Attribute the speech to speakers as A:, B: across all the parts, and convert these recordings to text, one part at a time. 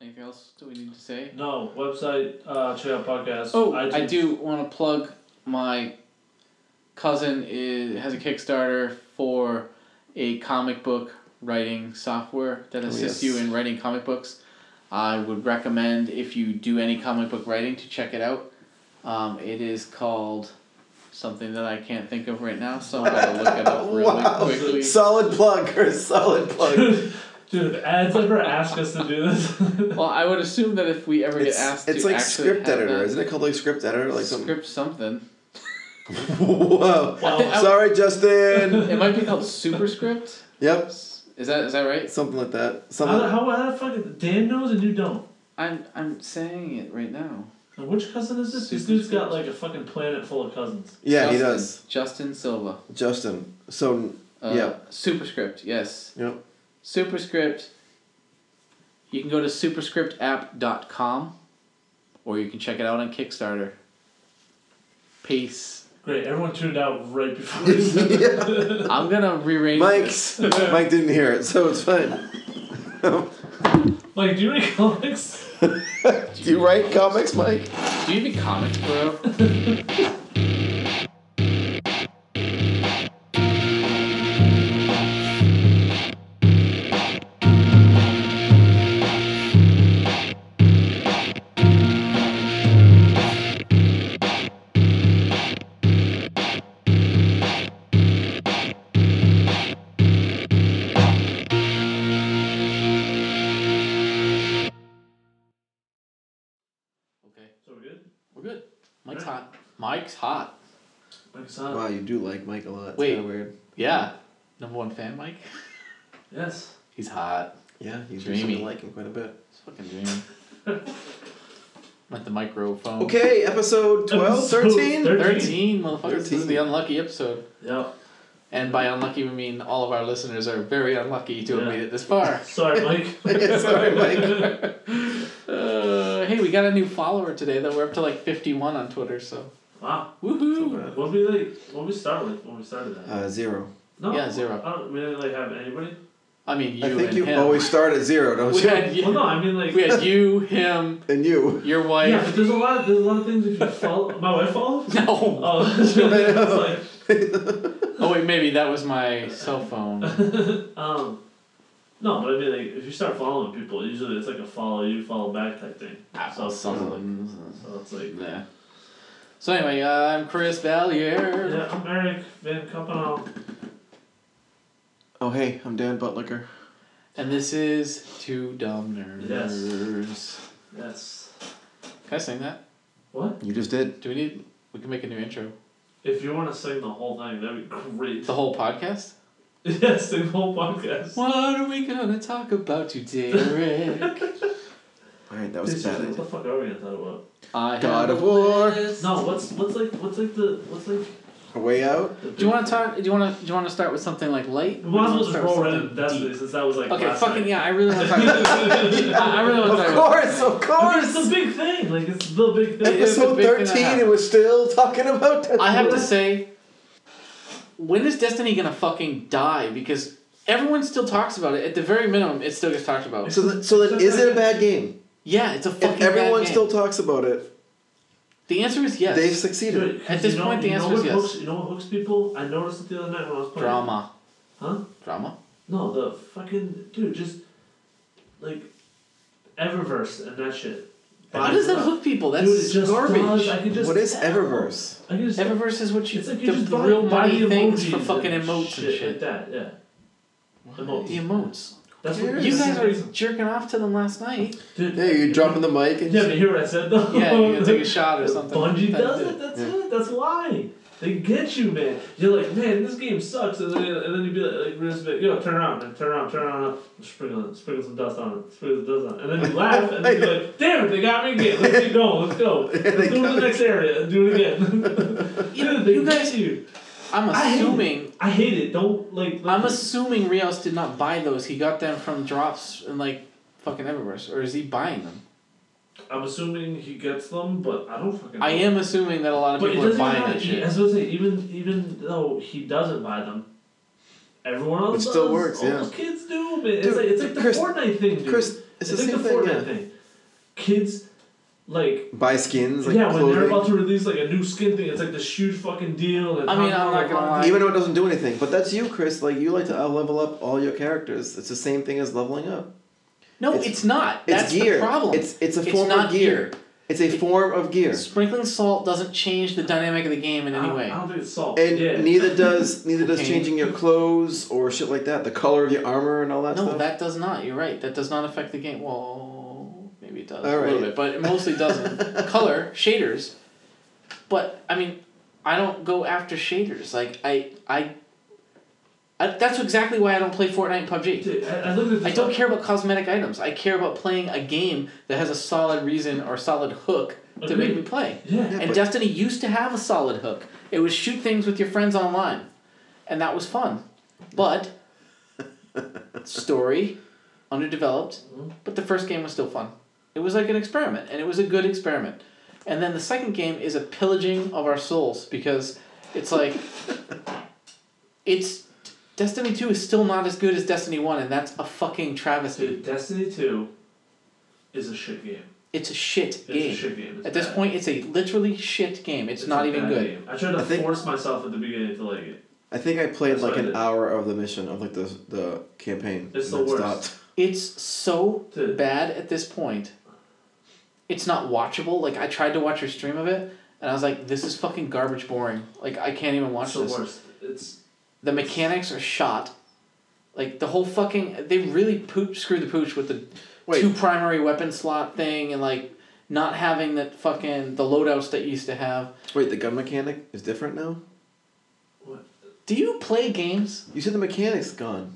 A: Anything else do we need to say?
B: No, website, uh, check out podcast.
A: Oh,
B: iTunes.
A: I do want to plug my cousin is, has a Kickstarter for a comic book writing software that
C: Oh,
A: assists
C: yes.
A: you in writing comic books. I would recommend if you do any comic book writing to check it out. Um, it is called something that I can't think of right now, so I'm gonna look it up really
C: Wow.
A: quickly.
C: Solid plug, Chris. Solid plug.
B: Dude, dude, if ads ever ask us to do this,
A: Well, I would assume that if we ever
C: It's,
A: get asked,
C: it's
A: to
C: like
A: actually
C: script
A: have
C: editor,
A: that-
C: isn't it called like script editor? Like something.
A: script something.
C: Whoa!
A: I think I-
C: Sorry, Justin.
A: It might be called Superscript.
C: yep,
A: Is that is that right?
C: something like that. Something.
B: how, how, how the fuck Dan knows and you don't?
A: I'm I'm saying it right now.
B: And which cousin is this? This dude's got like a fucking planet full of cousins.
C: yeah, he
A: Justin-
C: does.
A: Justin Silva.
C: Justin. So
A: Uh,
C: Yeah.
A: Superscript. Yes.
C: Yep.
A: Superscript. You can go to superscriptapp.com, or you can check it out on Kickstarter. Peace.
B: Great, everyone tuned out right before he said that.
A: I'm gonna rearrange. this.
C: Mike's Mike didn't hear it, so it's fine.
B: Like, do you read comics?
C: Do you write comics, Mike?
A: Do you have comics, bro? okay,
B: So we're good?
A: we're good. Mike's hot. Mike's hot.
B: Mike's on.
C: Wow, you do like Mike a lot.
A: Uh.
C: It's
A: Wait.
C: kinda weird.
A: Yeah. Number one fan, Mike.
B: Yes.
A: He's hot.
C: Yeah, you do
A: Dreamy.
C: seem to like him quite a bit.
A: It's fucking dream. Like the microphone.
C: Okay, episode 12,
B: Episode
C: 13?
A: 13, motherfuckers. This is the
C: 13.
A: unlucky episode.
B: Yep.
A: And by unlucky, we mean all of our listeners are very unlucky to have
B: Yeah.
A: made it this far.
B: Sorry, Mike.
C: Sorry, Mike.
A: Uh, hey, we got a new follower today, though. We're up to like 51 on Twitter, so.
B: Wow.
A: Woohoo!
B: What did we like? What did we start with when we started that?
C: Uh, zero.
B: no.
A: yeah, zero.
B: I don't, we didn't like have anybody.
A: I mean, you
C: I think
A: and
C: you
A: him.
C: always start at zero, don't
A: we,
C: you?
A: had
B: Well,
A: you
B: no, I mean like.
A: we had you, him,
C: And you.
A: your
B: yeah, but
A: wife.
B: there's a lot. Of, there's a lot of things if you follow. My wife follows.
A: No!
B: Oh, it's like
A: Oh, wait, maybe that was my cell phone.
B: um, no, but I mean like if you start following people, usually it's like a follow you follow back type thing. So it's kinda like,
A: Something.
B: so it's like
A: Yeah. So, anyway, I'm Chris Valier.
B: yeah, I'm Eric Van Kampenau.
C: Oh, hey, I'm Dan Buttlicker.
A: And this is Two Dumb Nerds.
B: Yes.
A: Can I sing that?
B: What?
C: You just did.
A: Do we need. We can make a new intro.
B: If you want to sing the whole thing, that'd be great.
A: The whole podcast?
B: yes, sing the whole podcast.
A: What are we gonna talk about today, Rick?
C: Alright, that was
B: This
C: a
B: is- What
C: bad idea.
B: the fuck are we gonna talk about?
A: I
C: God
A: have
C: of
A: a
C: War.
A: list.
B: No, what's what's like what's like the what's like.
C: A way out?
B: The
A: Do you want to talk? Do you want to? Do you want to start with something like light?
B: We
A: Or do
B: might as well
A: you
B: just
A: wanna
B: roll
A: start
B: right
A: with
B: into
A: something
B: Destiny since that was like.
A: deep? Okay,
B: last
A: fucking
B: night.
A: yeah. I really want to talk. About I I really want
C: Of
A: to talk. About
C: course, of
B: I mean, it's
C: course!
B: the big thing. Like it's the big thing.
A: It is the
C: Episode
A: big thing that
C: 13, it
A: happened.
C: was still talking about that.
A: I have to say, when is Destiny gonna fucking die? Because everyone still talks about it. At the very minimum, it still gets talked about.
C: So, th- so then, is it a bad game?
A: Yeah, it's a fucking.
C: If everyone
A: bad game.
C: still talks about it,
A: The answer is yes.
C: they've succeeded.
B: Dude,
A: At
B: you
A: this
B: know-
A: point, the
B: you know
A: answer is
B: what
A: yes.
B: Hooks, you know what hooks people? I noticed it the other night when I was playing.
A: Drama.
B: Huh?
A: Drama.
B: No, the fucking dude just like Eververse and that shit.
A: How does that hook people? That's
B: dude, it just
A: garbage.
B: does. I can just.
C: What is Eververse?
B: I can just.
A: Eververse is what you.
B: It's like you
A: the
B: just buy,
A: real
B: buy
A: money
B: the
A: things
B: emojis
A: for fucking
B: and
A: emotes
B: shit,
A: and shit.
B: like that. Yeah. Emotes.
A: The emotes.
B: That's
C: You
B: what
A: You
B: that's
A: guys
B: the
A: were
B: reason.
A: jerking off to them last night.
B: Dude,
C: Yeah, you're dropping the mic and
B: Yeah, but hear what I said though.
A: Yeah, you're gonna take a shot or something.
B: Bungie
A: That's
B: does
A: it.
B: it. That's it. That's why they get you, man. You're like, man, this game sucks, and then, and then you'd be like, like, we're just like, yo, turn around, and turn around, turn around, sprinkle, it, sprinkle some dust on it, sprinkle some dust on it, and then you laugh, and then you're like, damn it, they got me again. Let's keep going. Let's go. Let's go to the next area and do it again.
A: You-
B: Dude, they
A: you guys-
B: get you.
A: I'm
B: I hate it.
A: assuming.
B: I hate it. Don't like. like
A: I'm assuming Rios did not buy those. He got them from drops and like fucking Eververse, or is he buying them?
B: I'm assuming he gets them, but I don't fucking.
A: I
B: know.
A: am assuming that a lot of
B: But it
A: people are
B: doesn't
A: buying
B: matter.
A: that
B: He- I
A: shit.
B: was gonna say even even though he doesn't buy them, everyone else
C: It still
B: does.
C: works,
B: All
C: yeah.
B: those kids do, man.
C: Dude,
B: it's like it's like the
C: Chris-
B: Fortnite thing, dude.
C: Chris,
B: it's
C: It's the
B: like
C: same
B: the
C: thing,
B: Fortnite
C: yeah.
B: thing. Kids, like
C: Buy skins, like
B: yeah, when they're
C: clothing.
B: about to release like a new skin thing, it's like this huge fucking deal. And
A: I mean,
B: blah,
A: I'm
B: blah,
A: not gonna
B: blah.
A: lie.
C: even though it doesn't do anything, but that's you, Chris. Like you like to out level up all your characters. It's the same thing as leveling up.
A: No, it's,
C: It's-
A: not.
C: It's
A: That's
C: gear.
A: the problem.
C: It's it's a
A: It's
C: form
A: not
C: of gear. It's a form of gear,
A: Sprinkling salt doesn't change the dynamic of the game in
B: I
A: any
B: don't-
A: way.
B: I don't think it's salt.
C: and
B: yeah.
C: neither does neither does
A: Okay.
C: changing your clothes or shit like that. The color of your armor and all that
A: No,
C: stuff.
A: that does not. You're right. That does not affect the game. Well, maybe it does
C: All
A: a little
C: right.
A: bit, but it mostly doesn't. Color shaders, but I mean, I don't go after shaders. Like I, I, I that's exactly why I don't play Fortnite and PUBG.
B: Dude, I, I looked at this
A: I don't care about cosmetic items. I care about playing a game that has a solid reason or solid hook to make
B: Agreed.
A: me play.
B: Yeah.
A: And
C: but-
A: Destiny used to have a solid hook. It was shoot things with your friends online, and that was fun. But story underdeveloped,
B: Mm-hmm.
A: but the first game was still fun. It was like an experiment, and it was a good experiment. And then the second game is a pillaging of our souls because it's like it's Destiny Two is still not as good as Destiny One, and that's a fucking travesty.
B: Dude, Destiny Two is a shit game.
A: It's a shit
B: It's
A: game.
B: a shit game. It's
A: At this
B: bad.
A: point, it's a literally shit game. It's,
B: a
A: not even
B: bad
A: good.
B: game. I tried to
C: I think-
B: force myself at the beginning to like it.
C: I think I played
B: That's
C: like
B: what I
C: an
B: did.
C: hour of the mission of like the the campaign.
B: It's
C: and
B: the
C: then
B: worst.
C: Stopped.
A: It's so
B: Dude.
A: bad at this point. It's not watchable. Like I tried to watch your stream of it, and I was like, "This is fucking garbage, boring. Like I can't even watch
B: It's the
A: this."
B: worst. It's
A: The mechanics are shot. Like the whole fucking they really pooch screwed the pooch with the
C: Wait.
A: two primary weapon slot thing and like not having that fucking the loadouts that you used to have.
C: Wait, the gun mechanic is different now.
A: Do you play games?
C: You said the mechanic's gone.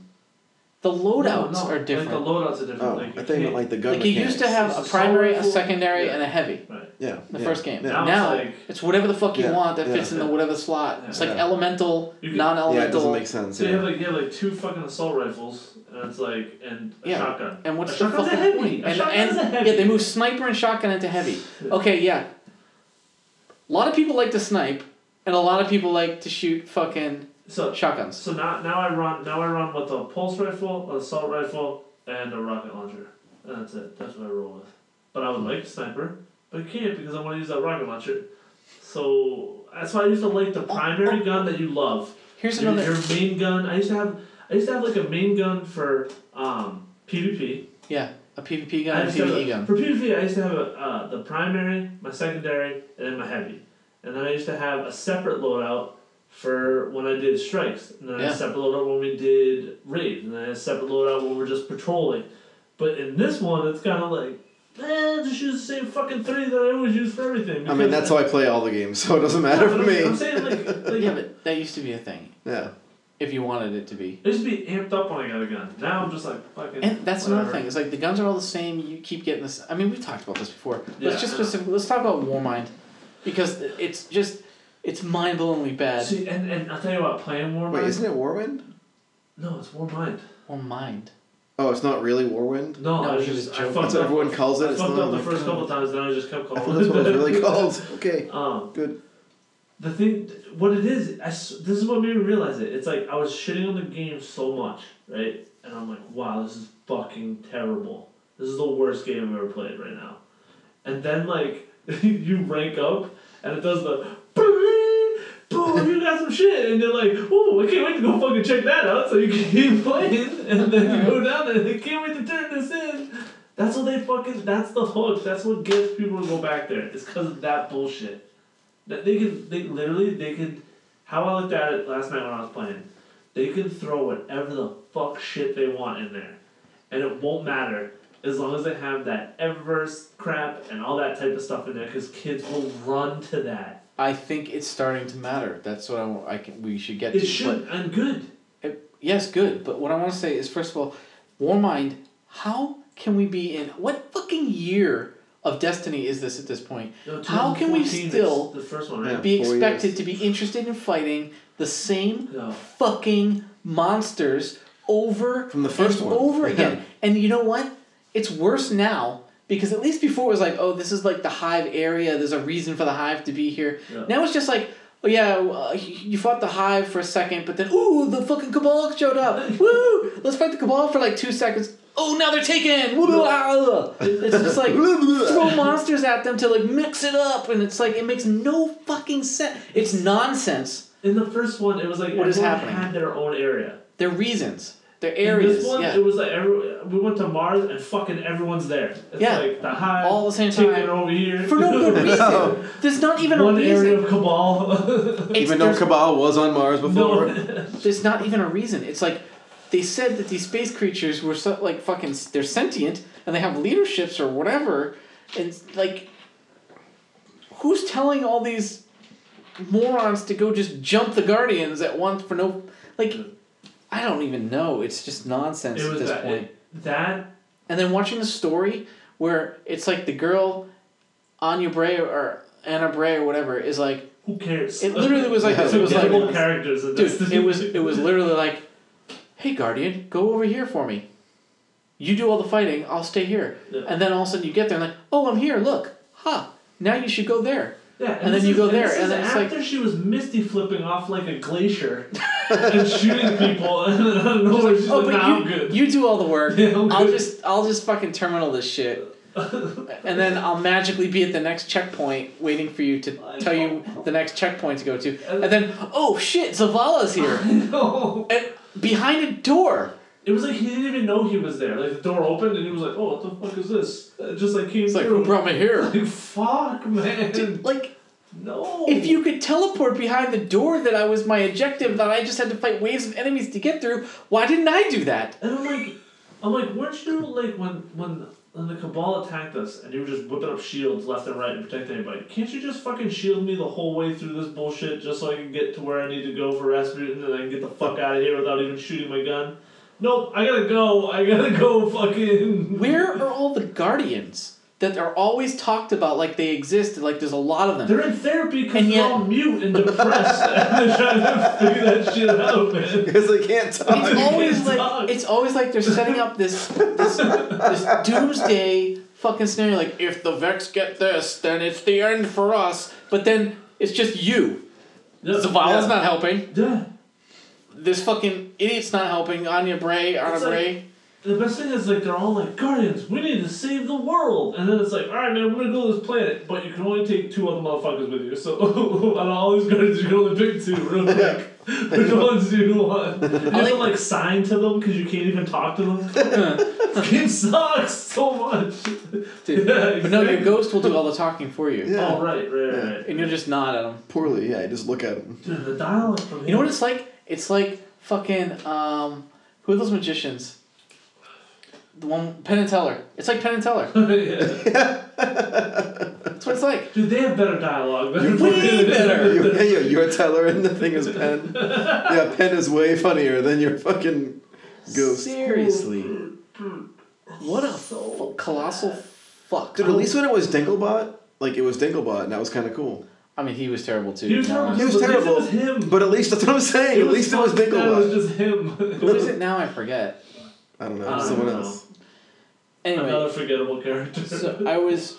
A: The loadouts
B: No, no,
A: are different.
B: Like the loadouts are different.
C: Oh,
B: like, you
C: I thought you meant
B: can't-
C: like the gun
A: like you
C: mechanic.
A: used to have
B: It's
A: a
B: a
A: primary, a
B: powerful-
A: secondary,
B: yeah.
A: and a heavy.
B: Right.
C: yeah
A: The
C: yeah,
A: first game.
C: yeah.
A: Now,
B: Now it's like-
A: it's whatever the fuck you
C: Yeah,
A: want that
C: yeah.
A: fits in the whatever slot.
B: Yeah.
A: It's like
C: Yeah.
A: elemental,
B: You can-
C: Yeah, it doesn't
A: non-elemental,
C: make sense.
B: So you
C: Yeah.
B: have like you have like two fucking assault rifles, and it's like and a
A: Yeah.
B: shotgun.
A: and what's
B: A
A: the
B: shotgun's a
A: fucking
B: heavy.
A: point?
B: A
A: and
B: shotgun's
A: and
B: a heavy.
A: yeah, they move sniper and shotgun into heavy.
B: Yeah.
A: Okay, yeah. A lot of people like to snipe, and a lot of people like to shoot fucking
B: So
A: shotguns.
B: so now now I run now I run with a pulse rifle, an assault rifle, and a rocket launcher. And that's it. That's what I roll with. But I would like sniper, but I can't because I want to use that rocket launcher. So that's why I used to like
A: Oh.
B: the primary gun that you love.
A: Here's
B: your,
A: another.
B: your main gun. I used to have I used to have like a main gun for um PvP.
A: yeah, a PvP
B: I
A: gun and a
B: used to have
A: PvE
B: a-
A: E gun.
B: For PvP, I used to have a, uh, the primary, my secondary, and then my heavy. And then I used to have a separate loadout for when I did strikes. And then I had
A: Yeah.
B: a separate loadout when we did raids. And then I had a separate loadout when we we're just patrolling. But in this one, it's kind of like, eh, just use the same fucking three that I always use for everything.
C: I mean, that's how I play all the games, so it doesn't matter for
B: I'm
C: me.
B: saying, like, like
A: Yeah, but that used to be a thing.
C: Yeah.
A: If you wanted it to be.
B: I used to be amped up when I got a gun. Now I'm just like, fucking.
A: And that's another
B: whatever.
A: thing. It's like the guns are all the same. You keep getting this. I mean, we've talked about this before.
B: Yeah,
A: let's just
B: I know.
A: specific. Let's talk about Warmind, because it's just it's mind blowingly bad.
B: See, and, and I'll tell you what, playing Warmind.
C: Wait, isn't it Warwind?
B: No, it's Warmind.
A: Warmind.
C: Oh, it's not really Warwind.
B: No,
A: No,
B: I was
A: he was
B: just. I
A: joking.
B: fucked
C: That's what
B: up.
C: everyone calls it.
B: I
C: It's
B: fucked
C: not.
B: up the
C: like-
B: first couple times, then I just kept
C: I
B: calling.
C: thought that's
B: it
C: what it was
B: that.
C: really called. Okay.
B: Um,
C: Good.
B: the thing, what it is, I s this is what made me realize it. It's like I was shitting on the game so much, right? And I'm like, wow, this is fucking terrible. This is the worst game I've ever played right now. And then like you rank up, and it does the. Boom, you got some shit, and you're like, ooh, I can't wait to go fucking check that out so you can keep playing. And then you go down there, and I can't wait to turn this in. That's what they fucking, that's the hook. That's what gets people to go back there. It's because of that bullshit. That they could, they literally, they could. How I looked at it last night when I was playing, they could throw whatever the fuck shit they want in there, and it won't matter as long as they have that Everest crap and all that type of stuff in there, because kids will run to that.
A: I think it's starting to matter. That's what I, wa- I can, we should get
B: It
A: to.
B: should. I'm good.
A: But it, yes, good. But what I want to say is, first of all, Warmind. How can we be in what fucking year of Destiny is this at this point?
B: No,
A: How can we
B: 2014 is
A: still
B: the first one? Right?
C: Yeah.
A: Be
C: Four
A: expected
C: years.
A: to be interested in fighting the same
B: No.
A: fucking monsters over
C: From the first
A: and
C: one.
A: over
C: Yeah.
A: again. And you know what? It's worse now because at least before it was like, oh, this is like the hive area. There's a reason for the hive to be here.
B: Yeah.
A: Now it's just like, oh yeah, uh, you fought the hive for a second, but then ooh, the fucking cabal showed up. Woo! Let's fight the cabal for like two seconds. oh, now they're taken. It's just like throw monsters at them to like mix it up, and it's like it makes no fucking sense. It's nonsense.
B: In the first one, it was like
A: What is
B: everyone
A: happening?
B: had their own area.
A: They're reasons. They're
B: In
A: areas.
B: this one,
A: yeah.
B: it was like every, we went to Mars and fucking everyone's there. It's
A: Yeah.
B: like the hive
A: All the same
B: taking
A: time.
B: over here
A: For no good reason.
C: No.
A: There's not even
B: One
A: a reason.
B: area of Cabal.
A: It's-
C: Even though
A: there's-
C: Cabal was on Mars before.
B: no,
A: there's not even a reason. It's like they said that these space creatures were so, like fucking they're sentient and they have leaderships or whatever, and like who's telling all these morons to go just jump the guardians at once for no like I don't even know. It's just nonsense
B: it
A: at
B: was
A: this
B: that.
A: point.
B: it- that
A: And then watching the story where it's like the girl Anya Bray or Anna Bray or whatever is like
B: who cares?
A: it literally was like this. It was like
B: Forgettable characters. in this.
A: Dude, it was it was literally like, "Hey, Guardian, go over here for me. You do all the fighting. I'll stay here."
B: Yeah.
A: And then all of a sudden you get there and like, "Oh, I'm here. Look, ha! Now you should go there."
B: Yeah,
A: And
B: this
A: then you
B: is-
A: go there,
B: this is
A: and then it's like-
B: after she was misty flipping off like a glacier and shooting people, and then out of nowhere she's
A: oh,
B: like,
A: but
B: "Nah, I'm
A: you,
B: good."
A: you do all the work.
B: Yeah, I'm
A: I'll
B: good.
A: just I'll just fucking terminal this shit, and then I'll magically be at the next checkpoint waiting for you to
B: I Uh,
A: tell you the next checkpoint to go to, and then oh shit, Zavala's here,
B: no,
A: and behind a door.
B: it was like he didn't even know he was there. Like the door opened, and he was like, "Oh, what the fuck is this?" It just like came
A: It's like who
B: through.
A: brought me here?
B: like fuck, man.
A: Dude, like
B: no.
A: If you could teleport behind the door that I was my objective, that I just had to fight waves of enemies to get through, why didn't I do that?
B: And I'm like, I'm like, weren't you like when when when the Cabal attacked us and you were just whipping up shields left and right and protecting anybody? Can't you just fucking shield me the whole way through this bullshit just so I can get to where I need to go for Rasputin and I can get the fuck out of here without even shooting my gun? Nope, I gotta go. I gotta go. Fucking.
A: Where are all the guardians that are always talked about like they exist, like there's a lot of them?
B: They're in therapy because
A: And
B: they're
A: yet-
B: all mute and depressed, and they're trying to figure that shit out, man.
C: Because they can't talk.
A: It's always like
B: Dog.
A: it's always like they're setting up this this, this doomsday fucking scenario like if the Vex get this, then it's the end for us. But then it's just you.
B: Yeah,
A: Zavala's
C: Yeah.
A: not helping.
B: yeah.
A: This fucking idiot's not helping. Anya Bray, Anna
B: It's like-
A: Bray.
B: The best thing is like they're all like guardians. We need to save the world, and then it's like, all right, man, we're gonna go to this planet, but you can only take two other motherfuckers with you. So out of all these guardians, you can only pick two real quick. Which ones do you want? You have to like sign to them because you can't even talk to them. Fucking sucks so much.
A: Dude,
B: Yeah,
A: But no, your
B: exactly.
A: ghost will do all the talking for you.
C: Yeah.
B: Oh right, right, right, right.
A: And you'll just nod at him.
C: Poorly, yeah. Just look at him.
B: Dude, the dialogue from
A: You know what it's like? It's like fucking um who are those magicians? The one Penn and Teller. It's like Penn and Teller.
B: yeah.
A: That's what it's like.
B: Dude, they have better dialogue.
A: Way better.
C: You, yeah, your, your teller and the thing is Pen. Yeah, Pen is way funnier than your fucking ghost.
A: Seriously. What a fu- colossal fuck.
C: Dude, at least when it was Dinglebot, like it was Dinglebot, and that was kind of cool.
A: I mean he was terrible too.
B: He was
A: to be
B: terrible.
A: honest.
C: He was
B: But at least it
C: terrible.
B: was him.
C: But at least that's what I'm saying. at least it was
B: fucked up, It was
C: Dinglebot.
B: just him.
A: Who is it now? I forget.
C: I don't know.
B: I don't
C: someone
B: know.
C: else.
A: Anyway,
B: Another forgettable character.
A: so I was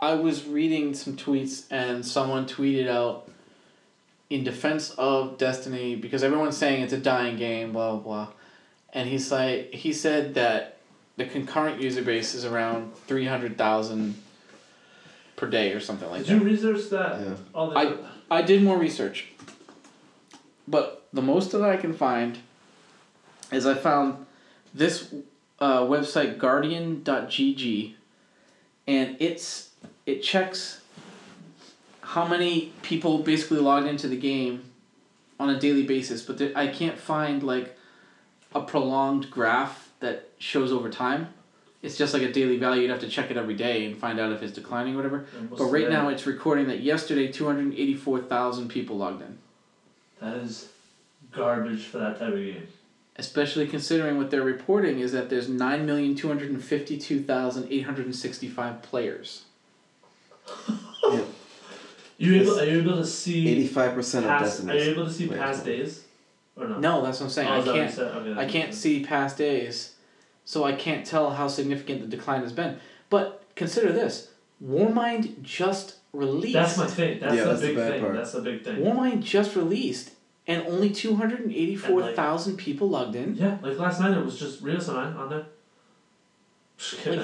A: I was reading some tweets and someone tweeted out in defense of Destiny because everyone's saying it's a dying game, blah blah blah. And he's like he said that the concurrent user base is around three hundred thousand per day or something like
B: Did
A: that.
B: you research that?
C: Yeah.
B: All the
A: I, I did more research. But the most that I can find is I found this uh, website guardian.gg and it's it checks how many people basically logged into the game on a daily basis, but there, I can't find like a prolonged graph that shows over time. It's just like a daily value. You'd have to check it every day and find out if it's declining or whatever.
B: And what's
A: But right
B: today?
A: now it's recording that yesterday 284,000 people logged in.
B: that is garbage for that type of game.
A: Especially considering what they're reporting is that there's 9,252,865 players.
B: You able,
C: Yes.
B: are you able to see
C: Eighty-five percent of
B: past? Are you
C: Destiny.
B: able to see
C: Wait,
B: past
C: hold on.
B: days? Or no?
A: No, that's what I'm saying.
B: Oh,
A: I
B: is that what you
A: can't
B: said? Okay,
A: I
B: that's
A: can't
B: what
A: see past days, so I can't tell how significant the decline has been. But consider this. Warmind just
B: you
A: released
B: said. That's my thing. That's
C: Yeah,
B: the
C: that's the
B: big
C: bad
B: thing.
C: part.
B: That's the big thing.
A: Warmind just released and only 284,000 people logged in.
B: Yeah, like last night it was just Rios and I on there. Just kidding.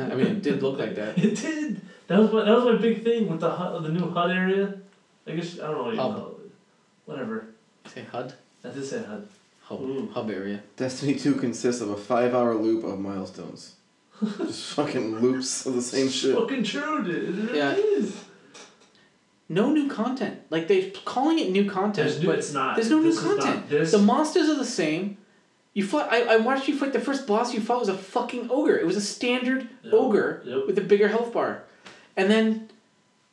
A: I mean, it did look like that.
B: It did. That was my that was my big thing with the hut, the new HUD area. I guess I don't know what you
A: Hub.
B: call it. Whatever.
A: Say HUD.
B: I did say HUD.
A: Hub,
B: Ooh.
A: hub area.
C: Destiny 2 consists of a five hour loop of milestones. Just fucking loops of the same shit.
B: Fucking true, dude. It really
A: Yeah.
B: is.
A: No new content. Like they're calling it new content,
B: There's new-
A: but
B: it's not.
A: There's no
B: This
A: new
B: is not-
A: content.
B: this-
A: The monsters are the same. You fought. I, I watched you fight. The first boss you fought was a fucking ogre. It was a standard
B: Yep.
A: ogre
B: Yep.
A: with a bigger health bar, and then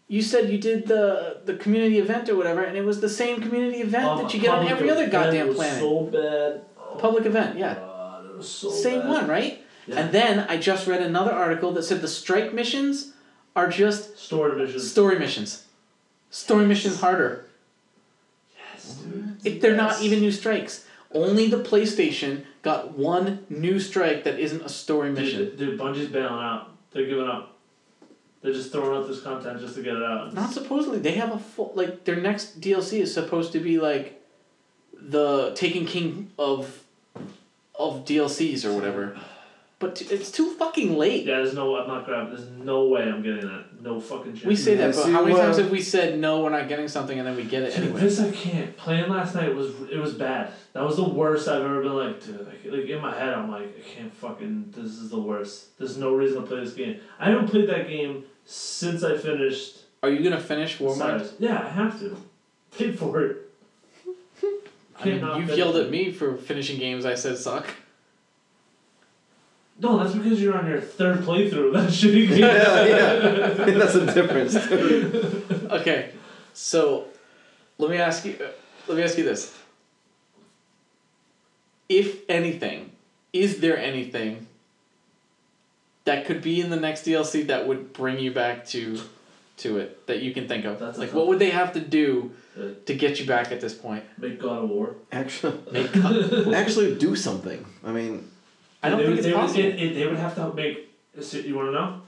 A: you said you did the the community event or whatever, and it was the same community event
B: Oh,
A: that you get on
B: public
A: every other
B: event
A: goddamn
B: was
A: planet.
B: So bad. Oh,
A: Public event, yeah.
B: God, it was so
A: same
B: bad.
A: one, right?
B: Yeah.
A: And then I just read another article that said the strike missions are just
B: Store division.
A: story missions. Story missions harder.
B: yes, dude.
A: It, they're not
B: Yes.
A: even new strikes. Only the PlayStation got one new strike that isn't a story mission.
B: Dude, dude, Bungie's bailing out. They're giving up. They're just throwing out this content just to get it out.
A: Not supposedly they have a full like their next DLC is supposed to be like the Taken King of of DLCs or whatever. But t- it's too fucking late.
B: Yeah, there's no. I'm not grabbing. There's no way I'm getting that. No fucking chance.
A: We say that,
C: Yeah,
A: but
C: see,
A: how many
C: well-
A: times have we said no? We're not getting something, and then we get it
B: Dude,
A: anyway.
B: this I can't. Playing last night was it was bad. That was the worst I've ever been like, dude. Like, like in my head, I'm like, I can't fucking. This is the worst. There's no reason to play this game. I haven't played that game since I finished.
A: Are you gonna finish Warmind?
B: Cyrus. Yeah, I have to. Paid for it.
A: I mean,
B: Cannot
A: you've
B: finish
A: yelled
B: it.
A: at me for finishing games I said suck.
B: No, that's because you're on your third playthrough of that shitty game.
C: yeah, yeah. That's the difference.
A: Okay, so let me ask you. Let me ask you this: If anything, is there anything that could be in the next DLC that would bring you back to to it that you can think of?
B: That's a
A: like,
B: tough-
A: what would they have to do
B: Uh,
A: to get you back at this point?
B: Make God of War.
C: Actually,
A: Make cut.
C: actually do something. I mean,
A: I don't
B: they
A: think
B: would,
A: it's
B: they
A: possible.
B: Would, it, it- they would have to make. so You want to know?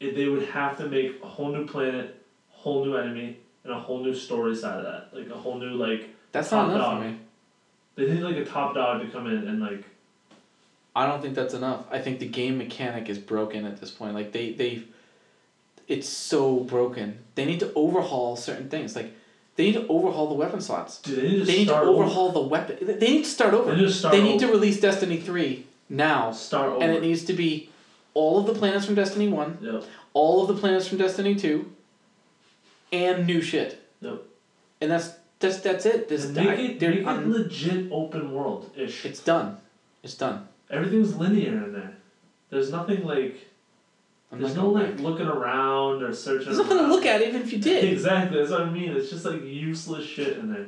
B: It, they would have to make a whole new planet, whole new enemy, and a whole new story side of that. Like a whole new like.
A: That's not
B: Top
A: enough
B: dog.
A: for me.
B: They need like a top dog to come in and like.
A: I don't think that's enough. I think the game mechanic is broken at this point. Like they they it's so broken. They need to overhaul certain things. Like they need to overhaul the weapon slots.
B: Do they need to
A: They need to
B: start over?
A: overhaul the weapon. They need to start over.
B: They need to start
A: They need
B: over.
A: to release Destiny 3 now.
B: Start over.
A: And it needs to be all of the planets from Destiny 1,
B: Yep.
A: all of the planets from Destiny 2, and new shit.
B: Yep.
A: And that's that's that's it. This,
B: And make it,
A: I-
B: make it
A: I'm-
B: legit open world ish.
A: it's done. It's done.
B: Everything's linear in there. There's nothing like.
A: I'm oh
B: There's
A: not
B: no
A: going
B: like
A: back.
B: looking around or searching.
A: There's nothing to
B: around.
A: look at even if you did.
B: Exactly, that's what I mean. It's just like useless shit in there.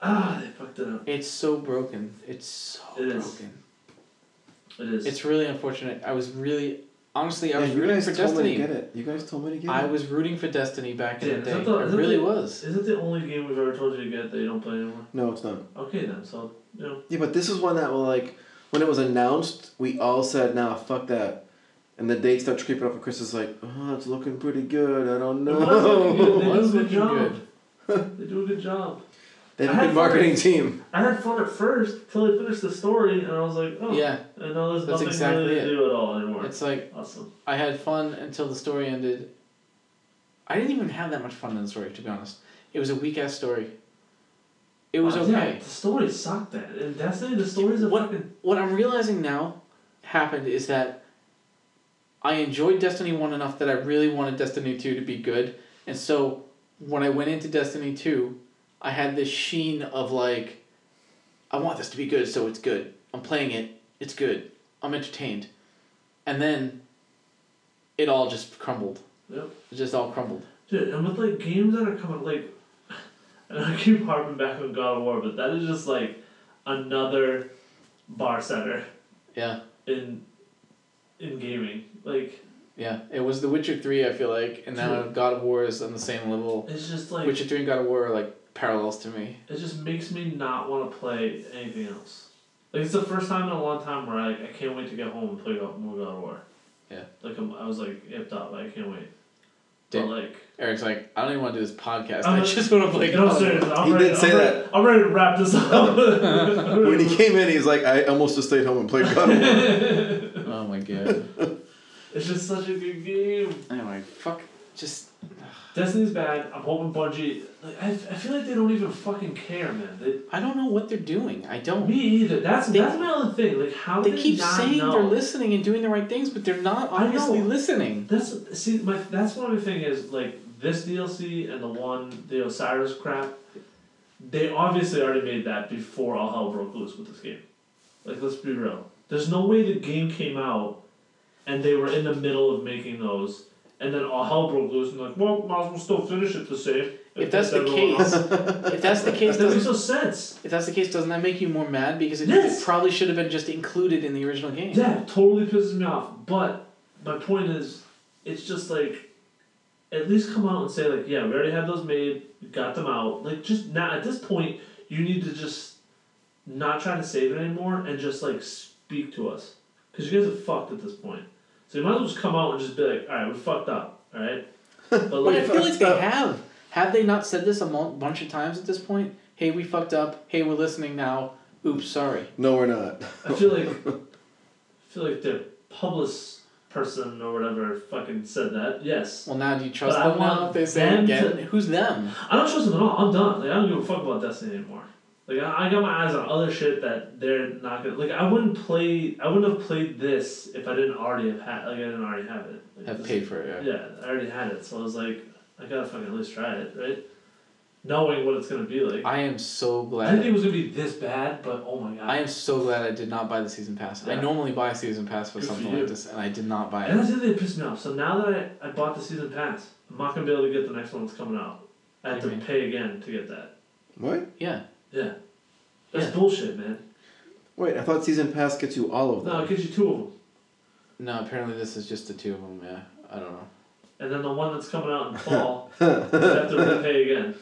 B: Ah, they fucked it up.
A: It's so broken. It's so
B: It is.
A: broken.
B: It is.
A: It's really unfortunate. I was really, honestly, I
C: yeah,
A: was
C: you
A: rooting
C: guys
A: for
C: told me to
A: Destiny.
C: get it. You guys told me to get
A: I
C: it.
A: was rooting for Destiny back in
B: Yeah,
A: the
B: is
A: day.
B: that the-
A: I
B: is that
A: really
B: the-
A: was.
B: Is it the only game we've ever told you to get that you don't play anymore?
C: No, it's not.
B: Okay then, so you know.
C: Yeah, but this is one that will like when it was announced, we all said, "Nah, fuck that." And the date starts creeping up, and Chris is like, "Oh, it's looking pretty good. I don't
B: It was looking
A: It was
B: good. They do a
C: know."
B: good job.
A: looking
B: they do a good job.
C: they have
B: I
C: a
B: had
C: good marketing team.
B: I had fun at first till I finished the story, and I was like, oh,
A: Yeah,
B: And now there's
A: That's
B: nothing
A: exactly
B: really
A: it.
B: to do at all anymore.
A: it's like
B: awesome.
A: I had fun until the story ended. I didn't even have that much fun in the story, to be honest. It was a weak ass story. It was
B: Uh,
A: okay.
B: Yeah, the story sucked. That and Destiny, the stories are
A: What
B: fucking.
A: what I'm realizing now happened is that I enjoyed Destiny 1 enough that I really wanted Destiny 2 to be good. And so when I went into Destiny 2, I had this sheen of like I want this to be good, so it's good. I'm playing it. It's good. I'm entertained. And then it all just crumbled.
B: Yep.
A: It just all crumbled.
B: Dude, and with like games that are coming, like, and I keep harping back on God of War, but that is just like another bar setter
A: Yeah.
B: in in gaming. Like,
A: Yeah. It was The Witcher 3, I feel like, and now God of War is on the same level.
B: it's just like
A: Witcher 3 and God of War are like parallels to me.
B: it just makes me not want to play anything else. Like it's the first time in a long time where I I can't wait to get home and play God, more God of War.
A: Yeah.
B: Like I'm, I was like amped up. I can't wait. But like,
A: Eric's like, I don't even want to do this podcast.
B: I'm
A: I
B: not-
A: just want to play.
B: you know, I'm serious. I'm
C: He
B: ready,
C: did say
B: I'm ready-
C: that.
B: I'm ready to wrap this up.
C: When he came in, he's like, I almost just stayed home and played God of War.
A: Oh my god.
B: it's just such a good game.
A: anyway, fuck. Just
B: Destiny's bad. I'm hoping Bungie. Like, I, I feel like they don't even fucking care, man. They,
A: I don't know what they're doing. I don't.
B: me either. That's
A: They-
B: that's my other thing. Like how
A: They
B: do
A: keep
B: not
A: saying
B: know?
A: they're listening and doing the right things, but they're not
B: I know.
A: obviously listening.
B: That's see my that's one of the thing is like this DLC and the one the Osiris crap. They obviously already made that before all hell broke loose with this game. Like let's be real. There's no way the game came out, and they were in the middle of making those, and then all hell broke loose and like well might as well still finish it the same.
A: If that's the
B: everyone
A: case,
B: else."
A: if that's the case,
B: that makes
A: doesn't,
B: no sense.
A: if that's the case, doesn't that make you more mad? Because it,
B: Yes.
A: it probably should have been just included in the original game.
B: Yeah, it totally pisses me off. But my point is, it's just like, at least come out and say like, yeah, we already had those made, we got them out. Like, just now at this point, you need to just not try to save it anymore and just like speak to us, because you guys are fucked at this point. So you might as well just come out and just be like, all right, we fucked up, all right. But
A: But I
B: like,
A: feel like they have. Have they not said this a mo- bunch of times at this point? Hey, we fucked up. Hey, we're listening now. Oops, sorry.
C: No, we're not.
B: I feel like, I feel like their public person or whatever fucking said that. Yes.
A: Well, now do you trust
B: But I
A: them now?
B: want
A: If they say it
B: them
A: again,
B: to-
A: who's them?
B: I don't trust them at all. I'm done. Like I don't give a fuck about Destiny anymore. Like I, I got my eyes on other shit that they're not gonna. Like I wouldn't play. I wouldn't have played this if I didn't already have had. Like I didn't already have it. Like,
A: Have
B: this-
A: paid for it. Yeah.
B: Yeah, I already had it. So I was like, I gotta fucking at least try it, right? Knowing what it's gonna be like. I,
A: I am so
B: didn't
A: glad.
B: think it was gonna be this bad, but oh my god.
A: I am so glad I did not buy the season pass. I
B: Yeah.
A: normally buy a season pass for
B: Good for
A: something
B: you.
A: like this, and I did not buy
B: and
A: it.
B: that's the other thing that pissed me off. So now that I, I bought the season pass, I'm not gonna be able to get the next one that's coming out. I have
A: What do
B: to
A: you mean?
B: pay again to get that.
C: What?
A: Yeah.
B: Yeah. That's
A: Yeah.
B: bullshit, man.
C: Wait, I thought Season Pass gets you all of them.
B: No, it gives you two of them.
A: No, apparently this is just the two of them. Yeah. I don't know.
B: And then the one that's coming out in fall, you have to repay again.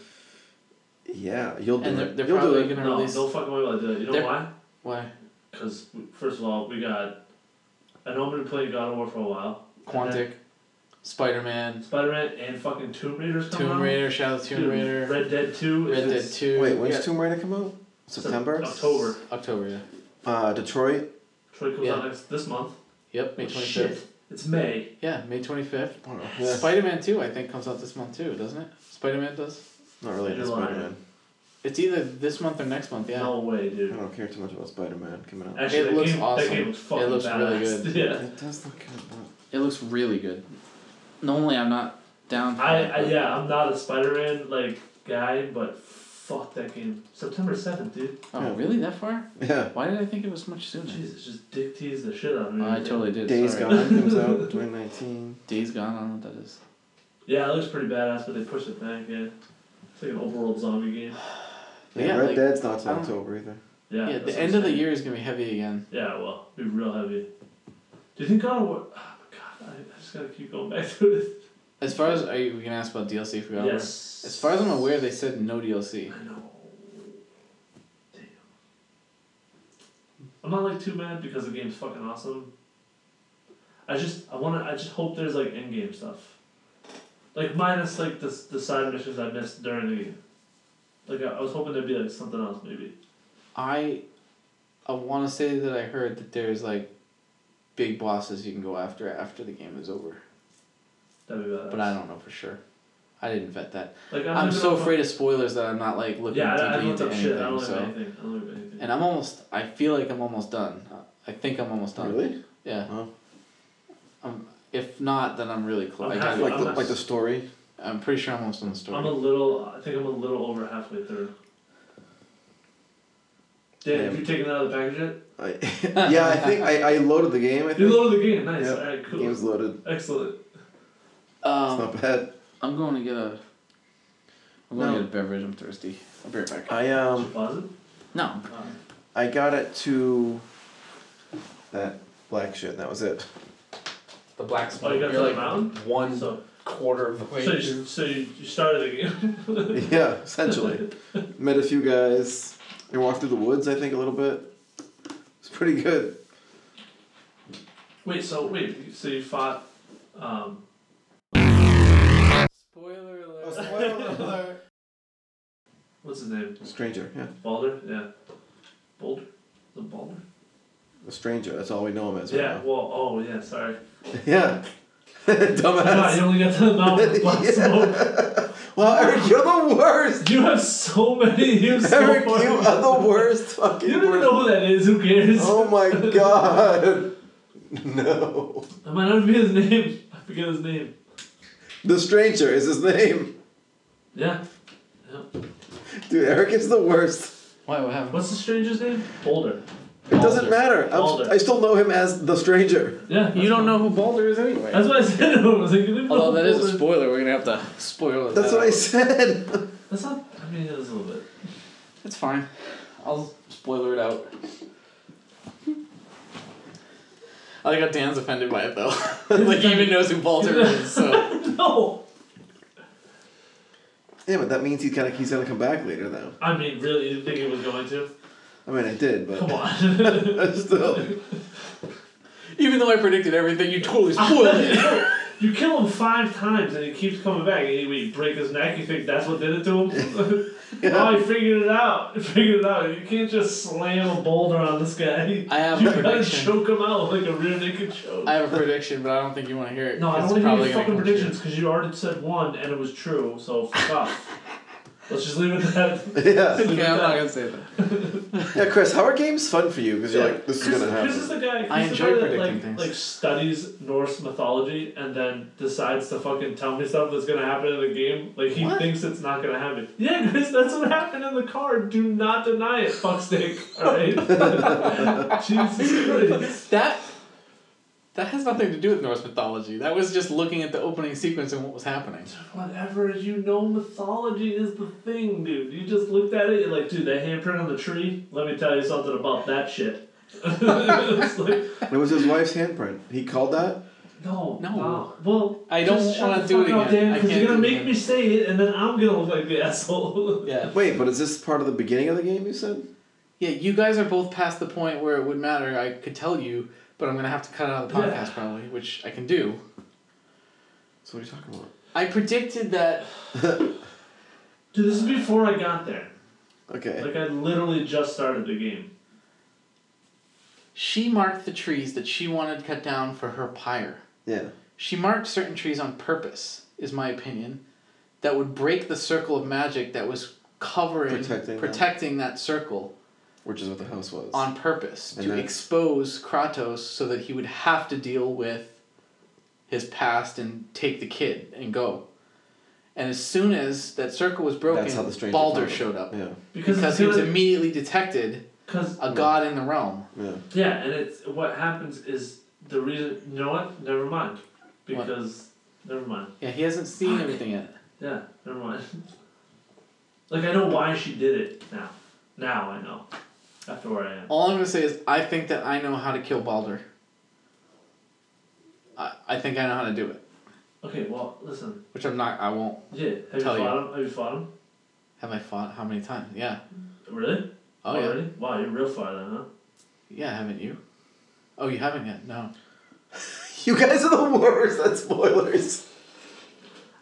C: Yeah, you'll do
A: And they're,
C: it.
A: they're
C: you'll do
A: probably
C: it.
A: gonna
B: No,
A: release.
B: no fucking way will I do it. You know
A: They're-
B: why?
A: Why?
B: Because, first of all, we got. I know I'm going to play God of War for a while.
A: Quantic, Spider Man,
B: Spider Man and fucking Tomb Raider's coming
A: Tomb
B: out.
A: Raider, Shadow of the Tomb
B: Dude,
A: Raider, Red,
B: Red Dead 2. is
A: Dead
B: this-
A: Two.
C: Wait, when's
A: yeah.
C: Tomb Raider come out? September?
B: October.
A: October? Yeah.
C: Uh, Detroit?
B: Troy comes
A: Yeah.
B: out next this month.
A: Yep. May
B: Oh,
A: twenty fifth.
B: shit. It's May.
A: Yeah, May twenty fifth.
C: Oh, yeah.
A: Spider Man Two, I think, comes out this month too, doesn't it? Spider Man does.
C: Not really into
B: July.
C: Spider Man.
A: It's either this month or next month. Yeah.
B: No way,
C: I
B: dude.
C: don't care too much about Spider Man coming out.
B: Actually,
A: It
B: that,
A: looks
B: game,
A: awesome.
B: that game was fucking
A: It looks really
B: badass.
A: good.
B: Yeah.
C: It does look kind of
A: It looks really good. Normally, I'm not down. for
B: I,
A: that,
B: I,
A: but-
B: yeah, I'm not a Spider Man like guy, but fuck that game. September 7th, dude.
A: Oh, really? That far?
C: Yeah.
A: Why did I think it was much sooner?
B: Jesus, just dick tease the shit out of me.
A: Oh, I totally did.
C: Days
A: sorry.
C: Gone comes out 2019.
A: Days Gone. I don't know what that is.
B: Yeah, it looks pretty badass, but they pushed it back. Yeah, it's like an overworld zombie game.
C: Yeah,
A: Yeah,
C: Red
A: like-
C: Dead's not till
A: I don't-
C: October either.
B: Yeah.
A: Yeah.
B: that's
A: the end
B: what I'm
A: of the
B: saying.
A: year is gonna be heavy again.
B: Yeah, well, be real heavy. Do you think God of War? Oh my god, I, I just gotta keep going back to it.
A: As far as are you, we can ask about DLC for God of War?
B: Yes.
A: As far as I'm aware, they said no DLC.
B: I know. Damn. I'm not like too mad because the game's fucking awesome. I just I wanna I just hope there's like end game stuff. Like minus like the the side missions I missed during the game. Like I, I was hoping there'd be like something else maybe.
A: I, I want to say that I heard that there's like, big bosses you can go after after the game is over.
B: That'd be badass.
A: but I don't know for sure. I didn't vet that.
B: Like,
A: I'm
B: not
A: so
B: gonna-
A: afraid of spoilers that I'm not like looking
B: Yeah, I,
A: deeply
B: I don't
A: into
B: look up shit. I don't
A: anything.
B: look up
A: So,
B: anything. I don't look up anything.
A: and I'm almost. I feel like I'm almost done. I think I'm almost done.
C: Really?
A: Yeah.
C: Oh.
A: Um, if not, then I'm really close.
B: I'm
A: I
B: half-
A: got.
C: Like
A: Like,
B: I'm
C: the,
B: not-
C: like the story?
A: I'm pretty sure I'm almost on the story.
B: I'm a little. I think I'm a little over halfway through. Dan, have
C: Yeah.
B: you taken that out of the package yet?
C: I, yeah, I think I, I loaded the game. I
B: You
C: think.
B: loaded the game. Nice.
C: Yeah.
B: All right.
C: the
B: Cool.
C: game's loaded.
B: Excellent.
C: It's
A: um,
C: not bad.
A: I'm going to get a. I'm going
C: No.
A: to get a beverage. I'm thirsty. I'll be right back.
C: I
B: Should
C: um
B: you pause it?
A: no.
B: Uh,
C: I got it to that black shit. And that was it.
A: The black
B: Oh, you got to the mountain.
A: one
B: So,
A: quarter of the
B: so, you, so you, you started the game.
C: yeah, essentially. Met a few guys. I walked through the woods. I think a little bit. It's pretty good.
B: Wait. So wait. So you fought. Um,
A: Spoiler alert.
D: Oh, spoiler alert.
B: What's his name?
C: stranger, yeah.
B: Balder? Yeah. Boulder? The Balder?
C: A stranger. That's all we know him as.
B: Yeah,
C: Right
B: well, oh, yeah, sorry.
C: now. yeah.
B: God,
C: Dumbass.
B: you only got the amount of black smoke.
C: Well, Eric, you're the worst.
B: You have so many. You have so
C: Eric,
B: much.
C: you are the worst
B: You
C: fucking.
B: don't even
C: worst.
B: know who that is. Who cares?
C: Oh my god. No.
B: I might not be his name. I forget his name.
C: The stranger is his name.
B: Yeah.
C: Dude, Eric is the worst.
A: Why? What happened?
B: What's the stranger's name? Boulder.
C: It
A: Balder.
C: doesn't matter. I'm,
B: Balder.
C: I still know him as the stranger.
B: Yeah.
A: You don't know who Balder is anyway.
B: That's what I said. I was like, you didn't
A: Although
B: know
A: that is a
B: Boulder.
A: spoiler, we're gonna have to spoil it.
C: That's
A: that
C: what I
A: out.
C: said.
B: That's not. I mean, it is a little bit.
A: It's fine. I'll spoiler it out. I like how Dan's offended by it though. like he even knows who Balder is. So
B: No.
C: Yeah, but that means he's kind of he's gonna come back later though.
B: I mean, really, you didn't think it was going to?
C: I mean, I did,
B: Come
C: but
B: on.
C: still.
A: even though I predicted everything, you totally spoiled it.
B: you kill him five times and he keeps coming back. And you break his neck. You think that's what did it to him? Oh, he figured it out. He figured it out. You can't just slam a boulder on this guy.
A: I have
B: You
A: a
B: gotta
A: prediction.
B: choke him out like a rear naked choke.
A: I have a prediction, but I don't think you want to hear it.
B: No, I
A: It's
B: don't want to
A: probably
B: hear your
A: gonna
B: fucking
A: come
B: predictions because you already said one and it was true, so fuck off. Let's just leave it at that.
C: Yeah.
A: true. Okay, I'm not gonna say that.
C: Yeah, Chris, how are games fun for you? Because you're like, this is
B: Chris,
C: gonna
B: Chris is
C: happen.
B: the guy.
A: I
B: Chris is the
A: enjoy
B: guy that,
A: predicting
B: like,
A: things.
B: Like studies Norse mythology and then decides to fucking tell me stuff that's gonna happen in the game. Like he
A: What?
B: thinks it's not gonna happen. Yeah, Chris, that's what happened in the card. Do not deny it, fuckstick. Alright. Jesus Christ.
A: That that has nothing to do with Norse mythology. That was just looking at the opening sequence and what was happening.
B: Whatever, you know, mythology is the thing, dude. You just looked at it, you're like, dude, that handprint on the tree, let me tell you something about that shit. it's like,
C: It was his wife's handprint. He called that.
B: no,
A: No.
B: no. Well,
A: I don't
B: just shut
A: wanna
B: the
A: do it
B: fuck up,
A: again.
B: Dan,
A: I
B: 'cause
A: can't
B: you're gonna
A: do it
B: make
A: again.
B: me say it, and then I'm gonna look like the asshole.
A: Yeah.
C: Wait, but is this part of the beginning of the game? You said.
A: Yeah, you guys are both past the point where it would matter. I could tell you, but I'm gonna have to cut out of the podcast
B: Yeah.
A: probably, which I can do.
C: So what are you talking about?
A: I predicted that
B: Dude, this is before I got there.
C: Okay.
B: Like, I literally just started the game.
A: she marked the trees that she wanted cut down for her pyre.
C: Yeah.
A: She marked certain trees on purpose, is my opinion, that would break the circle of magic that was covering
C: Protecting them.
A: protecting that circle
C: Which is what the house was.
A: on purpose
C: And
A: to
C: that's-
A: expose Kratos so that he would have to deal with his past and take the kid and go. And as soon as that circle was broken,
C: That's how the stranger
A: Balder
C: found him.
A: showed up.
C: Yeah.
B: Because,
A: Because
B: it's
A: he was
B: gonna-
A: immediately detected
B: cause,
A: a god in the realm.
C: Yeah.
B: yeah, and it's what happens is the reason. You know what? Never mind.
A: What?
B: Because, never mind.
A: Yeah, he hasn't seen everything yet.
B: Yeah, never mind. Like I know why she did it now. Now I know. After where I am.
A: All I'm gonna say is I think that I know how to kill Balder. I, I think I know how to do it,
B: Okay, well, listen.
A: which I'm not. I won't.
B: Yeah, have
A: Tell
B: you
A: you.
B: fought him? Have you fought him?
A: Have I fought how many times? Yeah.
B: Really?
A: Oh yeah.
B: Already? Wow, you're real far then, huh?
A: Yeah, haven't you? Oh, you haven't yet. No.
C: You guys are the worst. That's spoilers.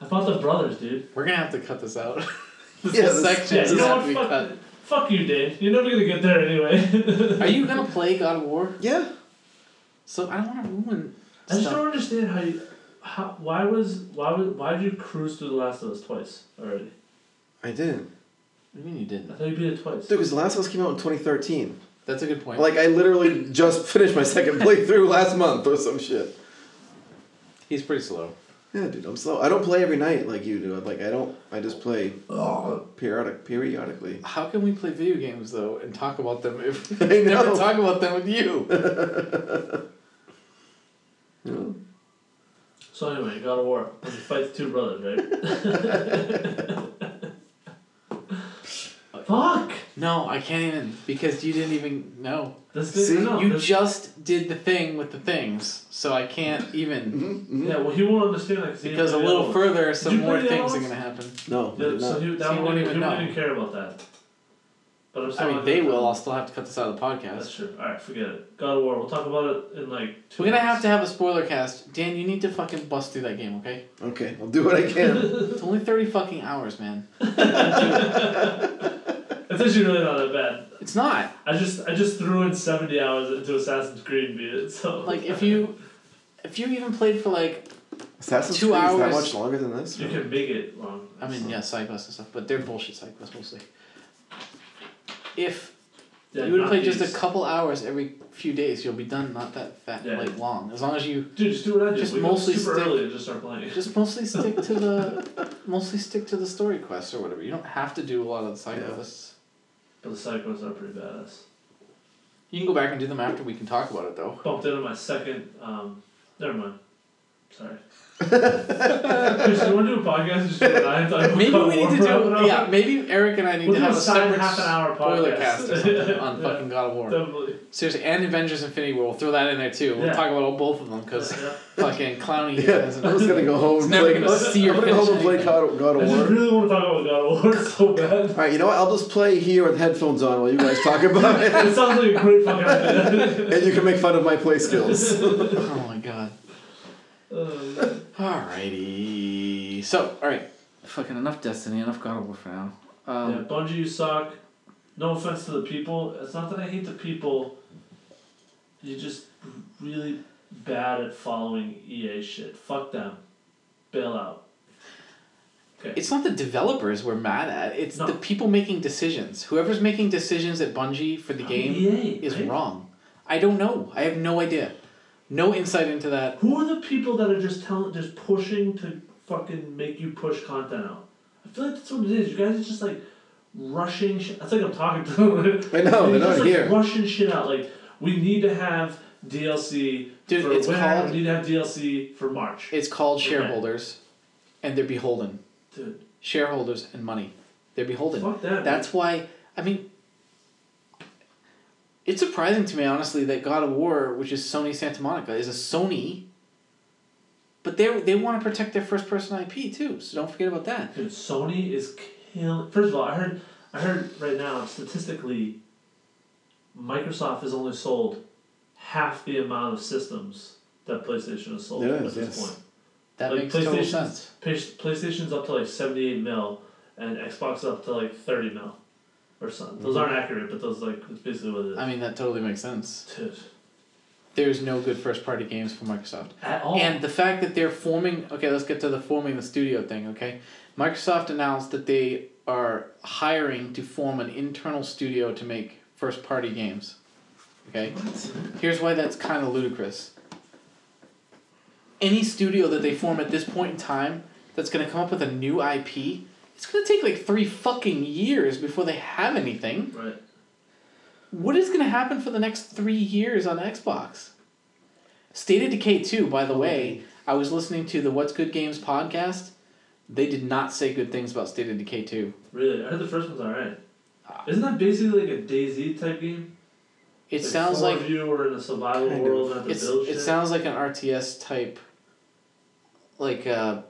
B: I fought the brothers, dude.
A: We're gonna have to cut this out. this
C: Yeah,
A: whole
C: this-
A: section
B: Yeah,
A: is
B: you know
A: gonna
B: what?
A: be
B: Fuck,
A: cut.
B: fuck you, Dave. You're never gonna get there anyway.
A: Are you gonna play God of War?
C: Yeah.
A: So I don't want to ruin.
B: I just
A: stuff.
B: don't understand how you. How, why was why was why did you cruise through the Last of Us twice already?
C: I didn't.
A: What do you mean you
B: I
A: didn't?
B: thought you beat it twice.
C: Dude, because The Last of Us came out in 2013.
A: That's a good point.
C: Like, I literally just finished my second playthrough last month or some shit.
A: He's pretty slow.
C: Yeah, dude, I'm slow. I don't play every night like you do. Like, I don't. I just play
B: Oh,
C: periodic periodically.
A: How can we play video games though and talk about them if
C: I
A: we never
C: know.
A: talk about them with you?
B: So anyway, God of War. When you fight the two brothers, right? Fuck!
A: No, I can't even because you didn't even know.
B: This
C: See,
B: thing, no,
A: You
B: this,
A: just did the thing with the things, so I can't even.
B: yeah, well, he won't understand that he didn't
A: Because a
B: play
A: little
B: the
A: further, some
B: you play
A: more
B: the
A: things are
B: others?
A: gonna happen.
C: No, I
B: other one.
C: did
B: Yeah, so
C: not.
B: he, that
A: So he
B: one,
A: won't
B: he
A: even
B: won't
A: know.
B: even care about that. But I'm still
A: I
B: not
A: mean,
B: gonna
A: they
B: talk-
A: will. I'll still have to cut this out of the podcast.
B: That's true. All right, forget it. God of War. We'll talk about it in like. Two
A: We're gonna have
B: minutes.
A: to have a spoiler cast. Dan, you need to fucking bust through that game, okay?
C: Okay, I'll do what I can.
A: It's only thirty fucking hours, man.
B: It's actually really not that bad.
A: It's not
B: I just I just threw in seventy hours into Assassin's Creed and beat it. So
A: like if you, if you even played for like,
C: Assassin's
A: Two
C: Creed is that
A: hours.
C: much longer than this?
B: you can make it long.
A: I mean, yeah, side quests and stuff, but they're bullshit side quests mostly. If
B: Yeah,
A: you would
B: not
A: have played just
B: these.
A: a couple hours every few days, you'll be done not that fat
B: Yeah.
A: like long. As long as you
B: Dude, just do what I did.
A: Just
B: Just Wake
A: mostly
B: mostly up super
A: stick-
B: early and just start playing.
A: just mostly stick to the, mostly stick to the story quests or whatever. You don't have to do a lot of the side
C: Yeah.
A: quests.
B: But the side quests are pretty badass.
A: You can go back and do them after we can talk about it though.
B: Bumped into my second. Um, never mind. Sorry. Chris, you want to do a podcast? Just do an I thought
A: Maybe
B: about
A: we need to
B: Warcraft
A: do
B: and all
A: yeah.
B: that?
A: Maybe Eric and I need
B: We'll
A: to
B: do
A: have
B: a
A: a
B: side
A: separate
B: half an hour
A: spoiler
B: podcast.
A: cast or something on
B: Yeah.
A: fucking God of War.
B: Definitely.
A: Seriously, and Avengers Infinity War. We'll throw that in there too. We'll
B: Yeah.
A: talk about all both of them because
B: Yeah.
A: fucking Clowny
C: Yeah,
A: has
C: I'm just gonna go home.
A: It's
C: and
A: never
C: play-
A: gonna see or
C: I'm gonna go home
A: finish
C: and play
A: anything.
C: God of, God
B: I
C: of
B: just
C: War.
B: really want to talk about God of War so bad.
C: All right, you know what? I'll just play here with headphones on while you guys talk about it,
B: It sounds like a great fucking idea.
C: and you can make fun of my play skills.
A: oh my god.
B: Uh,
A: Alrighty. So, alright.
E: Fucking enough Destiny, enough God of War for now.
B: yeah,
E: Um,
B: Bungie, you suck. No offense to the people. It's not that I hate the people. You're just really bad at following EA shit. Fuck them. Bail out. Okay.
A: It's not the developers we're mad at, it's
B: No.
A: the people making decisions. Whoever's making decisions at Bungie for the game
B: EA,
A: is
B: Oh, E right?
A: wrong. I don't know. I have no idea. No insight into that.
B: Who are the people that are just telling, just pushing to fucking make you push content out? I feel like that's what it is. You guys are just like rushing shit. That's like I'm talking to them.
C: I know,
B: You're
C: they're
B: just,
C: not
B: like,
C: here.
B: Rushing shit out. Like we need to have DLC.
A: Dude,
B: for
A: it's
B: winter,
A: called-
B: We need to have DLC for March.
A: It's called
B: Okay.
A: shareholders and they're beholden.
B: Dude,
A: Shareholders and money. They're beholden.
B: fuck that.
A: That's why I mean it's surprising to me honestly that God of War, which is Sony Santa Monica, is a Sony but they they want to protect their first person IP too, so don't forget about that.
B: Dude, Sony is killing. First of all, I heard, I heard right now statistically, Microsoft has only sold half the amount of systems that PlayStation has sold
C: It
B: at
C: is,
B: this
C: yes.
B: point.
A: That
B: Like
A: makes total
B: PlayStation's-
A: sense.
B: Pish- PlayStation's up to like seventy-eight mil, and Xbox is up to like thirty mil, or something. Those
A: Mm-hmm.
B: aren't accurate, but those like that's basically what it is.
A: I mean that totally makes sense.
B: Dude,
A: There's no good first party games for Microsoft.
B: at all.
A: And the fact that they're forming, okay, let's get to the forming the studio thing, okay? Microsoft announced that they are hiring to form an internal studio to make first party games. Okay? Here's why that's kind of ludicrous. Any studio that they form at this point in time that's going to come up with a new IP, it's going to take like three fucking years before they have anything.
B: right.
A: What is going to happen for the next three years on Xbox? State of Decay 2, by the way, I was listening to the What's Good Games podcast. They did not say good things about State of Decay 2.
B: Really, I heard the first one's alright.
A: Ah.
B: Isn't that basically like a DayZ type game?
A: It sounds
B: four
A: like
B: of you were in a survival
C: Kind of.
B: world and had to
A: it's,
B: build
A: it
B: shit.
A: sounds like an RTS type like uh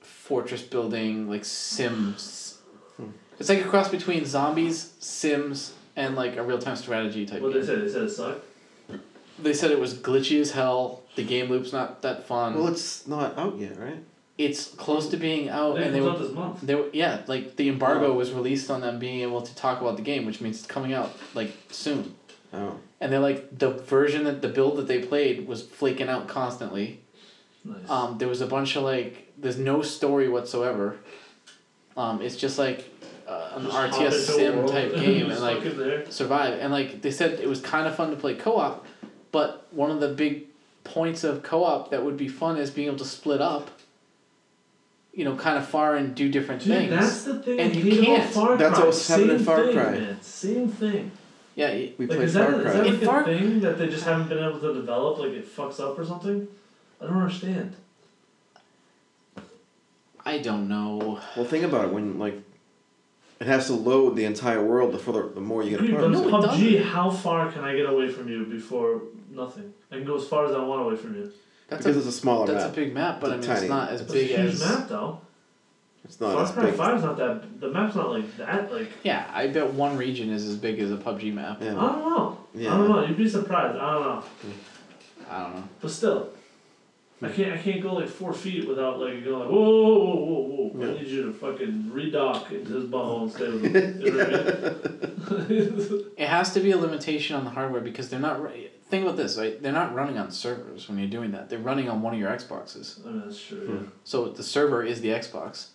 A: fortress building like Sims. It's like a cross between zombies, Sims, and like a real time strategy type
B: What
A: game.
B: they said? They said it sucked.
A: They said it was glitchy as hell. The game loop's not that fun.
C: Well, it's not out yet, right?
A: it's close to being out,
B: They
A: Oh, and they
B: comes
A: were
B: out this month.
A: They were, yeah, like the embargo was released on them being able to talk about the game, which means it's coming out like soon.
C: Oh,
A: And they're like the version that the build that they played was flaking out constantly.
B: Nice.
A: Um, there was a bunch of like there's no story whatsoever. Um, it's just like uh, an
B: Just hop
A: RTS
B: into a
A: sim
B: world
A: type game and
B: just
A: like
B: fucking there.
A: survive. And like they said, it was kind of fun to play co op, but one of the big points of co op that would be fun is being able to split up. You know, kind of far and do different
B: Dude,
A: things.
B: that's the thing.
A: And
B: I
A: you
B: hate about
A: can't.
B: Far
C: That's
B: Cry.
C: what's happening in
B: Same
C: Far
B: thing,
C: Cry.
B: Man. Same thing.
A: Yeah, y-
C: we
B: Like,
C: played
B: is that,
C: Far
B: is
C: Cry.
B: that
A: In
B: like
A: Far-
B: a thing that they just haven't been able to develop? Like it fucks up or something? I don't understand.
A: I don't know.
C: Well, think about it. When like, it has to load the entire world the further the more you get
B: Dude,
C: apart.
B: but
A: No,
B: it's
A: it
B: PUBG, how far can I get away from you before nothing? I can go as far as I want away from you.
A: That's
C: because
A: a
C: it's a smaller
A: that's a
C: map.
A: big map, but I mean
C: It's
A: it's
C: tiny.
A: not as
B: That's
A: big
B: a huge
A: as
B: map, though.
C: It's not
B: Far
C: as
B: Cry
C: big.
B: Five's not that. The map's not like that. Like
A: Yeah, I bet one region is as big as a PUBG map.
B: I
C: Yeah.
B: don't know. I
C: Yeah.
B: don't know. You'd be surprised. I don't know.
A: I don't know.
B: But still,
C: Hmm.
B: I can't. I can't go like four feet without like going like whoa whoa whoa whoa whoa. I
C: Yeah.
B: need you to fucking redock into this ball and stay with him. You know what I mean?
A: It has to be a limitation on the hardware because they're not. ru- Think about this, right? They're not running on servers when you're doing that. They're running on one of your Xboxes.
B: I mean, that's
C: Hmm.
B: true.
A: So the server is the Xbox.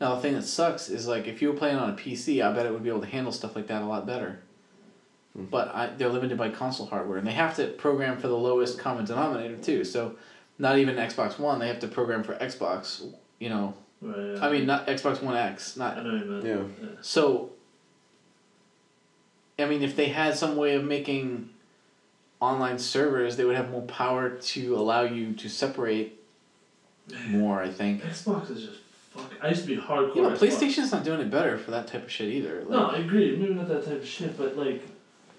A: Now the thing that sucks is like if you were playing on a PC, I bet it would be able to handle stuff like that a lot better. But I, they're limited by console hardware, and they have to program for the lowest common denominator too. So, not even Xbox One, they have to program for Xbox. You know,
B: Yeah. Right, yeah.
A: I mean, not Xbox One X, not
B: I know what you meant.
C: Yeah.
A: so, I mean, if they had some way of making online servers, they would have more power to allow you to separate more. I think.
B: Xbox is just fuck. I used to be hardcore.
A: Yeah, but
B: Xbox.
A: PlayStation's not doing it better for that type of shit either. Like,
B: No, I agree. Maybe not that type of shit, but like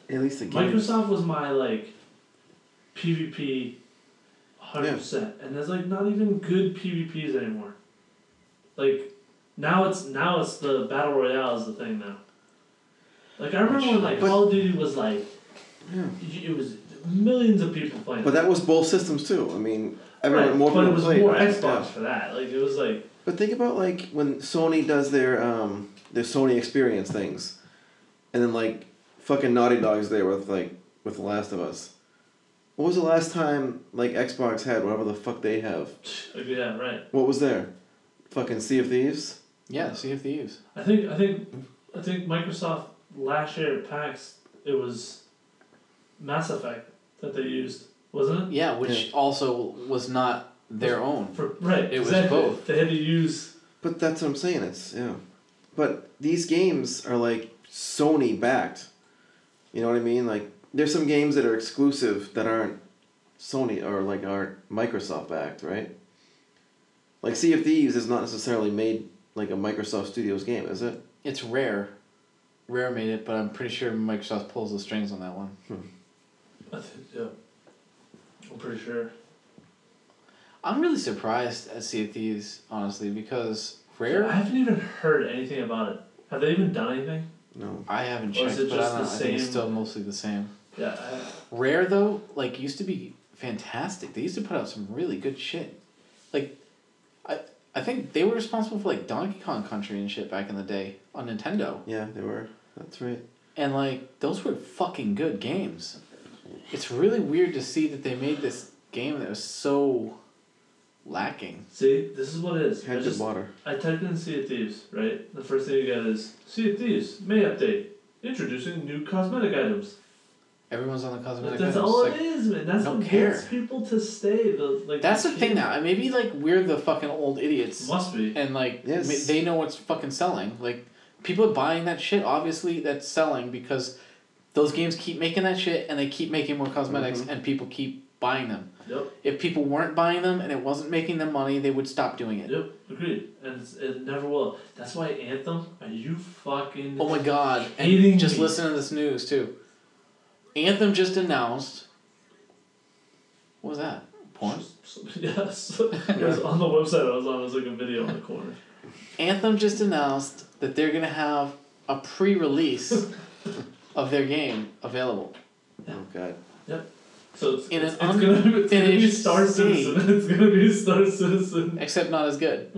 C: At least the games.
B: Microsoft was my like PvP, hundred percent, and there's like not even good PvPs anymore. Like now it's now it's the battle royale is the thing now. Like I remember when like
C: But-
B: Call of Duty was like,
C: Yeah.
B: y- it was millions of people playing.
C: But that was both systems too. I mean, I
B: Right,
C: remember more
B: but
C: people
B: it was
C: played.
B: more
C: right?
B: Xbox
C: Yeah.
B: for that. Like it was like
C: But think about like when Sony does their um their Sony experience things, and then like fucking Naughty Dog's there with like with The Last of Us. What was the last time like Xbox had whatever the fuck they have?
B: like, yeah right.
C: What was there? Fucking Sea of Thieves.
A: Yeah, see if they use.
B: I think I think I think Microsoft last year at PAX it was Mass Effect that they used, wasn't it?
A: Yeah, which also was not their own.
B: For, right.
A: It was
B: exactly.
A: both.
B: They had to use
C: But that's what I'm saying. It's yeah. But these games are like Sony backed. You know what I mean? Like there's some games that are exclusive that aren't Sony or like aren't Microsoft backed, right? Like Sea of Thieves is not necessarily made like a Microsoft Studios game, is it?
A: It's rare. Rare made it, but I'm pretty sure Microsoft pulls the strings on that one.
B: I think, yeah. I'm pretty sure.
A: I'm really surprised at Sea of Thieves, honestly, because
B: I
A: rare.
B: haven't even heard anything about it. Have they even done anything?
C: No.
A: I haven't
B: Or is
A: checked,
B: it
A: but I
B: just
A: don't know. I
B: the
A: think it's
B: same-
A: still mostly the same.
B: Yeah. I,
A: Rare though, like used to be fantastic. They used to put out some really good shit. Like, I I think they were responsible for like Donkey Kong Country and shit back in the day on Nintendo,
C: Yeah, they were. That's right.
A: and like those were fucking good games. It's really weird to see that they made this game that was so lacking.
B: see, this is what it is. I,
C: Head
B: just,
C: to water.
B: I typed in Sea of Thieves, right? The first thing you get is Sea of Thieves May update, introducing new cosmetic items.
A: Everyone's on the cosmetic. items,
B: That's all
A: like, oh,
B: it is, man. That's
A: don't
B: what
A: care.
B: gets people to stay. The, like,
A: That's the thing
B: people-
A: now. and Maybe like we're the fucking old idiots,
B: Must be.
A: and like
C: Yes.
A: ma- they know what's fucking selling. Like people are buying that shit. Obviously, that's selling because those games keep making that shit, and they keep making more cosmetics, and people keep buying them.
B: Yep.
A: If people weren't buying them and it wasn't making them money, they would stop doing it.
B: Yep. Agreed. And it's, it never will. That's why Anthem. Are you fucking?
A: Oh my god! And
B: Eating
A: just
B: me.
A: listen to this news too. Anthem just announced. What was that? Porn.
B: Yes. it was on the website I was on. It was like a video in the corner.
A: Anthem just announced that they're gonna have a pre-release of their game available
C: Oh god.
B: So it's,
A: In
B: it's,
A: an
B: it's gonna be, it's gonna be
A: unfinished
B: Star
A: state.
B: Citizen. It's gonna be Star Citizen.
A: except not as good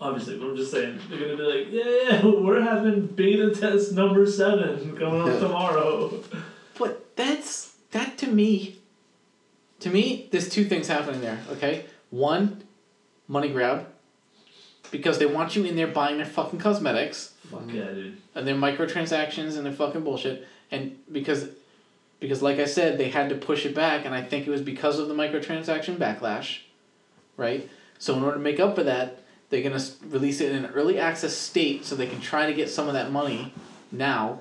B: Obviously, but I'm just saying they're gonna be like, yeah, yeah, we're having beta test number seven coming up
C: Yeah.
B: tomorrow.
A: but that's that to me to me there's two things happening there okay one money grab because they want you in there buying their fucking cosmetics
B: Fuck yeah, dude.
A: and their microtransactions and their fucking bullshit and because because like i said they had to push it back and i think it was because of the microtransaction backlash right so in order to make up for that they're going to release it in an early access state so they can try to get some of that money now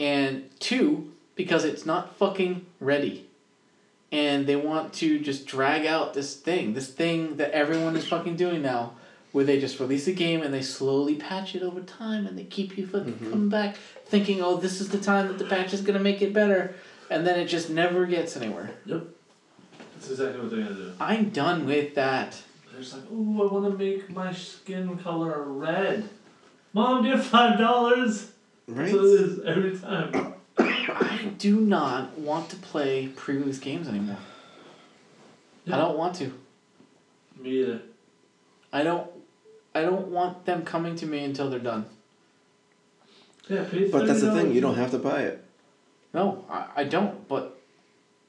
A: and two because it's not fucking ready and they want to just drag out this thing this thing that everyone is fucking doing now where they just release a game and they slowly patch it over time and they keep you fucking coming back thinking oh this is the time that the patch is going to make it better and then it just never gets anywhere
B: That's exactly what they're gonna do.
A: i'm done with that
B: They're just like, ooh, I want to make my skin color red. Mom, do five dollars.
C: Right?
B: So uh, it is every time.
A: I do not want to play previous games anymore. I don't want to.
B: Me uh, either.
A: I don't. I don't want them coming to me until they're done.
B: Yeah, pay
C: But that's the
B: $30.
C: thing, you don't have to buy it.
A: No, I, I don't. But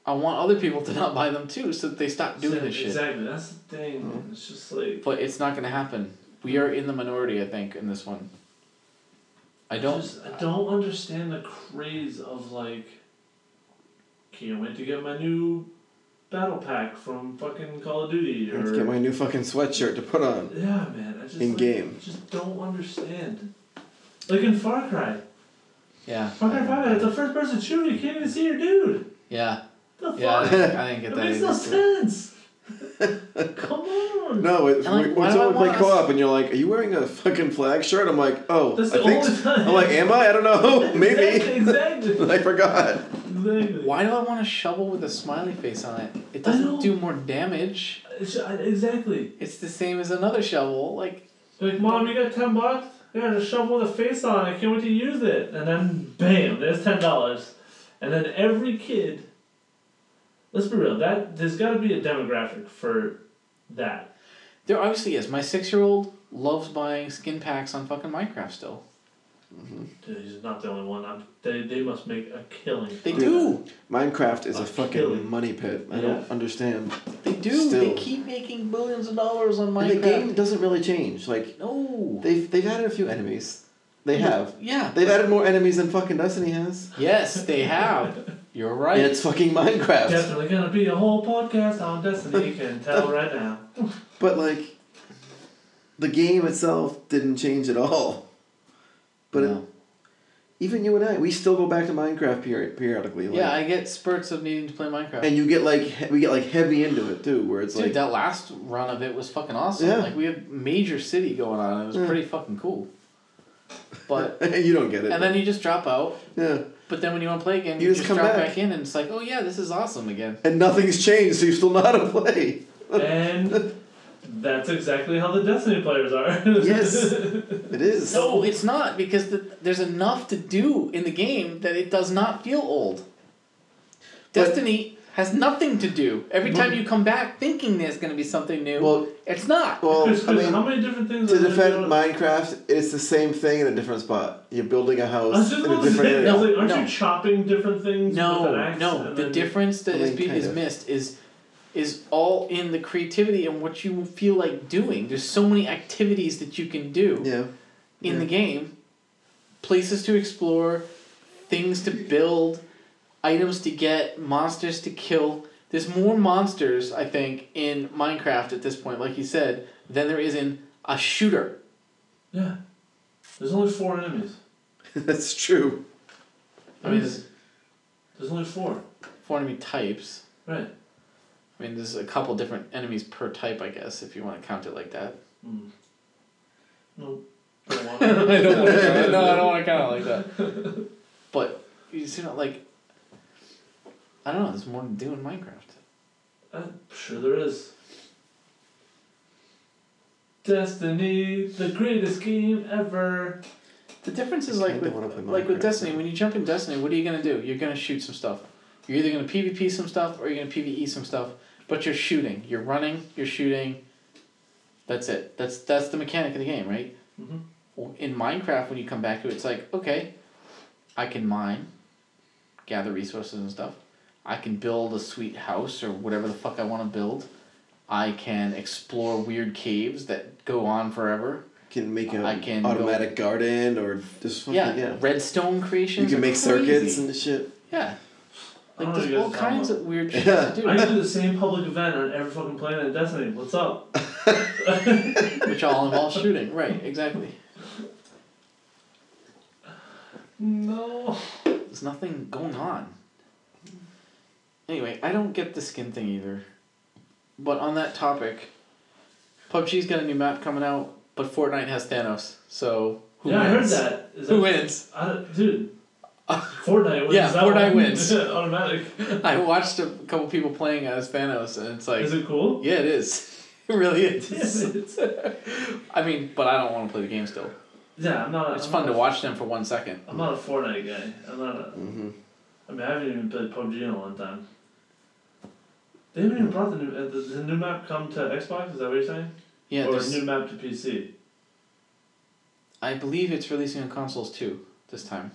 A: I want other people to not buy them too, so that they stop doing
B: Yeah,
A: this shit.
B: Exactly. That's the thing. man. It's just like
A: But it's not gonna happen. We are in the minority, I think, in this one. I don't.
B: Just, I don't understand the craze of like. Can't wait to get my new battle pack from fucking Call of Duty
C: I
B: or.
C: have to get my new fucking sweatshirt to put on.
B: Yeah, man. I just
C: In
B: like,
C: game.
B: Just don't understand. Like in Far Cry,
A: yeah.
B: Far Cry Five, it's a first-person shooter. You can't even see your dude.
A: Yeah.
B: The fuck?
A: Yeah. I didn't, I didn't get
B: It
A: that.
B: makes no
A: either.
B: sense. Come on.
C: No, it,
A: I'm like,
C: when-
A: why
C: when
A: do
C: someone
A: I
C: play
A: wanna-
C: co-op and you're like, "Are you wearing a fucking flag shirt?" I'm like, "Oh,
B: That's
C: I
B: the
C: think."
B: only
C: so."
B: time.
C: I'm like, "Am I? I don't know.
B: Exactly.
C: Maybe."
B: Exactly.
C: I forgot.
B: exactly.
A: Why do I want a shovel with a smiley face on it? It
B: I
A: doesn't
B: don't-
A: do more damage.
B: It's- I- Exactly.
A: It's the same as another shovel. Like
B: Like, mom, you got ten bucks? Yeah, just shovel with a face on. it. I can't wait to use it. And then, bam, there's ten dollars. And then every kid. Let's be real. That there's got to be a demographic for that.
A: there obviously is. My six year old loves buying skin packs on fucking Minecraft still.
B: Dude, he's not the only one. I'm, they they must make a killing.
A: They do.
C: Minecraft is
B: Oh, kill
C: a
B: it.
C: fucking money pit. I
B: Yeah.
C: don't understand.
A: They do. They
C: Still.
A: keep making billions of dollars on
C: And the
A: Minecraft.
C: game doesn't really change. Like
A: No.
C: they've they've added a few enemies. They have.
A: Yeah.
C: They've added more enemies than fucking Destiny has.
A: Yes, they have. You're right.
C: And it's fucking Minecraft.
B: Definitely gonna be a whole podcast on Destiny. You can tell right now.
C: But like, the game itself didn't change at all. But it,
A: No.
C: even you and I, we still go back to Minecraft period, periodically. Like,
A: yeah, I get spurts of needing to play Minecraft.
C: and you get like he- we get like heavy into it too, where it's
A: Dude,
C: like
A: that last run of it was fucking awesome.
C: Yeah.
A: Like we had major city going on. It was
C: Yeah.
A: pretty fucking cool. But
C: you don't get it.
A: and then you just drop out.
C: yeah,
A: But then when you want to play again,
C: You
A: you,
C: just
A: just,
C: come
A: drop
C: back.
A: back. in, and it's like, oh yeah, this is awesome again.
C: and nothing's changed, so you still know how to play.
B: And that's exactly how the Destiny players are.
C: Yes, it is.
A: No, it's not because the, there's enough to do in the game that it does not feel old.
C: But-
A: Destiny has nothing to do. Every time you come back thinking there's going to be something new,
C: Well,
A: it's not.
C: well,
B: Chris,
C: I
B: Chris, how
C: mean,
B: many different things?
C: to
B: are there
C: defend
B: going-
C: Minecraft, it's the same thing in a different spot. You're building a
B: I was
C: house
B: just
C: in a
B: going to
C: different
B: say,
C: area.
B: I was like, aren't
A: No.
B: you chopping different things? with an
A: no,
B: axe
A: no.
B: and
A: The
B: then-
A: difference that
C: I
A: is
C: mean,
A: be-
C: kind
A: is
C: of.
A: missed is is all in the creativity and what you feel like doing. There's so many activities that you can do.
C: Yeah,
A: in
C: Yeah.
A: the game places to explore things to build items to get monsters to kill there's more monsters i think in minecraft at this point like you said than there is in a shooter
B: Yeah. There's only four enemies.
C: that's true.
A: i mean there's
B: There's only four.
A: four enemy types
B: Right.
A: i mean there's a couple different enemies per type i guess if you want to count it like that
B: Mm. No. Don't want
A: I
B: it.
A: don't wanna count it. no i don't want to count it like that but you see not like i don't know there's more to do in minecraft
B: I'm sure there is. Destiny, the greatest game ever.
A: The difference is
C: I
A: like
C: kinda
A: with,
C: wanna play
A: like with
C: Minecraft
A: Destiny.
C: now.
A: When you jump in Destiny, what are you gonna do? You're gonna shoot some stuff. You're either gonna PvP some stuff or you're gonna PvE some stuff. But you're shooting. You're running. You're shooting. That's it. That's that's the mechanic of the game, right?
C: Mm-hmm.
B: Mhm.
A: Well, In Minecraft, when you come back to it, it's like okay, I can mine, gather resources and stuff. I can build a sweet house or whatever the fuck I want to build. I can explore weird caves that go on forever.
C: Can make
A: I
C: an
A: can
C: automatic garden or just fucking,
A: Yeah,
C: yeah.
A: redstone
C: You
A: creations.
C: can
A: are
C: make circuits
A: crazy.
C: and shit.
A: Yeah.
B: I
A: Like
B: don't know
A: there's
B: you guys
A: all
B: are
A: kinds
B: talking
A: of weird shit
C: Yeah.
A: to
B: I do the same public event on every fucking planet in Destiny. What's up?
A: do, which all involve shooting. Right, exactly.
B: No.
A: There's nothing going on. Anyway, I don't get the skin thing either. But on that topic, PUBG's got a new map coming out, but Fortnite has Thanos. So who
B: yeah,
A: wins?
B: I heard that. Is
A: Who
B: that
A: wins?
B: I, dude. Fortnite wins.
A: Yeah,
B: that
A: Fortnite
B: one.
A: wins.
B: Automatic.
A: I watched a couple people playing as Thanos, and it's like,
B: Is it cool?
A: yeah, it is. It really is.
B: yeah,
A: I mean, but I don't want to play the game still.
B: I'm not. A,
A: It's
B: I'm
A: fun
B: not
A: to
B: a-
A: watch them for one second.
B: I'm not a Fortnite guy. I'm not a.
C: Mm-hmm.
B: I mean, I haven't even played PUBG in a long time. They haven't even brought the new. Uh, does the new map come to Xbox? Is that what you're saying?
A: Yeah,
B: or
A: there's,
B: new map to PC?
A: I believe it's releasing on consoles too this time.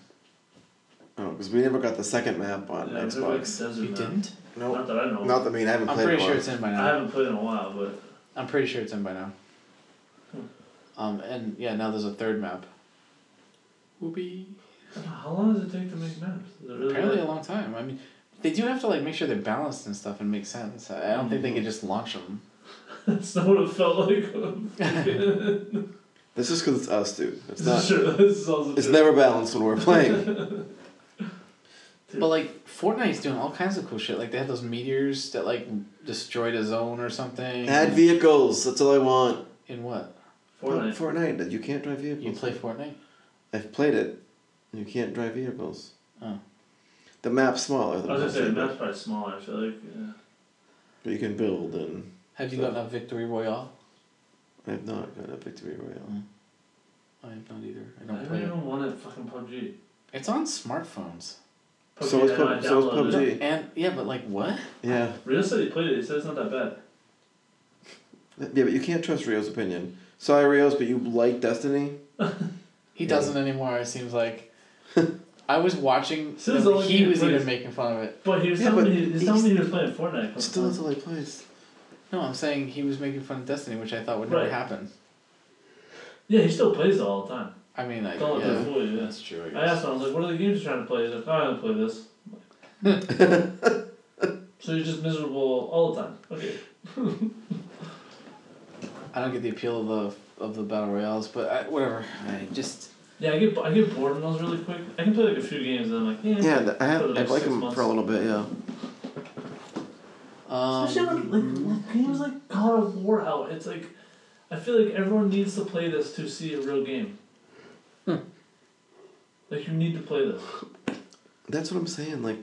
C: Oh, because we never got the second map on
B: yeah, maybe like
C: Xbox.
B: Desert
A: You
B: map.
A: didn't?
C: No,
B: Not that I know. of.
C: not that I mean I haven't
A: I'm
C: played
A: pretty
C: it.
A: sure it's in by
B: I
A: now.
B: haven't played in a while, but
A: I'm pretty sure it's in by now.
B: Hmm.
A: Um, and yeah, now there's a third map. Whoopee.
B: I don't know, how long does it take to make maps? Is it really
A: Apparently
B: like-
A: a long time. I mean, they do have to like make sure they're balanced and stuff and make sense. I I don't think
B: Hmm.
A: they could just launch them.
B: That's not what it felt like.
C: That's just because it's us, dude. It's not.
B: sure, this is also
C: It's
B: true.
C: never balanced when we're playing.
A: But like Fortnite's doing all kinds of cool shit. Like they had those meteors that like destroyed a zone or something.
C: Add vehicles. That's all I want.
A: In what?
B: Fortnite.
C: Fortnite. that You can't drive vehicles.
A: You play Fortnite?
C: I've played it. You can't drive vehicles.
A: Oh.
C: The map's smaller
B: I
C: than
B: was gonna say
C: Fortnite,
B: the map's probably smaller. I feel like yeah.
C: but you can build, and
A: Have you gotten a victory royale?
C: I've not got a victory royale.
A: I have not either. I
B: I
A: don't
B: haven't
A: play it.
B: even won at fucking PUBG.
A: It's on smartphones.
B: PUBG
C: So it's
B: I
C: pub- so it's
B: downloaded it.
C: PUBG.
A: And yeah, but like what?
C: Yeah,
B: Real said he played it. He said it's not that bad.
C: yeah, but you can't trust Rio's opinion. Sorry, Rio's, but you like Destiny.
A: He
C: Yeah.
A: doesn't anymore. It seems like. I was watching.
B: This is
A: him,
B: all
A: he
B: he
A: was
B: plays.
A: even making fun of it.
B: But he was
C: Yeah,
B: telling
C: but
B: me he was
C: he's-
B: telling me he was playing Fortnite.
C: Still, that's all he plays.
A: No, I'm saying he was making fun of Destiny, which I thought would never
B: Right.
A: happen.
B: yeah, he still plays it all the time.
A: I mean, I,
B: Don't let
A: yeah,
B: them fool you. yeah.
A: that's true. I
B: I
A: guess.
B: asked him. I was like, "What are the games you're trying to play?" He's like, "Oh, "I don't play this." so you're just miserable all the time. Okay.
A: I don't get the appeal of the of the battle royales, but I, whatever. I just
B: Yeah, I get bo- I get bored of those really quick. I can play like a few games and I'm like, yeah.
C: Yeah, th- I
B: For
C: have.
B: the
C: I
B: next
C: like
B: six
C: him
B: months.
C: for a little bit. Yeah.
A: um,
B: Especially like, like games like God of War out. It's like I feel like everyone needs to play this to see a real game. Like you need to play this.
C: That's what I'm saying. Like,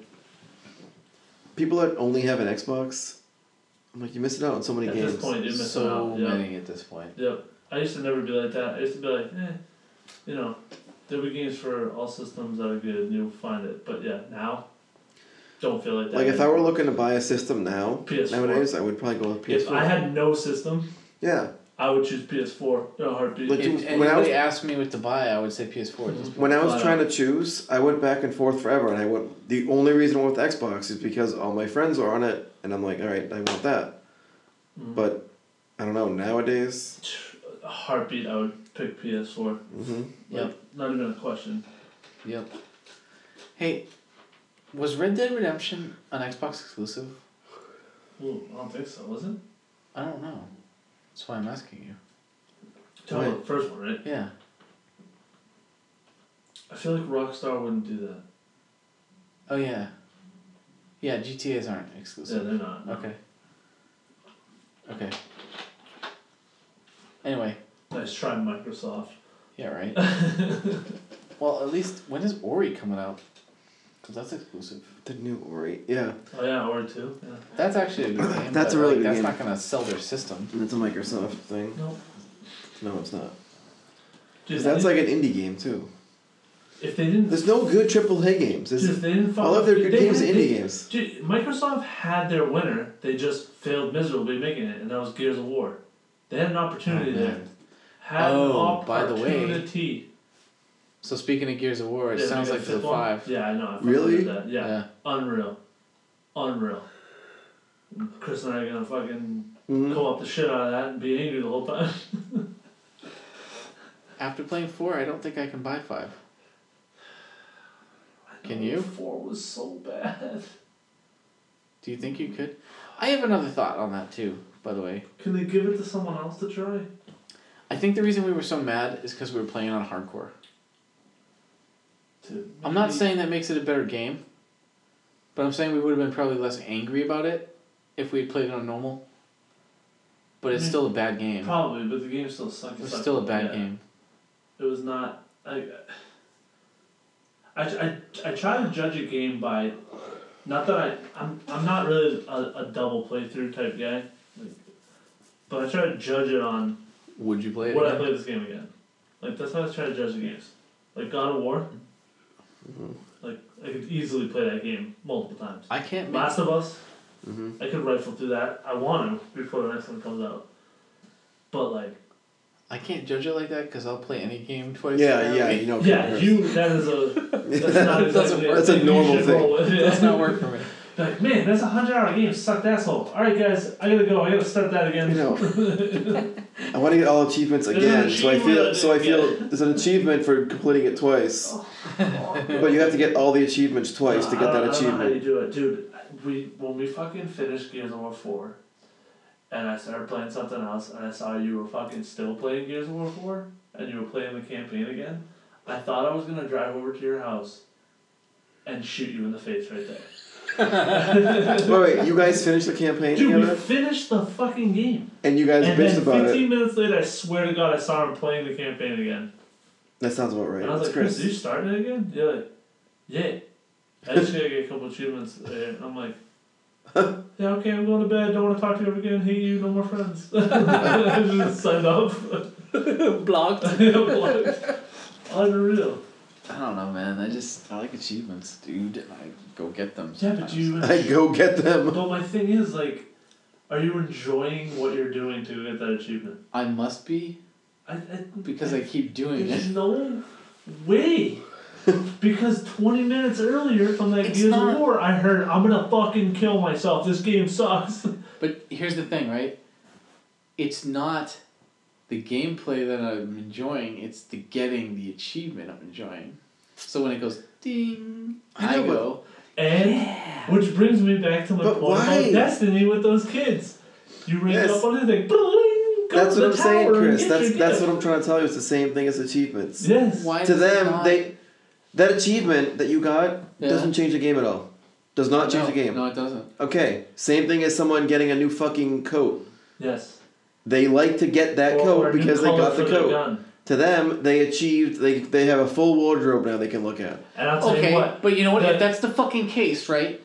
C: people that only have an Xbox, I'm like, you missed out on so many
B: At
C: games.
B: this point, you're missing
A: so
B: out. Yeah.
A: many at this point.
B: Yep. I used to never be like that. I used to be like, eh, you know, there'll be games for all systems that are good and you'll find it. But yeah, now, don't feel like that.
C: like, if I were looking to buy a system now,
B: PS4.
C: nowadays, I would probably go with PS4.
B: If I had no system,
C: yeah.
B: I would choose PS4 in a heartbeat.
C: Like-
A: If
C: Dude,
A: anybody
C: when I was-
A: asked me what to buy, I would say PS4. at this point.
C: When I was
B: Flat
C: trying to choose, I went back and forth forever, and I went. The only reason I went with Xbox is because all my friends are on it, and I'm like, all right, I want that.
B: Mhm.
C: But I don't know nowadays.
B: A heartbeat, I would pick PS4.
C: hmm
B: Like,
A: Yep.
B: Not even a question.
A: Yep. Hey, was Red Dead Redemption an Xbox exclusive?
B: Ooh, I don't think so, was it?
A: I don't know. That's why I'm asking you.
B: Talking about Oh, the first one, right?
A: Yeah.
B: I feel like Rockstar wouldn't do that.
A: Oh yeah. Yeah, GTA's aren't
B: Yeah,
A: exclusive.
B: they're not.
A: Okay. Okay. Anyway,
B: Nice try, Microsoft.
A: yeah, right. well, at least when is Ori coming out? Cause that's exclusive.
C: The new Ori, yeah,
B: Oh, yeah, or two. Yeah.
A: That's actually a good game.
C: That's
A: but,
C: a really
A: like,
C: good
A: That's
C: game.
A: not gonna sell their system.
C: that's a Microsoft thing.
B: No.
C: No, it's not.
B: Dude,
C: 'Cause that's like an indie game too.
B: If they didn't
C: There's no good AAA games. There's-
B: Dude, if they didn't fuck
C: all of
B: up-
C: their good
B: they-
C: games are
B: they-
C: indie games.
B: Dude, Microsoft had their winner. They just failed miserably making it, and that was Gears of War. They had an opportunity
A: Oh, man.
B: there. Had an
A: Oh, by
B: opportunity.
A: the way, So speaking of Gears of War, it
B: Yeah,
A: sounds
B: they
A: like
B: got
A: there's a
B: fifth one?
A: five.
B: Yeah, I know. I fucking
C: Really?
B: heard That. Yeah. Unreal. Unreal. Chris and I are gonna fucking
C: Mhm.
B: co up the shit out of that and be angry the whole time.
A: After playing four, I don't think I can buy five. Can you?
B: Four was so bad.
A: Do you think you could? I have another thought on that too, by the way.
B: Can they give it to someone else to try?
A: I think the reason we were so mad is because we were playing on hardcore.
B: Dude,
A: I'm not
B: maybe-
A: saying that makes it a better game, but I'm saying we would have been probably less angry about it if we had played it on normal. But
C: Mm-hmm.
A: it's
B: Mhm.
A: still a bad game.
B: Probably, but the game still sucked. It
A: It's
B: sucked
A: still a
B: yeah.
A: bad game.
B: It was not. I, I, I, I try to judge a game by, not that I, I'm, I'm not really a, a double playthrough type guy. Like, But I try to judge it on
D: Would you play it?
B: would I
D: again?
B: play this game again? Like that's how I try to judge the games. Like God of War. Like I could easily play that game multiple times.
D: I can't make
B: Last of Us.
C: Mhm.
B: I could rifle through that. I want to before the next one comes out. But like,
D: I can't judge it like that because I'll play any game twice.
C: Yeah,
D: now.
C: yeah, you know. it
B: yeah,
C: hurts.
B: you that is a that's
D: That
B: not
D: doesn't
B: exactly
D: work.
C: That's a
B: you
C: normal
B: should
C: thing.
B: roll with it.
D: That's not work for me.
B: Like man, that's a hundred hour game. Sucked asshole. All right, guys, I gotta go. I gotta start that again.
C: You know, I want to get all achievements
B: There's
C: again.
B: an
C: So I feel.
B: achievement
C: So I feel
B: again.
C: there's an achievement for completing it twice. But you have to get all the achievements twice to
B: No,
C: get
B: I don't-
C: that
B: I don't know how you
C: achievement.
B: do it, dude. I- We when we fucking finished Gears of War four, and I started playing something else, and I saw you were fucking still playing Gears of War four, and you were playing the campaign again. I thought I was gonna drive over to your house, and shoot you in the face right there.
C: Wait, wait, you guys finished the campaign
B: Dude, we
C: together,
B: finished the fucking game,
C: and you guys
B: and then
C: bitched about
B: fifteen
C: it.
B: minutes later, I swear to God, I saw him playing the campaign again,
C: That sounds about right.
B: and I was
C: That's
B: like, "Chris, did
C: Chris.
B: you start it again?" You're like, "Yeah." I just gotta get a couple achievements, there." and I'm like. Yeah, okay, I'm going to bed. Don't want to talk to you ever again. Hate you. No more friends. just signed off.
D: Blocked.
B: Unreal.
A: I don't know, man. I just I like achievements, dude. and I go get them.
B: Yeah, but
A: sometimes.
B: you.
C: I go get them.
B: But my thing is, like, are you enjoying what you're doing to get that achievement?
A: I must be
B: I, I,
A: because I keep doing
B: There's
A: it.
B: no way. because 20 minutes earlier from that
A: It's
B: Gears
A: not-
B: of War, I heard, I'm going to fucking kill myself. This game sucks.
A: But here's the thing, right? It's not the gameplay that I'm enjoying. It's the getting the achievement I'm enjoying. So when it goes ding,
C: I
A: I,
C: know, but-
A: go.
B: And which brings me back to my
C: But
B: point
C: why?
B: about destiny with those kids. You ring
C: Yes.
B: up on the thing, "Bling, go
C: That's
B: to
C: what I'm
B: the
C: saying,
B: tower and
C: Chris.
B: get
C: That's
B: your
C: that's
B: gift."
C: what I'm trying to tell you. It's the same thing as achievements.
B: Yes.
A: Why
C: To
A: does it
C: them,
A: not-
C: they that achievement that you got
A: Yeah.
C: doesn't change the game at all. Does not change
A: no,
C: the game.
A: No, it doesn't.
C: Okay, same thing as someone getting a new fucking coat.
B: Yes.
C: They like to get
B: Or-
C: that
B: or
C: coat
B: a new
C: because they
B: color
C: got the
B: for their
C: coat.
B: gun.
C: To them, they achieved. They they have a full wardrobe now they can look at.
B: And I'll tell you
A: Okay,
B: what.
A: but you know what?
B: the-
A: If that's the fucking case, right?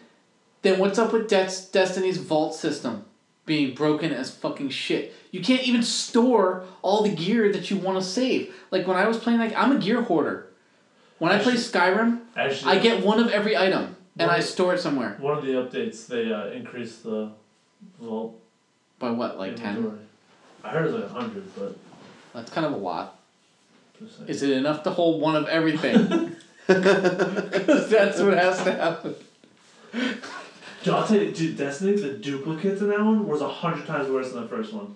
A: Then what's up with Des- Destiny's vault system being broken as fucking shit? You can't even store all the gear that you want to save. Like when I was playing, like I'm a gear hoarder. When I play Skyrim,
B: Actually,
A: I get one of every item and I
B: Right.
A: store it somewhere.
B: one of the updates. They uh, increased the vault
A: By what, like ten?
B: inventory. I heard it was like hundred, but
A: That's kind of a lot.
B: just saying.
A: Is it enough to hold one of everything? 'Cause that's what has to happen.
B: Dude, I'll tell you, dude, Destiny, the duplicates in that one was a hundred times worse than the first one.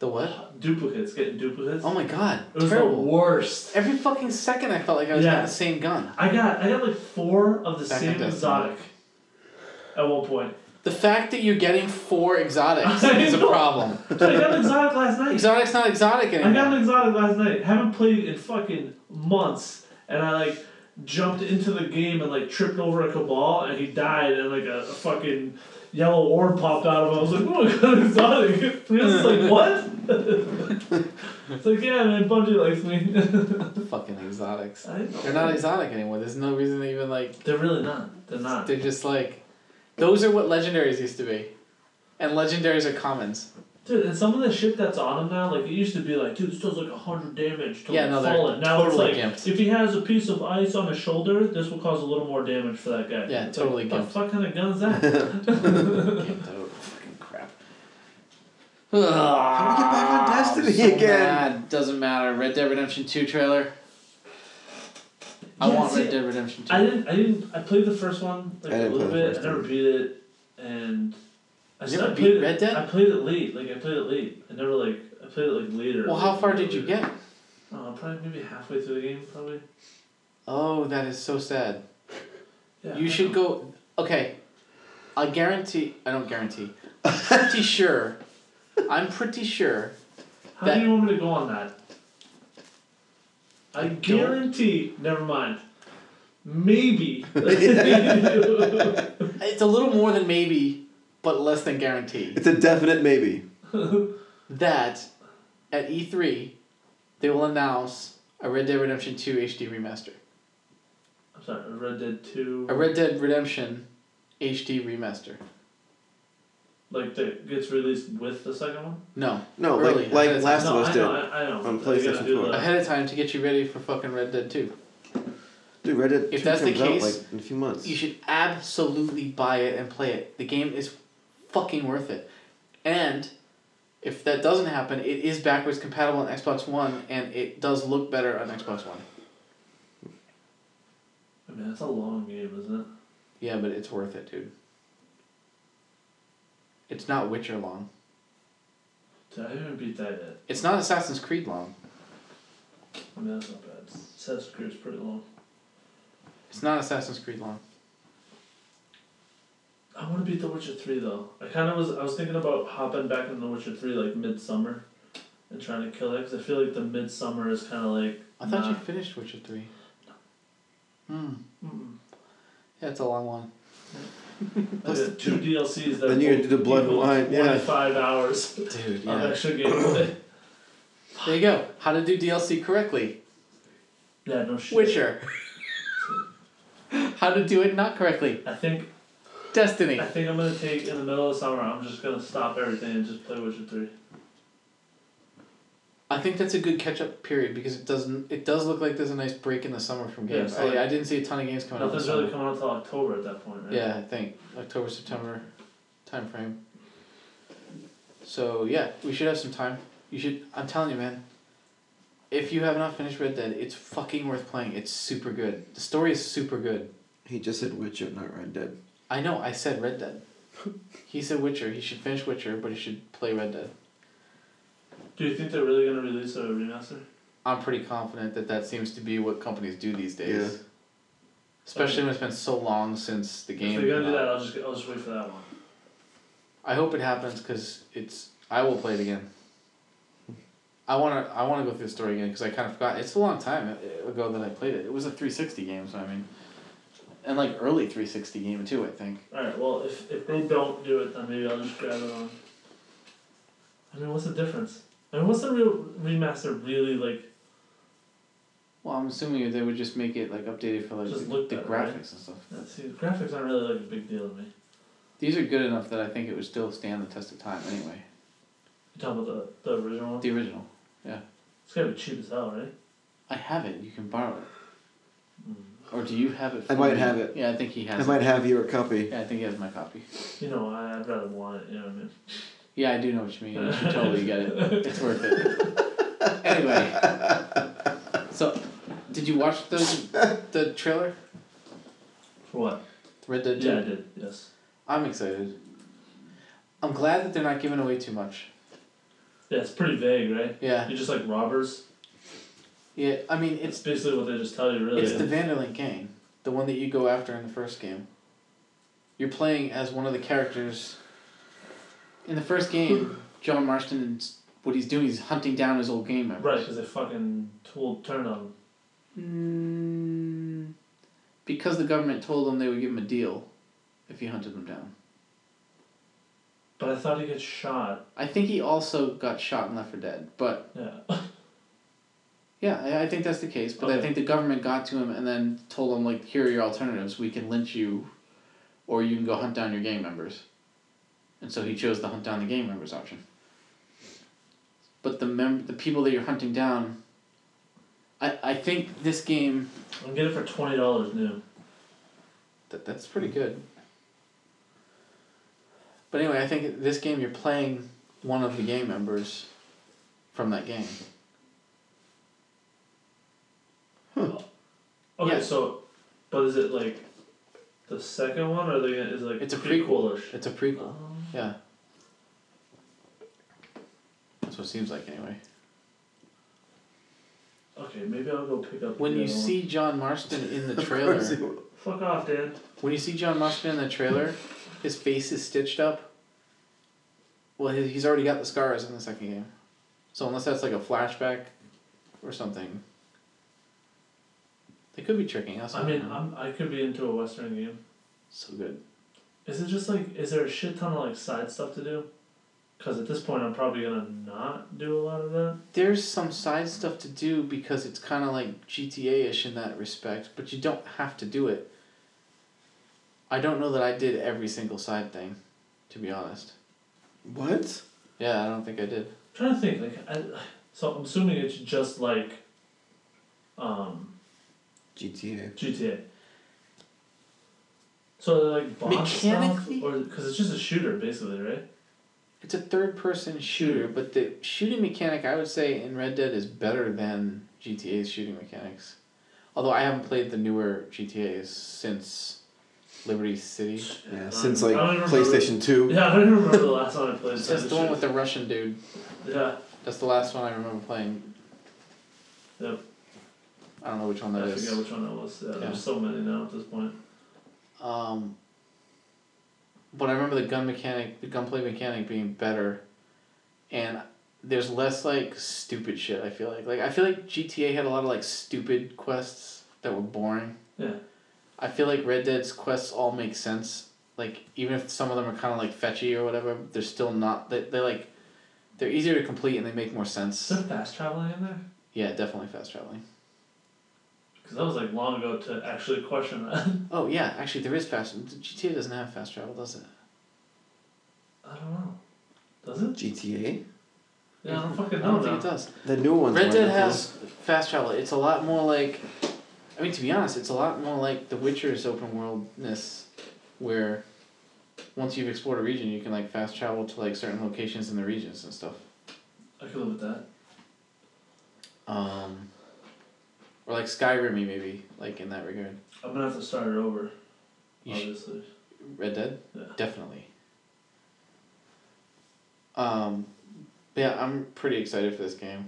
A: The what?
B: Duplicates, getting duplicates.
A: Oh my god!
B: it was the
A: Terrible.
B: worst.
A: Every fucking second, I felt like I was
B: Yeah.
A: getting the same gun.
B: I got I got like four of the
D: Back
B: same
D: in Destiny.
B: exotic at one point.
A: The fact that you're getting four exotics
B: I
A: is a
B: know.
A: problem.
B: I got an exotic last night.
A: Exotic's not exotic
B: I got
A: anymore.
B: an exotic last night. Haven't played in fucking months, and I like jumped into the game and like tripped over a cabal, and he died, and like a, a fucking yellow orb popped out of him. I was like, oh, I got an exotic. Rios is like, what? it's like, yeah, man, Bungie likes me.
D: Fucking exotics.
B: I know.
D: They're not exotic anymore. There's no reason to even like.
B: They're really not. They're not.
D: They're just like. Those are what legendaries used to be, and legendaries are commons.
B: Dude, and some of the shit that's on him now, like it used to be like, dude, this does like hundred damage to
D: Yeah,
B: like,
D: no, they're
B: fallen. Now
D: totally
B: it's like,
D: gimped.
B: if he has a piece of ice on his shoulder, this will cause a little more damage for that guy.
D: Yeah,
B: It's
D: totally
B: Like, what
D: gimped.
B: the fuck kind of gun is that?
D: Game total. Fucking crap.
A: Ugh,
C: How do we get back on Destiny
A: Ah, so
C: again?
A: mad. Doesn't matter. Red Dead Redemption Two trailer. I
B: Yeah,
A: want
B: see,
A: Red Dead Redemption Two.
B: I didn't. I didn't. I played the first one like
C: I
B: a
C: didn't
B: little
C: play the
B: bit. I
C: first
B: never
C: one.
B: beat it, and I
D: You
B: just-
D: never
B: I
D: beat
B: played it-
D: Red Dead?
B: I played it late. Like I played it late. I never like. I played it like later.
D: Well, how far did you get?
B: Oh, probably maybe halfway through the game, probably.
D: Oh, that is so sad.
B: Yeah,
D: You
B: I
D: should
B: know.
D: go. Okay, I guarantee. I don't guarantee. I'm pretty sure. I'm pretty sure.
B: How
D: that-
B: do you want me to go on that? I,
D: don't-
B: guarantee. Never mind. Maybe.
D: It's a little more than maybe, but less than guarantee.
C: It's a definite maybe.
D: that at E3 they will announce a Red Dead Redemption 2 HD remaster.
B: I'm sorry. Red Dead Two.
D: A Red Dead Redemption HD remaster.
B: Like that gets released with the second one.
A: No,
C: No,
A: Early,
C: like like
A: that's-
C: Last
B: no,
C: of
B: I
C: Us
B: know,
C: did.
B: I, I know.
C: on
B: They gotta
C: PlayStation
B: do
C: 4.
B: that.
A: ahead of time to get you ready for fucking Red Dead Two.
C: Dude, Red Dead
A: If
C: 2
A: that's the
C: comes out
A: case,
C: like in a few months.
A: You should absolutely buy it and play it. The game is fucking worth it. And if that doesn't happen, it is backwards compatible on Xbox One and it does look better on Xbox One.
B: I mean, that's a long game, isn't it?
A: Yeah, but it's worth it, dude. It's not Witcher long.
B: Did I even beat that yet?
A: It's not Assassin's Creed long.
B: I mean, that's not bad. Assassin's Creed's pretty long.
A: It's not Assassin's Creed long.
B: I want to beat The Witcher Three though. I kind of was. I was thinking about hopping back in The Witcher Three like midsummer, and trying to kill it because I feel like the midsummer is kind of like.
A: I thought you
B: nah.
A: finished Witcher 3. Hmm.
B: Mm-mm.
A: Yeah, it's a long one.
B: I got two DLCs that.
C: Then you
B: both
C: do the blood
B: equal
C: wine, yeah.
B: Twenty-five hours
A: Dude,
B: of
A: yeah.
B: extra gameplay.
A: There you go. How to do DLC correctly.
B: yeah, no shit.
A: Witcher. How to do it not correctly.
B: I think
A: Destiny.
B: I think I'm gonna take in the middle of summer. I'm just gonna stop everything and just play Witcher Three.
A: I think that's a good catch up period because it doesn't. It does look like there's a nice break in the summer from
B: Yeah,
A: games.
B: so like-
A: I, I didn't see a ton of games
C: Oh,
A: coming out.
B: Nothing's
A: This
B: really
A: summer.
B: coming out till October at that point, right?
A: Yeah, I think October September time frame. So yeah, we should have some time. You should. I'm telling you, man. If you have not finished Red Dead, it's fucking worth playing. It's super good. The story is super good.
C: He just said Witcher, not Red Dead.
A: I know. I said Red Dead. he said Witcher. He should finish Witcher, but he should play Red Dead.
B: Do you think they're really gonna release a remaster?
A: I'm pretty confident that that seems to be what companies do these days.
C: Yeah.
A: Especially when it's been so long since the game.
B: If they're
A: came
B: gonna do
A: out.
B: that, I'll just I'll just wait for that one.
A: I hope it happens because it's. I will play it again. I wanna. I wanna go through the story again because I kind of forgot. It's a long time ago that I played it. It was a three sixty game, so I mean, and like early three sixty game too. I think.
B: All right. Well, if if they don't do it, then maybe I'll just grab it on. I mean, what's the difference? I mean, what's the real remaster really like?
A: Well, I'm assuming they would just make it like updated for like
B: Just
A: the,
B: look
A: the graphics
B: better, right?
A: and stuff.
B: See, graphics aren't really like a big deal to me.
A: These are good enough that I think it would still stand the test of time anyway.
B: You talking about the, the original one?
A: The original.
B: It's gotta be cheap as hell, right?
A: I have it. You can borrow it.
B: Mm.
A: Or do you have it?
C: I
A: for
C: might
A: me?
C: have it.
A: Yeah, I think he has.
C: I
A: it.
C: might have your copy.
A: Yeah, I think he has my copy.
B: You know, I, I'd rather want it. You know what I mean?
A: Yeah, I do know what you mean. You should totally get it. It's worth it. Anyway, so did you watch the the trailer?
B: For what?
A: Red Dead Two.
B: Yeah, I did. Yes.
A: I'm excited. I'm glad that they're not giving away too much.
B: Yeah, it's pretty vague, right?
A: Yeah,
B: You're just like robbers.
A: yeah. I mean,
B: It's
A: it's
B: basically what they just tell you, really.
A: it's the Vanderlink gang, the one that you go after in the first game. You're playing as one of the characters. In the first game,
B: Hmm.
A: John Marston, what he's doing, he's hunting down his old game members.
B: Right, because they fucking told turned on
A: Mm,
B: them.
A: because the government told them they would give him a deal if he hunted them down.
B: But I thought he gets shot.
A: I think he also got shot and left for dead. But
B: Yeah.
A: yeah, I, I think that's the case. But I
B: Okay.
A: think the government got to him and then told him, like, here are your alternatives. We can lynch you or you can go hunt down your gang members. And so he chose the hunt down the gang members option. But the mem- the people that you're hunting down, I, I think this game
B: I'm getting it for twenty dollars new.
A: That that's pretty good. But anyway, I think this game you're playing one of the gang members from that game.
B: Okay,
A: Yeah.
B: so, but is it like the second one, or they is it like
A: It's a prequel.
B: prequelish?
A: It's a prequel.
B: Oh.
A: Yeah. That's what it seems like anyway.
B: Okay, maybe I'll go pick up.
A: When
B: the
A: you
B: other one.
A: see John Marston in the
C: Of course
A: trailer,
C: he will.
B: fuck off, Dan.
A: when you see John Marston in the trailer, his face is stitched up. Well, he- he's already got the scars in the second game. So unless that's like a flashback or something, they could be tricking us.
B: I
A: don't
B: mean,
A: know.
B: I'm, I could be into a western game.
A: So good.
B: Is it just like is there a shit ton of like side stuff to do? Because at this point, I'm probably gonna not do a lot of that.
A: There's some side stuff to do because it's kind of like GTA ish in that respect, but you don't have to do it. I don't know that I did every single side thing, to be honest.
C: What?
A: Yeah, I don't think I did.
B: trying to think, like, I, so I'm assuming it's just like, um,
C: GTA.
B: GTA. So they're like boss
A: Mechanically?
B: stuff, or because it's just a shooter basically, right?
A: It's a third person shooter, but the shooting mechanic I would say in Red Dead is better than GTA's shooting mechanics. Although I haven't played the newer GTAs since Liberty City.
C: Yeah,
B: Um,
C: since
B: I
C: like
B: don't remember-
C: PlayStation Two.
B: Yeah, I don't remember the last time I played.
A: That's the one with the Russian dude.
B: Yeah,
A: That's the last one I remember playing.
B: Yep.
A: I don't know which one
B: I
A: that
B: forget
A: is.
B: which one that was. Yeah,
A: Yeah.
B: there's so many now at this point.
A: Um, but I remember the gun mechanic, the gunplay mechanic being better, and there's less like stupid shit. I feel like like I feel like GTA had a lot of like stupid quests that were boring.
B: Yeah.
A: I feel like Red Dead's quests all make sense. Like even if some of them are kind of like fetchy or whatever, they're still not. They they like, they're easier to complete and they make more
B: Is
A: sense.
B: there fast traveling in there?
A: Yeah, definitely fast traveling.
B: Because that was like long ago to actually question that.
A: Oh yeah, actually there is fast. GTA doesn't have fast travel, does it?
B: I don't know. Does it?
C: GTA.
B: Yeah, I don't
A: I
B: fucking know.
A: don't think it
B: now.
A: does.
C: The new ones.
A: Red
C: weren't,
A: Dead
C: huh?
A: has fast travel. It's a lot more like, I mean, to be honest, it's a lot more like The Witcher's open worldness, where once you've explored a region, you can like fast travel to like certain locations in the regions and stuff.
B: I could live with that.
A: Um, or like Skyrim, maybe like in that regard.
B: I'm gonna have to start it over,
A: You should,
B: obviously.
A: Red Dead,
B: Yeah.
A: definitely. Um, but yeah, I'm pretty excited for this game.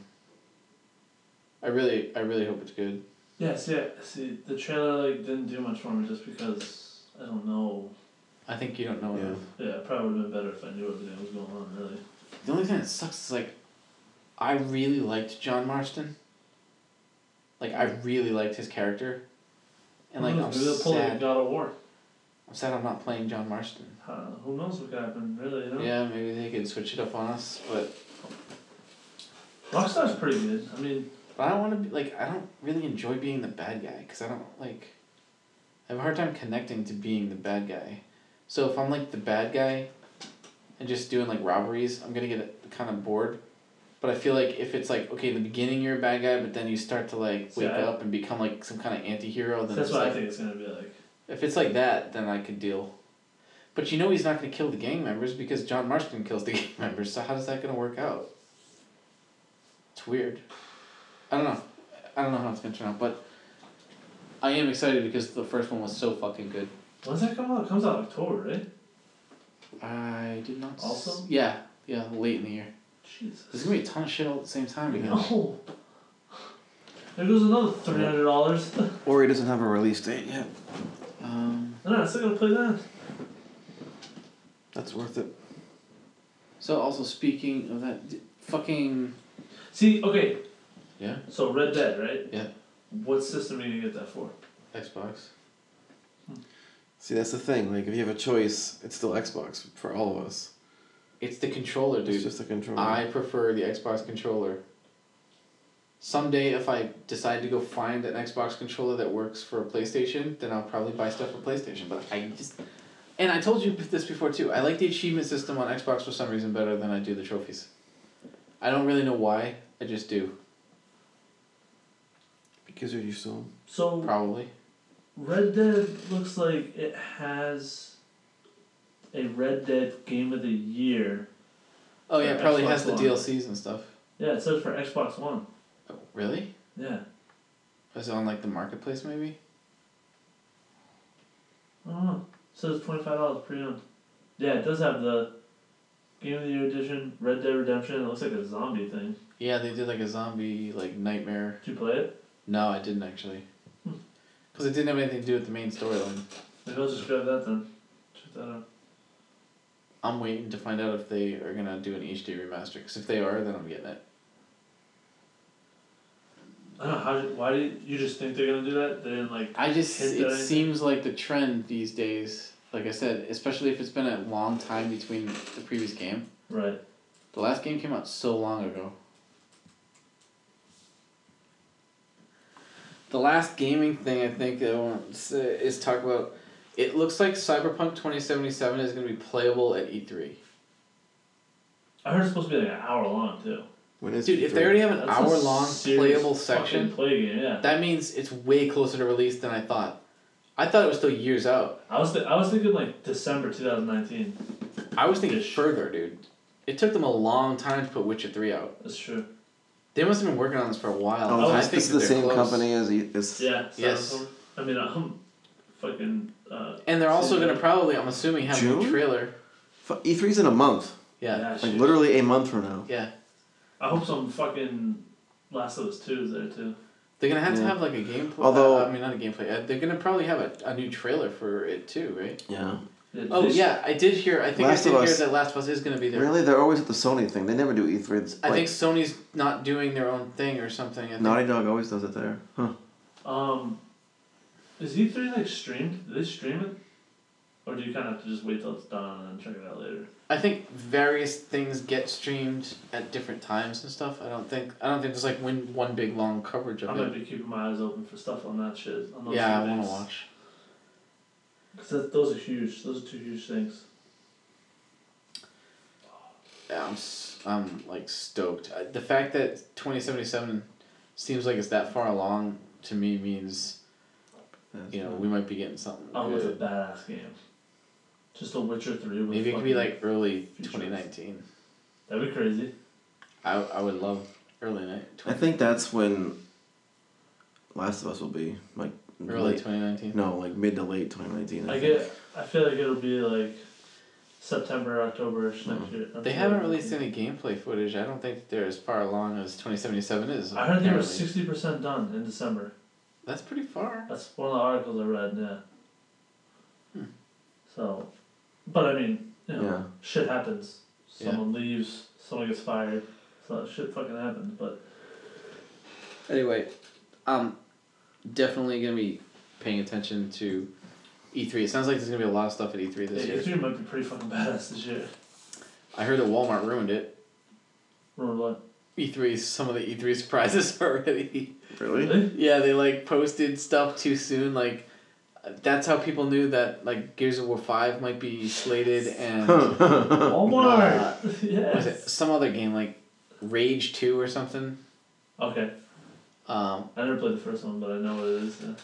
A: I really, I really hope it's good.
B: Yeah, see, I, see, the trailer like didn't do much for me just because I don't know.
A: I think you don't know
C: Yeah.
A: enough.
B: Yeah, it probably would have been better if I knew everything that was going on. Really,
A: The only thing that sucks is like, I really liked John Marston. Like I really liked his character, and like
B: who
A: I'm
B: knows? Maybe they'll pull like
A: sad.
B: God of War.
A: I'm sad I'm not playing John Marston.
B: Uh, who knows what could happen? Really, you know.
A: Yeah, maybe they could switch it up on us, but,
B: Rockstar's pretty good. I mean,
A: but I don't want to be like I don't really enjoy being the bad guy because I don't like. I have a hard time connecting to being the bad guy, so if I'm like the bad guy, and just doing like robberies, I'm gonna get kind of bored. But I feel like if it's like okay, in the beginning you're a bad guy, but then you start to like
B: See,
A: wake
B: I-
A: up and become like some kind of anti-hero, then
B: that's
A: it's
B: what I
A: like,
B: think it's gonna be like.
A: if it's like that, then I could deal. But you know he's not gonna kill the gang members because John Marston kills the gang members. So how is that gonna work out? It's weird. I don't know. I don't know how it's gonna turn out, but I am excited because the first one was so fucking good.
B: When's that come out? It comes out October, right?
A: I did not. s-
B: Also?
A: Yeah, yeah, late in the year. There's
B: Jesus.
A: gonna be a ton of shit all at the same time again.
B: No. There goes another three hundred dollars.
C: Or he doesn't have a release date yet.
A: Um,
B: no, I'm still gonna play that.
C: That's worth it.
A: so also speaking of that, d- fucking
B: See, okay.
A: Yeah.
B: So Red Dead, right?
A: Yeah.
B: What system are you gonna get that for?
A: Xbox.
C: See, that's the thing. Like, if you have a choice, it's still Xbox for all of us.
A: It's the controller,
C: It's
A: dude.
C: just a controller.
A: I prefer the Xbox controller. Someday, if I decide to go find an Xbox controller that works for a PlayStation, then I'll probably buy stuff for PlayStation. But I just, and I told you this before too. I like the achievement system on Xbox for some reason better than I do the trophies. I don't really know why. I just do.
C: because you're used to 'em.
B: So
A: Probably.
B: Red Dead looks like it has a Red Dead Game of the Year.
A: Oh yeah,
B: For
A: it probably
B: Xbox
A: has the
B: One.
A: DLCs and stuff.
B: Yeah, it says for Xbox One.
A: Oh, really?
B: Yeah.
A: Is it on like the marketplace maybe?
B: I don't know. It says twenty five dollars pre-owned. Yeah, it does have the Game of the Year edition, Red Dead Redemption. It looks like a zombie thing.
A: Yeah, they did like a zombie like nightmare.
B: Did you play it?
A: No, I didn't actually.
B: Hmm.
A: Because it didn't have anything to do with the main storyline.
B: Maybe I'll just grab that then. Check that out.
A: I'm waiting to find out if they are gonna do an HD remaster. Because if they are, then I'm getting it.
B: I don't know how. Why do you, you just think they're gonna do that? They didn't like.
A: I just
B: Hint
A: it
B: that I-
A: seems like the trend these days. Like I said, especially if it's been a long time between the previous game.
B: Right.
A: The last game came out so long ago. The last gaming thing I think that I want to say is talk about. It looks like Cyberpunk twenty seventy seven is gonna be playable at E three.
B: I heard it's supposed to be like an hour long too.
C: When is
A: Dude,
C: it
A: if
C: free?
A: they already have an
B: That's a
A: hour long
B: serious
A: playable
B: fucking
A: section,
B: Play game, yeah.
A: that means it's way closer to release than I thought. I thought it was still years out.
B: I was th- I was thinking like December 2019.
A: I was thinking
B: Ish.
A: further, dude. It took them a long time to put Witcher 3 out.
B: That's true.
A: They must have been working on this for a while.
C: Oh,
A: I
C: this,
A: think
C: this is
A: that
C: the
A: they're
C: same
A: close.
C: company as e- as
B: Yeah.
A: Yes.
B: Cyberpunk. I mean, um, fucking. Uh,
A: And they're also
B: Yeah.
A: going to probably, I'm assuming, have a new
C: June?
A: trailer.
C: Fu- E3's E in a month,
A: Yeah.
C: like
B: shit.
C: literally a month from now.
A: Yeah.
B: I hope some fucking Last of Us Two is there too.
A: They're going to have to
C: Yeah.
A: have like a gameplay. uh,
C: Although-
A: I mean, not a gameplay. Uh, they're going to probably have a, a new trailer for it too, right?
C: Yeah,
B: Yeah,
A: Oh,
B: this-
A: yeah. I did hear, I think
C: Last
A: I
C: of
A: did hear
C: Us.
A: that Last of Us is going to be there.
C: really, they're always at the Sony thing. They never do E3. It's
A: I think
C: like-
A: Sony's not doing their own thing or something. I think
C: Naughty Dog always does it there. Huh.
B: Um, is E three like streamed? Do they stream it, or do you kind of have to just wait till it's done and then check it out later?
A: I think various things get streamed at different times and stuff. I don't think I don't think there's like one one big long coverage
B: I'm
A: of
B: gonna
A: it.
B: be keeping my eyes open for stuff on that shit. On those
A: Yeah, I
B: want
A: want to watch.
B: Cause that, those are huge. Those are two huge things.
A: Yeah, I'm s- I'm like stoked. I, the fact that twenty seventy seven seems like it's that far along to me means you know we might be getting something.
B: Oh, it's a
A: Good.
B: badass game. Just a Witcher three. With
A: Maybe it could be
B: fucking-
A: like early
B: Features.
A: twenty nineteen.
B: that'd be crazy.
A: I I would love early night.
C: I think that's when Last of Us will be like
A: early
C: late-
A: twenty nineteen.
C: no, like mid to late 2019.
B: I
C: think.
B: get. I feel like it'll be like September, October ish next year.
A: Mm. They haven't released any gameplay footage. I don't think they're as far along as twenty seventy seven is.
B: I heard they were
A: apparently.
B: sixty percent done in December.
A: That's pretty far.
B: That's one of the articles I read. Yeah.
A: Hmm.
B: So, but I mean, you know,
C: Yeah.
B: shit happens.
A: Yeah.
B: Someone leaves. Someone gets fired. So shit fucking happens. But
F: Anyway, I'm definitely gonna be paying attention to
A: E3. E It sounds like there's gonna be a lot of stuff at E3
B: yeah, E
A: this year.
B: E3 might be pretty fucking badass this year.
A: I heard that Walmart ruined it.
B: Remember what?
A: E3, some of the E3 surprises already.
C: really.
B: Really?
A: yeah, they like posted stuff too soon. Like, that's how people knew that like Gears of War 5 might be slated and what
B: Walmart.
A: was it?
B: yes.
A: Some other game like Rage 2 or something.
B: Okay.
A: Um,
B: I never played the first one, but I know what it is. yeah.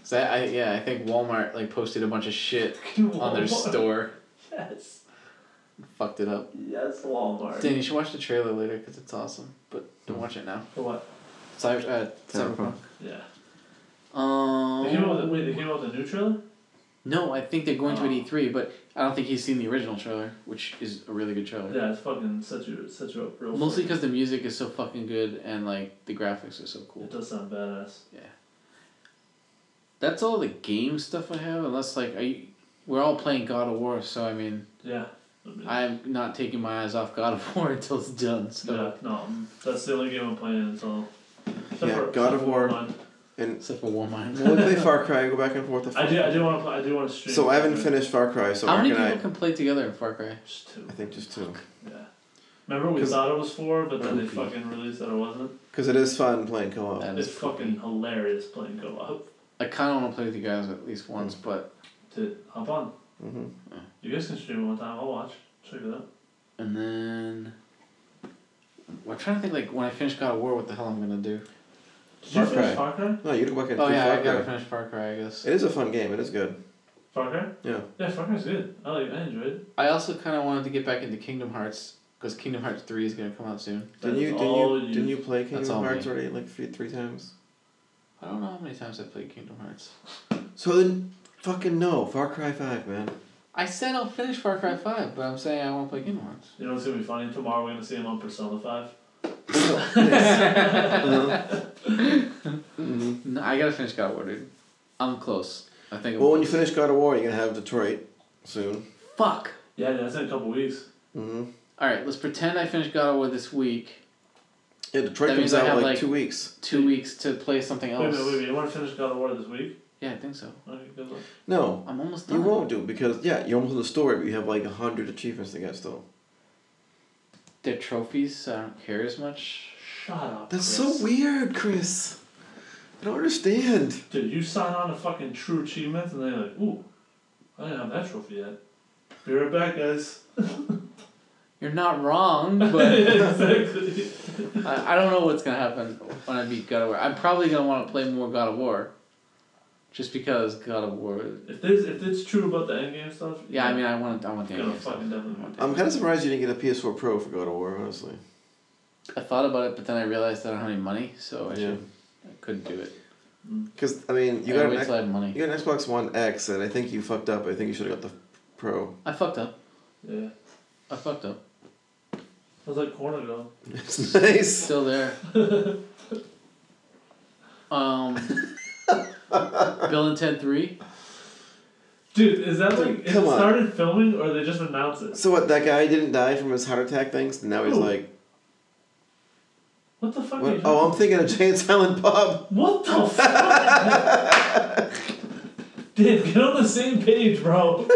A: 'cause I, I yeah, I think Walmart like posted a bunch of shit on their
B: Walmart.
A: store,
B: Yes.
A: fucked it up.
B: Yes, Walmart.
A: Dan, you should watch the trailer later because it's awesome. But don't watch it now.
B: For what?
A: Cyber, uh, Cyberpunk.
C: Cyberpunk.
B: Yeah.
A: Um,
B: They came out with wait, they came out with a new trailer?
F: No, I think they're going to an
B: Oh.
F: E3, but I don't think he's seen the original trailer, which is a really good trailer.
B: Yeah, it's fucking set you set you up real
F: Mostly
B: quick.
F: because the music is so fucking good and like the graphics are so cool.
B: it does sound badass.
F: That's all the game stuff I have, unless like are you, we're all playing God of War, so I mean
B: Yeah. I mean,
F: I'm not taking my eyes off God of War until it's done. So
B: yeah, no, that's the only game I'm playing until. except
C: Yeah,
B: for-
C: God
B: except
C: of
B: for
C: War.
B: Online.
C: And
F: except for Warmind.
C: we'll play Far Cry. Go back and forth. to Far
B: I do. I
C: Cry.
B: do want to. I do want to stream.
C: So I haven't
B: Far Cry.
C: finished Far Cry. So
F: How
C: how
F: many
C: can
F: people
C: I?
F: can play together in Far Cry?
B: Just two.
C: I think just two.
B: Yeah. Remember we
C: 'Cause-
B: thought it was four, but then they
F: Okay.
B: fucking released that it wasn't.
C: Because it is fun playing co-op.
F: That
B: It's
F: is
B: fucking hilarious playing go up.
F: I kind of want to play with you guys at least once, but
B: Dude, hop on.
C: Mm-hmm.
B: You guys can stream it one time. I'll watch. Check it out.
F: and then I'm trying to think like when I finish God of War, what the hell I'm gonna do?
B: Did
C: Far
B: you finish
C: Cry.
B: Far Cry?
C: No, you can go back and
A: Oh
C: do
A: yeah, I
C: Far
A: gotta
C: Cry.
A: finish Far Cry, I guess.
C: It is a fun game. It is good.
B: Far Cry?
C: Yeah.
B: Yeah, Far Cry's good. I like. I enjoyed it.
A: I also kind of wanted to get back into Kingdom Hearts because Kingdom Hearts three is gonna come out soon.
B: That
C: Didn't
B: is
C: you? Didn't
B: all
C: you? Didn't you play
A: That's all
C: Kingdom Hearts
A: me.
C: already like three, three times?
A: I don't know how many times I've played Kingdom Hearts.
C: So then, fucking no, Far Cry Five, man.
A: I said I'll finish Far Cry five, but I'm saying I want to play Kingdom Hearts.
B: You know what's gonna be funny? Tomorrow we're gonna see him on Persona Five.
C: Mhm.
F: No, I gotta finish God of War, dude. I'm close. I think. I'm
C: Well, when you finish God of War, you're gonna have Detroit soon.
F: fuck.
B: Yeah, that's in a couple weeks.
C: Mm-hmm.
F: All right, let's pretend I finished God of War this week.
C: Yeah, Detroit
F: That means
C: comes
F: I
C: out in
F: have,
C: like,
F: like-
C: two weeks.
F: Two weeks to play something
B: Wait, wait,
F: else.
B: wait, wait. You want to finish God of War this week?
F: Yeah, I think so.
B: Okay, good luck.
C: No,
F: I'm almost
C: you
F: done.
C: won't do because yeah, you're almost in the story, but you have like hundred achievements to get still.
F: They're trophies, so I don't care as much.
B: Shut up.
C: That's
B: Chris.
C: so weird, Chris. I don't understand.
B: Dude, you sign on to fucking True Achievements, and they're like, ooh, I didn't have that trophy yet. Be right back, guys.
A: You're not wrong, but
B: exactly.
A: I, I don't know what's gonna happen when I beat God of War. I'm probably gonna want to play more God of War, just because God of War.
B: If this if it's true about the endgame stuff,
A: Yeah, I mean, I want I want the
B: Gonna
A: endgame stuff.
B: fucking definitely
A: I want the
C: I'm
A: endgame.
C: kind of surprised you didn't get a PS4 Pro for God of War, honestly.
A: I thought about it, but then I realized I don't have any money, so I should I couldn't do it.
B: Mm,
C: Because, I mean, you
A: I
C: got,
A: gotta wait
C: an
A: till
C: X-
A: I have money.
C: you got an Xbox One X, and I think you fucked up. I think you should have got the Pro.
A: I fucked up.
B: yeah.
A: I fucked up.
B: I was like corner ago.
C: It's nice.
A: Still there. um. Bill and Ted Three.
B: Dude, is that like is it
C: Come on.
B: started filming or they just announced it?
C: So, what, that guy didn't die from his heart attack things? Now he's
B: No.
C: like,
B: What the fuck? Are
C: what?
B: you
C: oh, I'm thinking of Giant Silent Bob.
B: What the fuck? Dude, get on the same page, bro.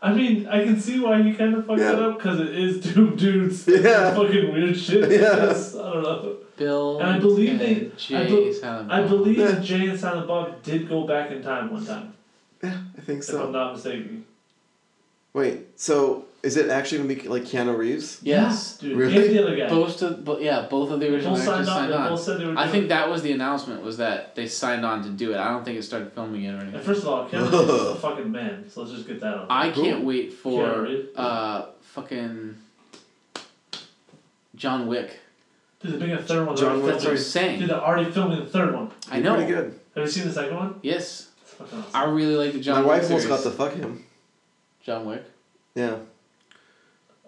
B: I mean, I can see why he kind of fucked it
C: Yeah.
B: up because it is Doom dudes.
C: Yeah.
B: Fucking weird shit.
C: Yeah.
B: I don't know.
A: Bill.
B: And I believe they-
A: and Jay
B: I bel-
A: Silent
B: I
A: Bob.
B: believe
C: Yeah.
B: Jay and Silent Bob did go back in time one time,
C: I think
B: if I'm
C: so.
B: not mistaken.
C: Wait, so is it actually going to be like Keanu Reeves?
A: Yes.
B: dude.
C: Really?
B: And the other guy.
A: Both of, but yeah, both of the
B: They
A: original
B: both
A: actors
B: signed on.
A: signed
B: They
A: on.
B: both said they were
A: I
B: doing
A: think that was the announcement was that they signed on to do it. I don't think it started filming it or
B: it. And
A: anything.
B: First of all, Keanu Reeves is a fucking man, so let's just get that on.
A: I
C: Cool.
A: can't wait
B: Keanu
A: for
B: Reeves.
A: uh fucking John Wick.
B: Dude, they're making a third one. They're
C: John
B: already
C: Wick.
A: That's what I'm
B: filming- Dude,
A: saying.
B: they're already filming the third one.
A: I
C: Be Pretty
A: know.
C: good.
B: Have you seen the second one?
A: Yes,
B: It's fucking awesome.
A: I really like the John.
C: My
A: Wick
C: wife almost got
A: series.
C: the fuck him.
A: John Wick.
C: Yeah.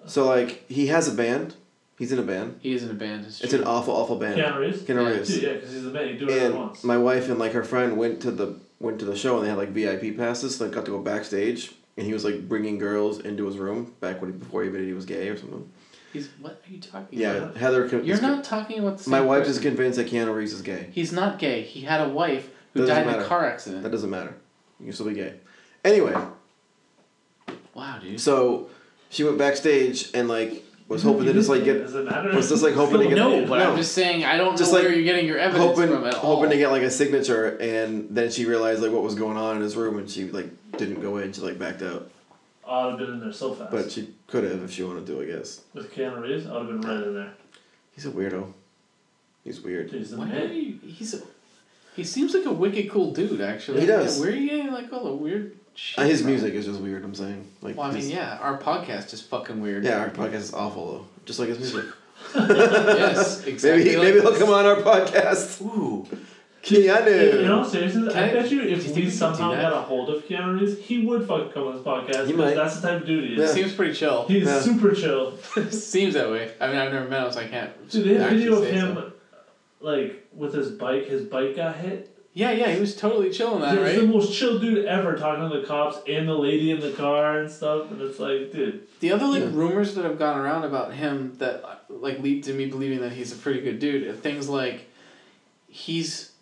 C: So, like, he has a band. He's in a band.
A: He is in a band. It's,
C: It's
A: true.
C: an awful, awful band.
B: Keanu Reeves?
C: Keanu
A: Yeah.
C: Reeves.
B: Dude, yeah, because he's a man. You do whatever he
C: and
B: wants.
C: my wife and like her friend went to the went to the show and they had like VIP passes, so they got to go backstage. And he was like bringing girls into his room back when he, before he admitted he was gay or something.
A: He's what are you talking
C: Yeah,
A: about?
C: Heather. con-
A: You're
C: is con-
A: not talking about the same
C: my wife
A: person.
C: is convinced that Keanu Reeves is gay.
A: He's not gay. He had a wife who
C: Doesn't
A: died in
C: matter.
A: a car
C: That
A: accident.
C: doesn't matter. You can still be gay. Anyway,
A: Wow, dude.
C: so she went backstage and like was hoping to just like get
B: Does it matter?
C: was just, like, hoping to get-
A: no, but
C: No.
A: I'm just saying I don't
C: Just
A: know
C: like
A: where you're getting your evidence
C: hoping
A: from at all.
C: hoping to get like a signature, and then she realized like what was going on in his room, and she like didn't go in. She like backed out,
B: I would have been in there so fast.
C: but she could have if she wanted to, I guess.
B: With Keanu Reeves, I would have been right in there.
C: He's a weirdo. He's
B: Dude,
C: weird.
B: he's a
A: Why are
B: man.
A: you, he's a, he seems like a wicked cool dude actually.
C: He does.
A: Yeah, where are you getting like all the weird shit?
C: Uh, his
A: from?
C: music is just weird. I'm saying, like,
A: Well, I mean,
C: his-
A: yeah, our podcast is fucking weird.
C: yeah, our podcast is awful though. Just like his music.
A: yes, exactly.
C: maybe
A: like
C: maybe he'll
A: this.
C: come on our podcast.
A: Ooh,
C: Keanu.
B: In all seriousness,
A: Can
B: I
A: I-
B: bet you
A: do
B: if
A: you think we
B: we
A: could
B: somehow
A: do that?
B: got a hold of Keanu Reeves, he would fucking come on this podcast.
C: He
B: because
C: might.
B: That's the type of dude he
A: He
B: is.
C: Yeah.
A: seems pretty chill.
B: He's
C: Yeah.
B: super chill.
A: seems that way. I mean, I've never met him, so I can't.
B: Dude, they had a
A: actually
B: video of
A: say
B: him,
A: so.
B: like, with his bike. His bike got hit.
A: Yeah, yeah, he was totally chill in that,
B: He's
A: right?
B: the most chill dude ever talking to the cops and the lady in the car and stuff. And it's like, dude,
A: The other like
C: Yeah.
A: rumors that have gone around about him that like lead to me believing that he's a pretty good dude are things like he's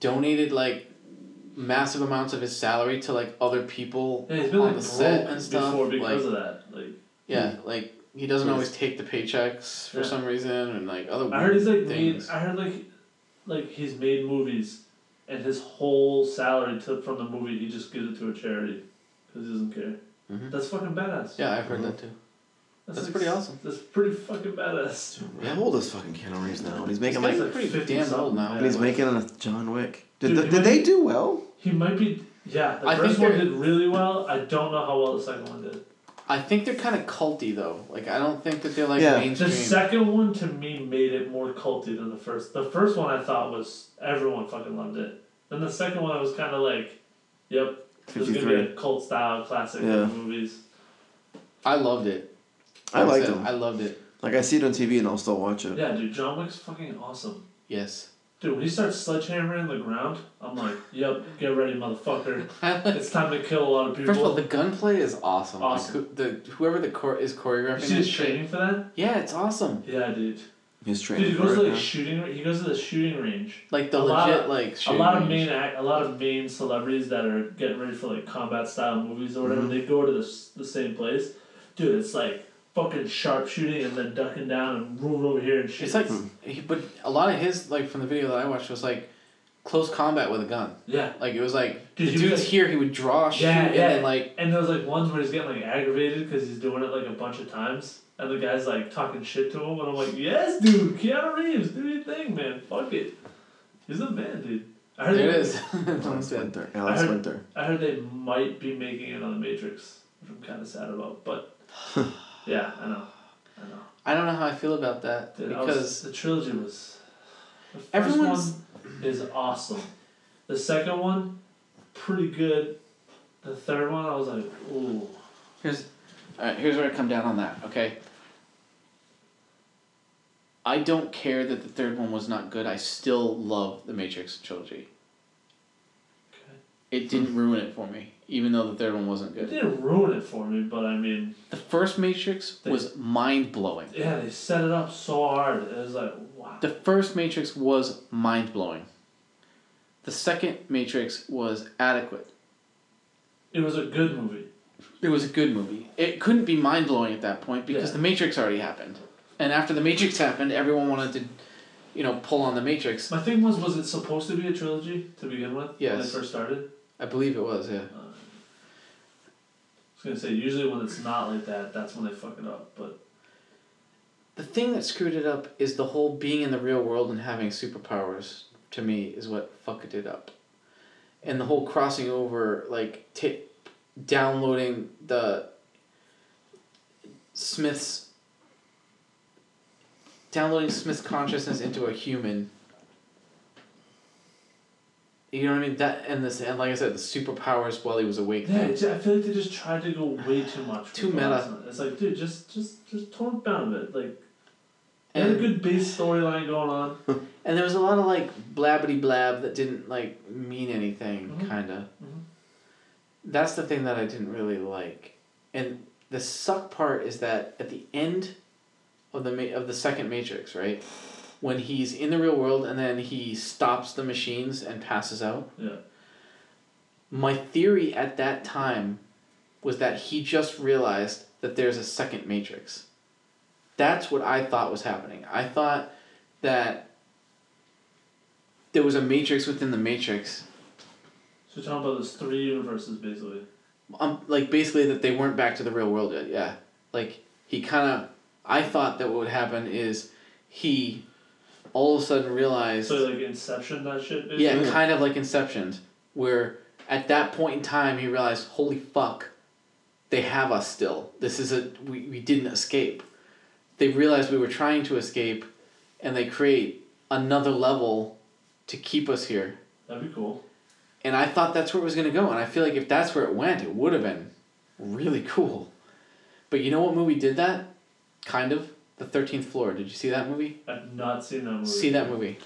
A: donated like massive amounts of his salary to like other people
B: yeah, he's
A: on
B: been like
A: the
B: broke
A: set and stuff.
B: before because
A: like,
B: of that. Like,
A: yeah,
C: Hmm.
A: like he doesn't
C: Yes.
A: always take the paychecks for
B: Yeah.
A: some reason and like other
B: I heard he's like
A: weird
B: made,
A: things.
B: I heard like like he's made movies and his whole salary took from the movie he just gives it to a charity because he doesn't care.
A: Mhm.
B: That's fucking badass.
A: Yeah, I've heard
C: Mhm.
A: that too. that's pretty awesome.
B: That's pretty fucking badass.
C: How old is fucking Keanu Reeves now? And he's
A: He's
C: making
A: like,
C: like,
B: like
A: pretty
B: 50
A: damn old
B: something,
A: now.
B: man.
C: and he's making a John Wick. Did,
B: Dude,
C: the-
B: you
C: did
B: might-
C: they do well?
B: He might be yeah, the
A: I think
B: first one
A: they're-
B: did really well. I don't know how well the second one did.
A: I think they're kind of culty though. Like I don't think that they're like
C: Yeah. The
B: The
A: mainstream.
B: second one to me made it more culty than the first. The first one I thought was everyone fucking loved it. Then the second one I was kinda like, Yep, this is gonna be a cult style classic
C: Yeah.
B: movies.
A: I loved it.
C: I liked
A: said,
C: him.
A: I loved it.
C: Like I see it on TV and I'll still watch it.
B: Yeah, dude, John Wick's fucking awesome.
A: Yes.
B: Dude, when he starts sledgehammering the ground, I'm like, yep, get ready, motherfucker. It's time to kill a lot of people.
A: First of all, the gunplay is awesome. Like,
B: Awesome.
A: who- the whoever the chor- is
B: you
A: choreographing
B: see
A: is
B: his training for that?
A: Yeah, it's awesome.
B: Yeah, dude.
C: He's
B: Dude,
C: training
B: he
C: for
B: goes
C: it
B: to like
C: now.
B: shooting. ra- He goes to the shooting range.
A: Like the
B: A lot
A: legit
B: of-
A: like
B: a
A: shooting
B: lot of
A: range.
B: main, act, a lot of main celebrities that are getting ready for like combat style movies
A: Mm-hmm.
B: or whatever, they go to the s- the same place. Dude, it's like fucking sharp shooting and then ducking down and moving over here and shooting.
A: It's like, he, but a lot of his like from the video that I watched was like close combat with a gun.
B: Yeah.
A: Like it was like
B: Did
A: the
B: you
A: dude's
B: guys-
A: here, he would draw, shoot,
B: Yeah,
A: and
B: yeah.
A: then like
B: And there's like ones where he's getting like aggravated because he's doing it like a bunch of times, and the guy's like talking shit to him, and I'm like, yes, dude, Keanu Reeves, do your thing, man. Fuck it. He's the man, dude. I heard
A: there it
B: they,
A: is.
C: Alex Winter.
B: I
C: Alex
B: heard-
C: Winter.
B: I heard they might be making another Matrix, which I'm kind of sad about, but yeah, I know, I know.
A: I don't know how I feel about that
B: Dude, I was-
A: because
B: the trilogy was. The first
A: Everyone's-
B: one is awesome. The second one, pretty good. The third one, I was like, ooh.
A: here's all right, here's where I come down on that. Okay. I don't care that the third one was not good. I still love the Matrix trilogy.
B: Okay.
A: It
B: Hmm.
A: didn't ruin it for me, even though the third one wasn't
B: It
A: good.
B: didn't ruin it for me, but I mean,
A: The first Matrix was mind blowing.
B: yeah, they set it up so hard. It was like, wow.
A: The first Matrix was mind blowing. The second Matrix was adequate.
B: It was a good movie.
A: It was a good movie. It couldn't be mind blowing at that point because
B: Yeah.
A: the Matrix already happened. And after the Matrix happened, everyone wanted to, you know, pull on the Matrix.
B: My thing was, was it supposed to be a trilogy to begin with when it
A: Yes.
B: first started?
A: I believe it was, yeah.
B: Uh, I was gonna say, usually when it's not like that, that's when they fuck it up, but
A: The thing that screwed it up is the whole being in the real world and having superpowers, to me, is what fucked it up. And the whole crossing over, like, ta downloading the Smith's. Downloading Smith's consciousness into a human. You know what I mean? That and this and like I said, the superpowers while he was awake.
B: Yeah,
A: thing.
B: it's- I feel like they just tried to go way too much. with
A: Too
B: the
A: meta.
B: last one. It's like, dude, just just just tone it down a bit. Like, they had a
A: And-
B: good base storyline going on.
A: And there was a lot of like blabbity blab that didn't like mean anything,
B: Mhm.
A: kinda.
B: Mhm.
A: That's the thing that I didn't really like. And the suck part is that at the end of the ma- of the second Matrix, right, when he's in the real world and then he stops the machines and passes out.
B: Yeah.
A: My theory at that time was that he just realized that there's a second Matrix. That's what I thought was happening. I thought that there was a matrix within the matrix.
B: So you're talking about those three universes basically.
A: Um, like basically that they weren't back to the real world yet. Yeah, like he kind of. I thought that what would happen is he, all of a sudden realized.
B: So like Inception, that shit. Basically.
A: yeah,
C: Yeah.
A: kind of like Inception, where at that point in time he realized, holy fuck, they have us still. This is a we, we didn't escape. They realized we were trying to escape, and they create another level to keep us here.
B: That'd be cool.
A: And I thought that's where it was going to go. And I feel like if that's where it went, it would have been really cool. But you know what movie did that? Kind of. The 13th Floor. Did you see that movie?
B: I've not seen that movie.
A: See that movie.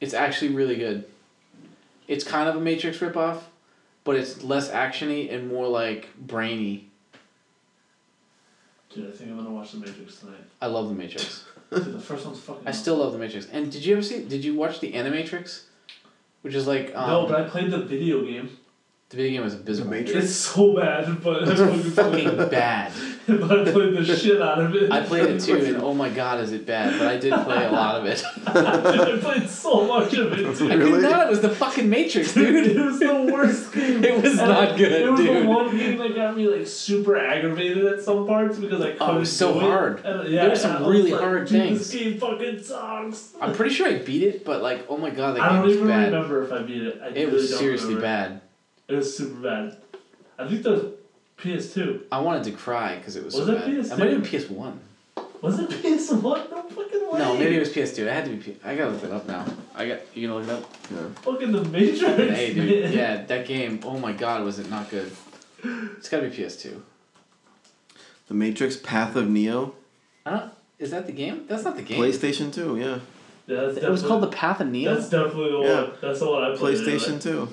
A: It's actually really good. It's kind of a Matrix ripoff, but it's less actiony and more like brainy.
B: Dude, I think I'm gonna watch The Matrix tonight.
A: I love The Matrix.
B: Dude, the first one's fucking.
A: I still love The Matrix. And did you ever see, did you watch The Animatrix? Which is like, um,
B: no, but I played the video game.
A: the video game was abysmal.
C: The Matrix?
B: It's so bad, but I fucking played
A: Fucking bad.
B: it. But I played the shit out of it.
A: I played it too, and oh my god, is it bad? But I did play a lot of it.
B: I played so much of it. Too.
A: I
C: Really?
A: did not. It was the fucking Matrix,
B: Dude,
A: dude.
B: it was the worst game.
A: It was
B: And
A: not good,
B: It was the
A: dude.
B: one game that got me like super aggravated at some parts because I couldn't.
A: Oh, was so
B: do it.
A: hard.
B: And, yeah,
A: There were some
B: and I
A: really
B: was like,
A: hard
B: "Dude,
A: things."
B: This game fucking sucks.
A: I'm pretty sure I beat it, but like, oh my god, that
B: I
A: game
B: don't
A: was
B: even
A: bad.
B: remember if I beat it. I
A: It
B: really
A: was
B: don't
A: seriously bad.
B: remember. It was super bad. I think that was PS2.
A: I wanted to cry because it was,
B: Was
A: so
B: it
A: bad.
B: PS2?
A: It might have been PS One.
B: Was it PS1? No fucking way.
A: No, maybe it was PS Two. It had to be. P- I gotta look it up now. I got you gonna look it up.
C: Yeah.
B: Fucking The Matrix.
A: Hey, dude.
B: man.
A: Yeah, that game. Oh my god, was it not good? It's gotta be PS Two.
C: The Matrix Path of Neo.
A: I don't. Is that the game? That's not the game.
C: PlayStation 2,
B: Yeah,
C: yeah.
B: that's
A: it was
B: definitely-
A: called the Path of Neo.
B: That's definitely the one.
C: Yeah.
B: That's the one I played.
C: PlayStation 2.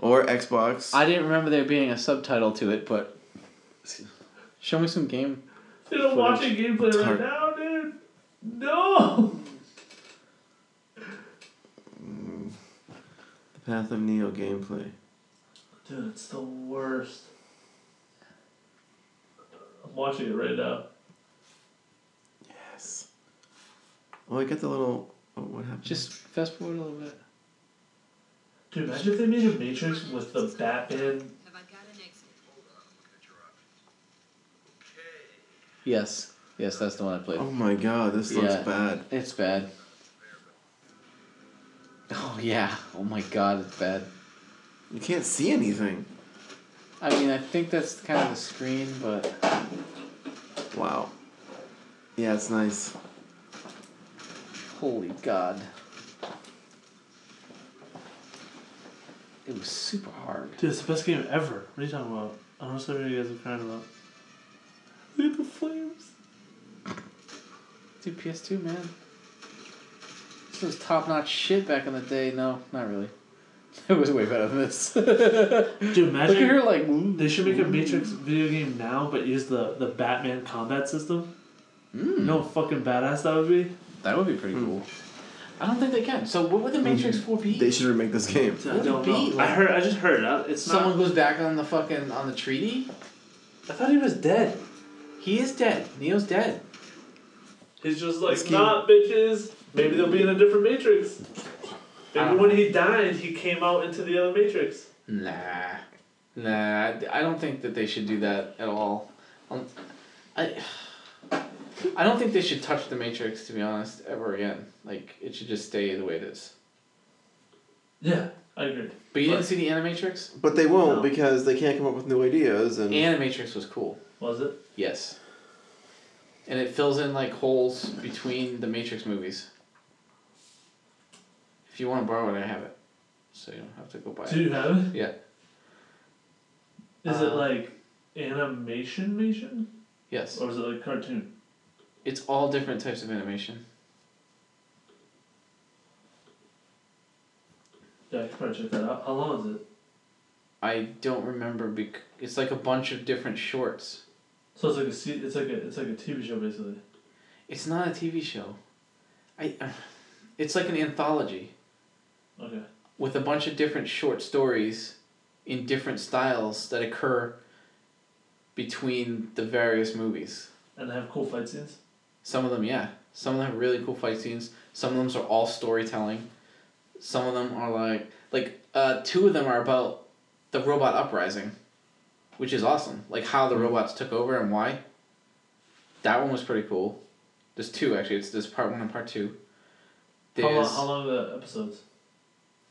C: Or Xbox.
A: I didn't remember there being a subtitle to it, but show me some game.
B: Dude, I'm watching gameplay right
C: Hard.
B: now, dude. No.
C: Mm. The Path of Neo gameplay.
B: Dude, it's the worst. I'm watching it right now.
C: Yes. Oh, I got the little. Oh, what happened?
A: Just fast forward a little bit.
B: Dude, imagine if they made a Matrix with the Batman.
E: Have I got an exit?
A: Yes. Yes, that's the one I played.
C: Oh my god, this looks
A: Yeah.
C: bad.
A: It's bad. Oh yeah. Oh my god, it's bad.
C: You can't see anything.
A: I mean, I think that's kind of the screen, but
C: Wow. Yeah, it's nice.
A: holy god. It was super hard.
B: Dude, it's the best game ever. What are you talking about? I don't know what you guys are crying about. Look at the flames.
A: Dude, PS2, man. This was top notch shit back in the day. No, not really. It was way better than this. Look
B: Dude,
A: at
B: imagine.
A: her like. Mm-hmm.
B: They should make a Matrix video game now, but use the, the Batman combat system.
A: Mm,
B: No fucking badass that would be.
A: that would be pretty
B: Hmm.
C: Mm.
A: cool. I don't think they can. So what would the
B: Mm-hmm.
A: Matrix Four be?
C: They should remake this game.
B: I
A: would it
B: don't
A: be?
B: know. I heard. I just heard. I- It's
A: Someone
B: Not,
A: goes back on the fucking on the treaty.
B: I thought he was dead.
A: He is dead. Neo's dead.
B: He's just like,
C: This game-
B: nah, bitches. Maybe they'll be in a different
A: I
B: Matrix. Maybe
A: don't
B: when
A: know.
B: he died, he came out into the other Matrix.
A: Nah, nah. I- I don't think that they should do that at all. Um, I, I don't think they should touch the Matrix to be honest ever again. Like it should just stay the way it is.
B: Yeah, I agree.
A: But you didn't
B: Right.
A: see the Animatrix.
C: But they won't
B: No.
C: because they can't come up with new ideas and
A: Animatrix was cool.
B: Was it?
A: Yes. And it fills in like holes between the Matrix movies. If you want to borrow it, I have it, so you don't have to go buy
B: Do
A: it.
B: you have it?
A: Yeah.
B: Is it
A: Uh,
B: like animation, mation,
A: Yes.
B: or is it like cartoon?
A: It's all different types of animation.
B: Yeah, I can probably check that out. How long is it?
A: I don't remember. Bec- it's like a bunch of different shorts.
B: So it's like a se- it's like a it's like a TV show basically.
A: It's not a TV show. I. it's like an anthology
B: Okay.
A: with a bunch of different short stories, in different styles that occur. Between the various movies,
B: And they have cool fight scenes.
A: some of them yeah, some of them have really cool fight scenes. Some of them are all storytelling. Some of them are like like uh, two of them are about the robot uprising, which is awesome. Like how the robots took over and why. That one was pretty cool. There's two actually. It's there's part one and part two.
B: How long,
A: There's
B: how long are the episodes?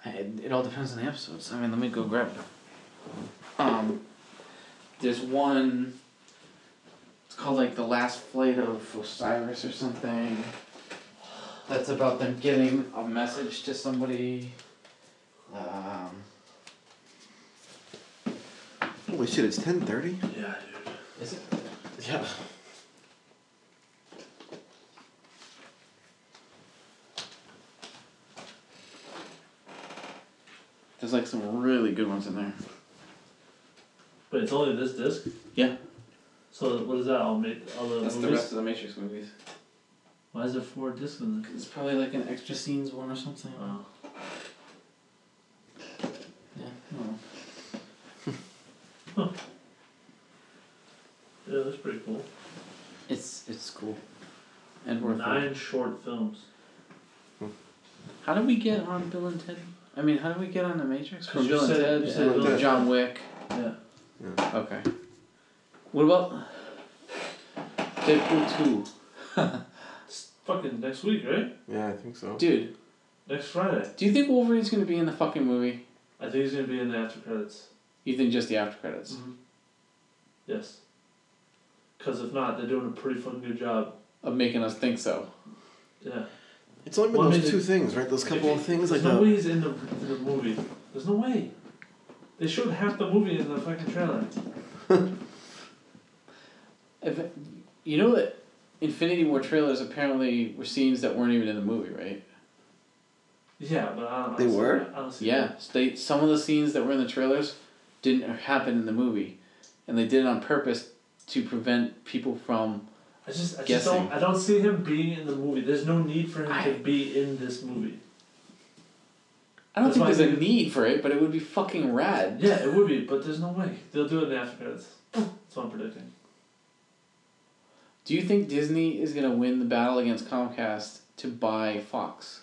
A: I- it all depends on the episodes. I mean, let me go grab it. Um, there's one. It's called like the last flight of Osiris or something. That's about them getting a message to somebody. Um,
C: holy shit, it's ten thirty.
B: Yeah, dude.
A: is it? Yeah. There's like some really good ones in there.
B: But it's only this disc.
A: Yeah.
B: So what is that? All ma- all the
A: That's
B: movies.
A: the rest of the Matrix movies.
B: Why is there four discs in there?
A: It's probably like an extra scenes one or something.
B: Oh.
A: Yeah. I don't know.
B: Yeah, that's pretty cool.
A: It's it's cool. And worth it.
B: Nine short films.
A: How did we get on Bill and Ted? I mean, how did we get on the Matrix?
B: 'Cause
A: From
B: you
A: Bill and
B: said-
A: Ted
B: you
A: to
B: said
C: Bill and
A: John Wick.
B: Yeah.
A: Okay. What about Deadpool two?
B: It's fucking next week, right?
C: Yeah, I think so.
A: Dude,
B: Next Friday.
A: do you think Wolverine's gonna be in the fucking movie?
B: I think he's gonna be in the after credits. Mm-hmm.
A: You think just the after credits?
B: Yes. Because if not, they're doing a pretty fucking good job.
A: Of making us think so.
B: Yeah.
C: It's only been
B: Well, I
C: those
B: mean,
C: two
B: it-
C: things, right? Those couple of things like
B: There's no
C: that.
B: way he's in the, in the movie. There's no way. They showed half the movie in the fucking trailer.
A: If, you know that Infinity War trailers apparently were scenes that weren't even in the movie, right?
B: Yeah, but I don't.
C: They
B: honestly-
C: were?
B: I don't see
A: Yeah, so they some of the scenes that were in the trailers didn't happen in the movie, and they did it on purpose to prevent people from.
B: I just, I just
A: Guessing.
B: don't, I don't see him being in the movie. There's no need for him
A: I-
B: to be in this movie.
A: I don't
B: That's
A: think
B: why
A: there's
B: I
A: a
B: think it's-
A: need for it, but it would be fucking rad.
B: Yeah, it would be, but there's no way they'll do it in the after credits. That's what I'm predicting.
A: Do you think Disney is gonna win the battle against Comcast to buy Fox?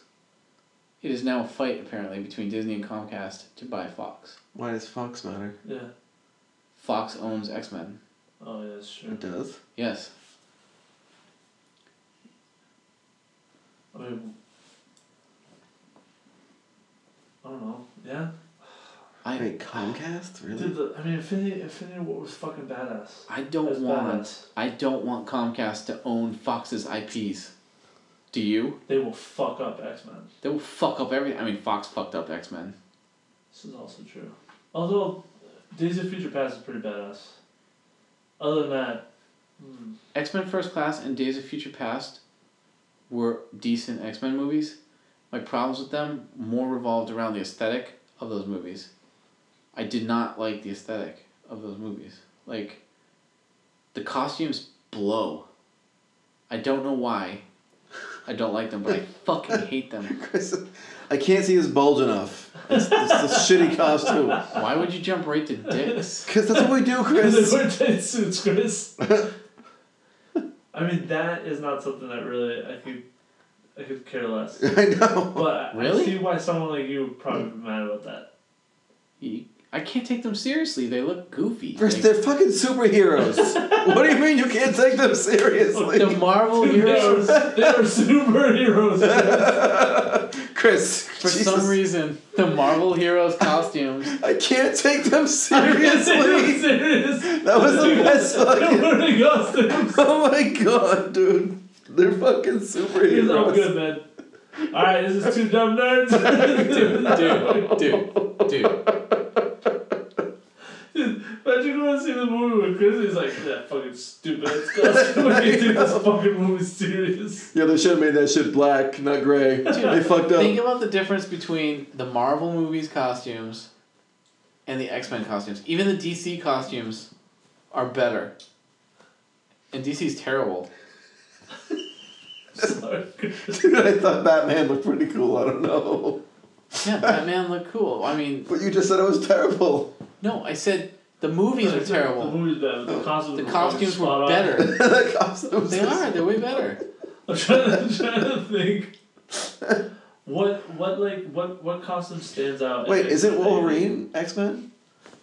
A: It is now a fight apparently between Disney and Comcast to buy Fox.
C: Why does Fox matter?
B: Yeah.
A: Fox owns X Men.
B: Oh yeah, sure.
C: It does.
A: Yes.
B: I mean, I don't know. Yeah.
A: I
C: Wait, Comcast? Really?
B: Dude, the, I mean, Infinity, Infinity War was fucking badass.
A: I
B: It
A: don't
B: was
A: want
B: badass.
A: I don't want Comcast to own Fox's IPs. Do you?
B: They will fuck up X Men.
A: They will fuck up everything. I mean, Fox fucked up X Men.
B: This is also true. Although, Days of Future Past is pretty badass. Other than that, hmm,
A: X Men First Class and Days of Future Past were decent X Men movies. My problems with them more revolved around the aesthetic of those movies. I did not like the aesthetic of those movies. Like, the costumes blow. I don't know why. I don't like them, but I fucking hate them.
C: Chris, I can't see his bulge enough. It's, it's a shitty costume.
A: Why would you jump right to dicks?
C: Because that's what we do,
B: they
C: Chris.
B: were dead suits, Chris. I mean, that is not something that really I could, I could care less.
C: I know.
B: But
A: Really?
B: I see why someone like you would probably be mad about that.
A: You- I can't take them seriously. They look goofy.
C: Chris,
A: Like,
C: they're fucking superheroes. what do you mean you can't take them
A: the
C: seriously?
A: Marvel
B: Dude, they are,
A: heroes,
B: they are superheroes.
C: Chris,
A: for
C: Jesus,
A: some reason, the Marvel heroes costumes
C: I can't take them seriously.
B: Seriously?
C: that was the best fucking.
B: Wearing costumes.
C: Oh my god, dude. They're fucking
B: He's all
C: superheroes.
B: good, man. Alright, this is two dumb nerds.
A: dude, dude, dude.
B: Imagine you want to see the movie with Chris. He's like, that fucking stupid ass costume. I take this fucking movie serious.
C: Yeah, they should have made that shit black, not gray. they fucked up.
A: Think about the difference between the Marvel movies costumes and the X Men costumes. Even the DC costumes are better. And DC's terrible.
B: Sorry, Chris.
C: Dude, I thought Batman looked pretty cool. I don't know.
A: Yeah, Batman looked cool. I mean,
C: But you just said it was terrible.
A: no, I said the movies are
B: The
A: terrible.
B: movie's bad, but the costumes,
A: The
B: were
A: costumes
B: fucking spot
A: were
B: on.
A: better.
C: the costumes.
A: They are. They're way better.
B: I'm trying to, I'm trying to think. What what like what what costume stands out?
C: Wait, is it
B: Like,
C: Wolverine, X Men?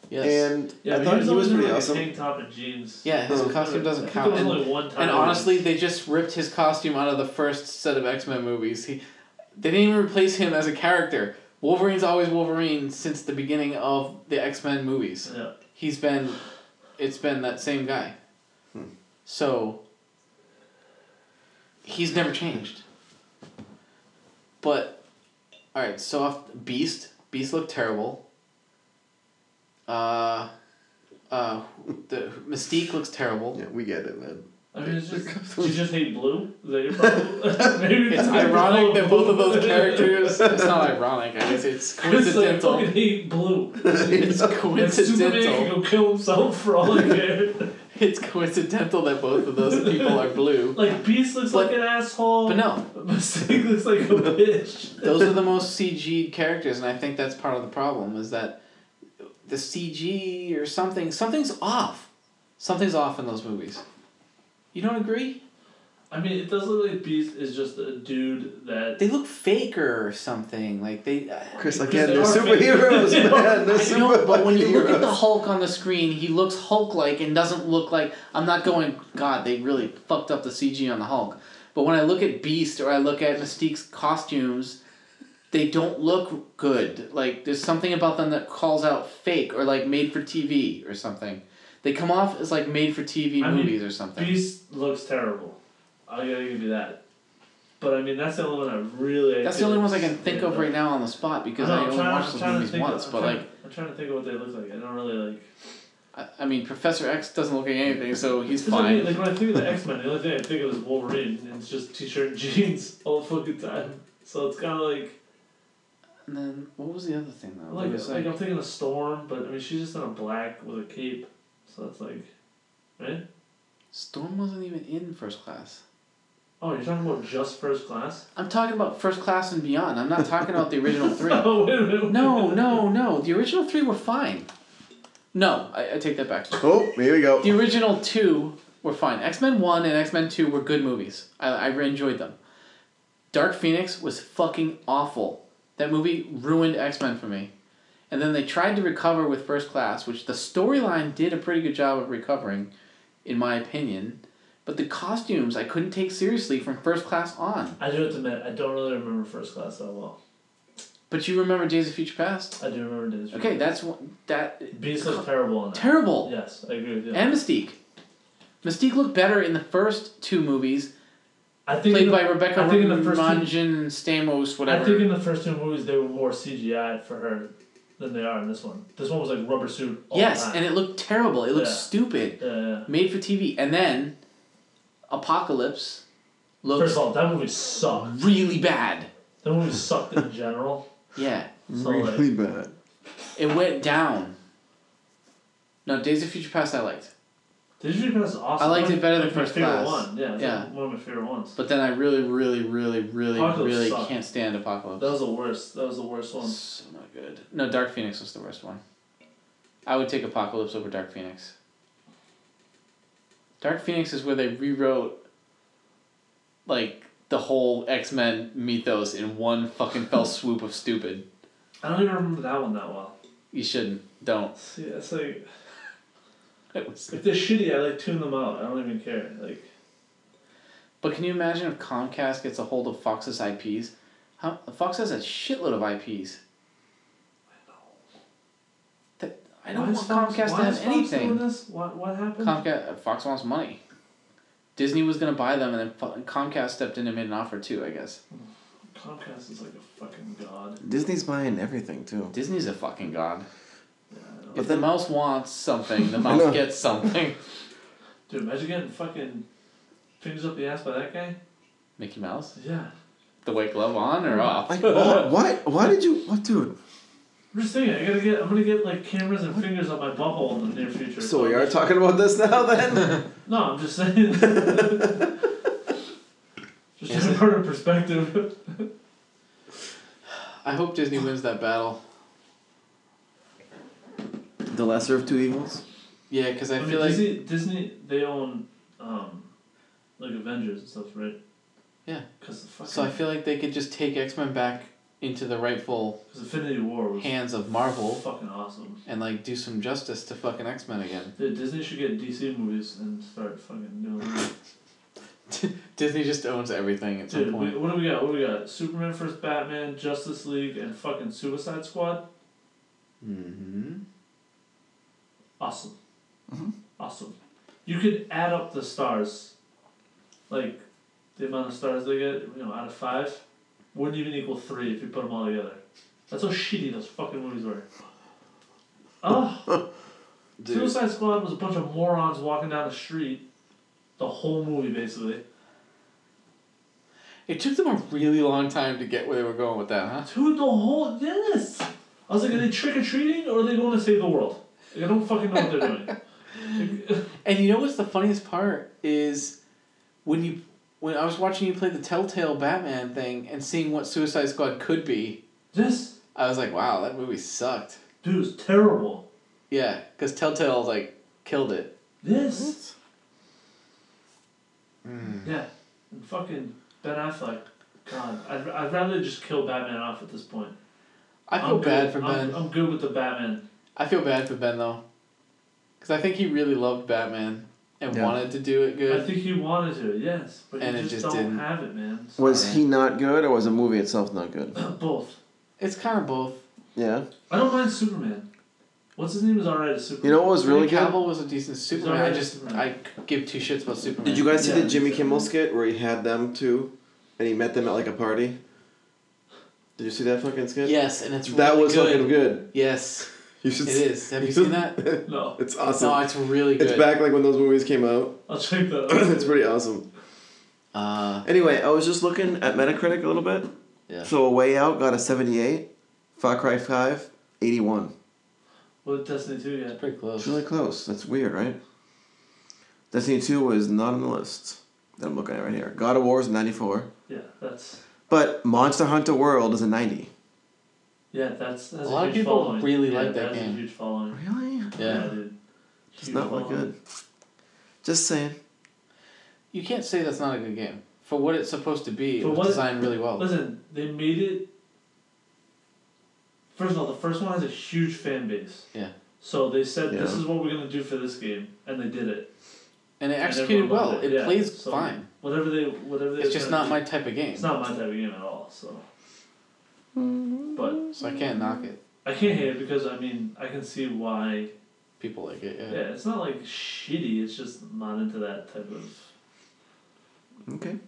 A: Yes.
C: And
B: Yeah,
C: I
B: but
C: thought
B: was
C: he was
B: always in,
C: pretty
B: like, a
C: awesome.
B: Tank top and jeans.
A: Yeah, his
C: Oh.
A: costume
B: I
A: doesn't
B: think there
A: count.
B: was
A: And,
B: only one time
A: and
B: where he was-
A: honestly, they just ripped his costume out of the first set of X Men movies. He, they didn't even replace him as a character. Wolverine's always Wolverine since the beginning of the X Men movies.
B: Yeah.
A: He's been, it's been that same guy. So. He's never changed. But, all right. So off Beast, Beast looked terrible. Uh, uh, the Mystique looks terrible.
C: Yeah, we get it, man.
B: I mean, it's just you just hate blue. Is that your problem? Maybe
A: It's
B: because
A: ironic
B: of
A: that both of those
B: blue.
A: characters. It's not ironic. I guess it's
B: Chris like, I
A: coincidental.
B: fucking hate blue.
A: It's
B: And Superman can
A: coincidental.
B: go kill himself for all I care.
A: It's coincidental that both of those people are blue.
B: like Beast looks
A: But-
B: like an asshole.
A: But no,
B: Mystique looks like a bitch.
A: those are the most CG characters, and I think that's part of the problem is that the CG or something something's off. Something's off in those movies. You don't agree?
B: I mean, it does look like Beast is just a dude that.
A: They look faker or something. Like they. uh,
C: Chris,
B: Because
C: again,
B: they
C: they're
B: are fake.
C: superheroes,
B: They
A: I
C: man. They're
A: know,
C: super
A: but when you
C: fucking
A: look at the
C: heroes.
A: Hulk on the screen, he looks Hulk-like and doesn't look like. I'm not going. God, they really fucked up the CG on the Hulk. But when I look at Beast or I look at Mystique's costumes, they don't look good. Like there's something about them that calls out fake or like made for TV or something. They come off as like made for TV
B: I mean,
A: movies or something.
B: Beast looks terrible. I gotta give you that. But I mean, that's the only one I really.
A: That's the only ones I can think of right now on the spot because I
B: I'm
A: only
B: trying-
A: watched
B: I'm
A: those
B: trying to
A: movies
B: think
A: once.
B: Of,
A: But
B: I'm
A: like,
B: trying, I'm trying to think of what they look like. I don't really like.
A: I, I mean, Professor X doesn't look like anything, so he's
B: It's like,
A: fine.
B: like when I think of the X Men, the only thing I think of is Wolverine, and it's just t-shirt and jeans all the fucking time. So it's kind of like
A: And then what was the other thing though?
B: like,
A: It was,
B: like I'm thinking of Storm, but I mean she's just in a black with a cape, so that's like, eh? right?
A: Storm wasn't even in first class.
B: Oh, you're talking about just first class?
A: I'm talking about first class and beyond. I'm not talking about the original three.
B: Oh wait a minute.
A: No, no, no. The original three were fine. No, I, I take that back.
C: Oh, here we go.
A: The original two were fine. X Men 1 and X Men 2 were good movies. I, I enjoyed them. Dark Phoenix was fucking awful. That movie ruined X Men for me. And then they tried to recover with First Class, which the storyline did a pretty good job of recovering, in my opinion. But the costumes I couldn't take seriously from First Class on.
B: I do have to admit, I don't really remember First Class that well.
A: But you remember Days of Future Past?
B: I do remember Days. of
A: Okay, that's one, that
B: Future- Beast looks terrible in that.
A: terrible.
B: Yes, I agree with you.
A: And Mystique. Mystique looked better in the first two movies,
B: I think in
A: played
B: the,
A: by Rebecca
B: I think in the first two-
A: Romanjan and Stamos, whatever.
B: I think in the first two movies they were more CGI for her than they are in this one. This one was like rubber suit. All
A: yes,
B: the time.
A: and it looked terrible. It looked
B: Oh, Yeah.
A: stupid.
B: Yeah, yeah.
A: Made for TV. And then Apocalypse
B: First
A: looked
B: of all, that movie sucked.
A: really bad.
B: That movie sucked in general.
A: Yeah.
B: So
C: really bad.
A: It went down. No, Days of Future Past I liked.
B: Did you Pass is awesome?
A: I liked it better than
B: Like my
A: First
B: favorite
A: Class.
B: One. Yeah, it's
A: Yeah.
B: like one of my favorite ones.
A: But then I really, really, really, really,
B: Apocalypse
A: really
B: sucked.
A: can't stand Apocalypse.
B: That was the worst. That was the worst one.
A: So not good. No, Dark Phoenix was the worst one. I would take Apocalypse over Dark Phoenix. Dark Phoenix is where they rewrote like the whole X Men mythos in one fucking fell swoop of stupid.
B: I don't even remember that one that well.
A: You shouldn't. Don't.
B: See, it's like
A: It was-
B: if they're shitty, I like tune them out. I don't even care. Like
A: But can you imagine if Comcast gets a hold of Fox's IPs? How Fox has a shitload of IPs. That- I
B: why
A: don't
B: is
A: want
B: Fox-
A: Comcast
B: why
A: to have
B: is Fox doing
A: anything.
B: this? What what happened?
A: Comcast, uh, Fox wants money. Disney was gonna buy them, and then Fo- Comcast stepped in and made an offer too. I guess
B: Comcast is like a fucking god.
C: Disney's buying everything too.
A: Disney's a fucking god.
B: Yeah, I know.
C: But
A: if the
C: then-
A: mouse wants something, the
C: know.
A: mouse gets something.
B: Dude, imagine getting fucking fingers up the ass by that guy.
A: Mickey Mouse,
B: Yeah.
A: the white glove on or off?
C: Like what? what? Why did you? What, dude?
B: I'm just thinking, I gotta get, I'm gonna get like cameras and fingers on my butthole in the near future.
C: So we are talking about this now, then?
B: No, I'm just saying. just trying to put it in perspective.
A: I hope Disney wins that battle.
C: the lesser of two evils.
A: Yeah, because I
B: mean,
A: feel like
B: Disney, Disney, they own um, like Avengers and stuff, right?
A: Yeah.
B: Because the fucking
A: so. I feel like they could just take X Men back into the rightful
B: cause Infinity War was
A: hands of Marvel
B: fucking awesome.
A: and like do some justice to fucking X Men again.
B: Dude, Disney should get DC movies and start fucking doing. That.
A: Disney just owns everything at some
B: Dude,
A: point.
B: we, what do we got? What do we got? Superman first Batman, Justice League, and fucking Suicide Squad.
A: hmm
C: Mm-hmm.
B: Awesome. Awesome. You could add up the stars, like the amount of stars they get. You know, out of five, wouldn't even equal three if you put them all together. That's how shitty those fucking movies were. Oh, Suicide Squad was a bunch of morons walking down the street, the whole movie basically.
A: It took them a really long time to get where they were going with that, huh?
B: Dude, the whole yes. I was like, are they trick or treating or are they going to save the world? Like, I don't fucking know what they're doing.
A: And you know what's the funniest part is when you when I was watching you play the Telltale Batman thing and seeing what Suicide Squad could be,
B: This
A: I was like, wow, that movie sucked.
B: dude is terrible.
A: Yeah, because Telltale like killed it.
B: This.
A: Hmm.
B: Yeah, and fucking Ben Affleck. God, I'd, I'd rather just kill Batman off at this point.
A: I feel
B: I'm
A: bad
B: good.
A: for
B: I'm,
A: Ben.
B: I'm good with the Batman.
A: I feel bad for Ben though, because I think he really loved Batman and
C: Yeah.
A: wanted to do it
B: I
A: good.
B: think he wanted to, yes, but
A: And
B: he
A: it
B: just,
A: just
B: don't
A: didn't.
B: have it, man. So-
C: Was he not good, or was the movie itself not good?
B: Both.
A: It's kind of both.
C: Yeah.
B: I don't mind Superman. What's his name is alright as Superman.
C: You know what was really
A: Henry
C: good?
A: Cavill was a decent Superman. I
B: alright as
A: just
B: Superman.
A: I give two shits about Superman.
C: Did you guys see
B: Yeah.
C: the Jimmy Kimmel skit where he had them two, and he met them at like a party? Did you see that fucking skit?
A: Yes, and it's really
C: That was
A: good.
C: fucking good.
A: Yes,
C: You should.
A: it
C: see-
A: is. Have you seen that?
B: No,
C: It's awesome.
A: No, it's really good.
C: it's back like when those movies came out.
B: I'll check that. out.
C: it's pretty awesome.
A: Uh,
C: Anyway, I was just looking at Metacritic a little bit.
A: Yeah.
C: So A Way Out got a 78, Far Cry 5, 81.
B: What Destiny Two yet?
A: pretty
C: It's
A: close.
C: really close. That's weird, right? Destiny 2 was not on the list that I'm looking at right here. God of War is 94.
B: Yeah, that's
C: But Monster Hunter World is a 90.
B: yeah, that's, that's
A: A lot of
B: huge
A: people
B: following.
A: really
B: yeah,
A: like that
B: that's
A: game.
B: A huge following.
C: Really?
A: Yeah.
B: dude.
C: It's not look
B: following.
C: good. Just saying.
A: You can't say that's not a good game. For what it's supposed to be, it
B: For
A: was
B: what-
A: designed really well.
B: Listen, they made it First of all, the first one has a huge fan base.
A: Yeah.
B: So they said this
C: Yeah.
B: is what we're gonna do for this game, and they did it.
D: and it
B: And
D: executed
B: everyone
D: well.
B: loved
D: It
B: Yeah,
D: plays
B: so
D: fine.
B: Whatever they, whatever they.
D: It's just
B: wanna
D: not
B: do-
D: my type of game,
B: It's not my type of game at all. So. But
D: so I can't knock it.
B: I can't hate it because I mean I can see why.
D: People like it.
B: Yeah,
D: Yeah.
B: it's not like shitty. It's just not into that type of.
C: Okay.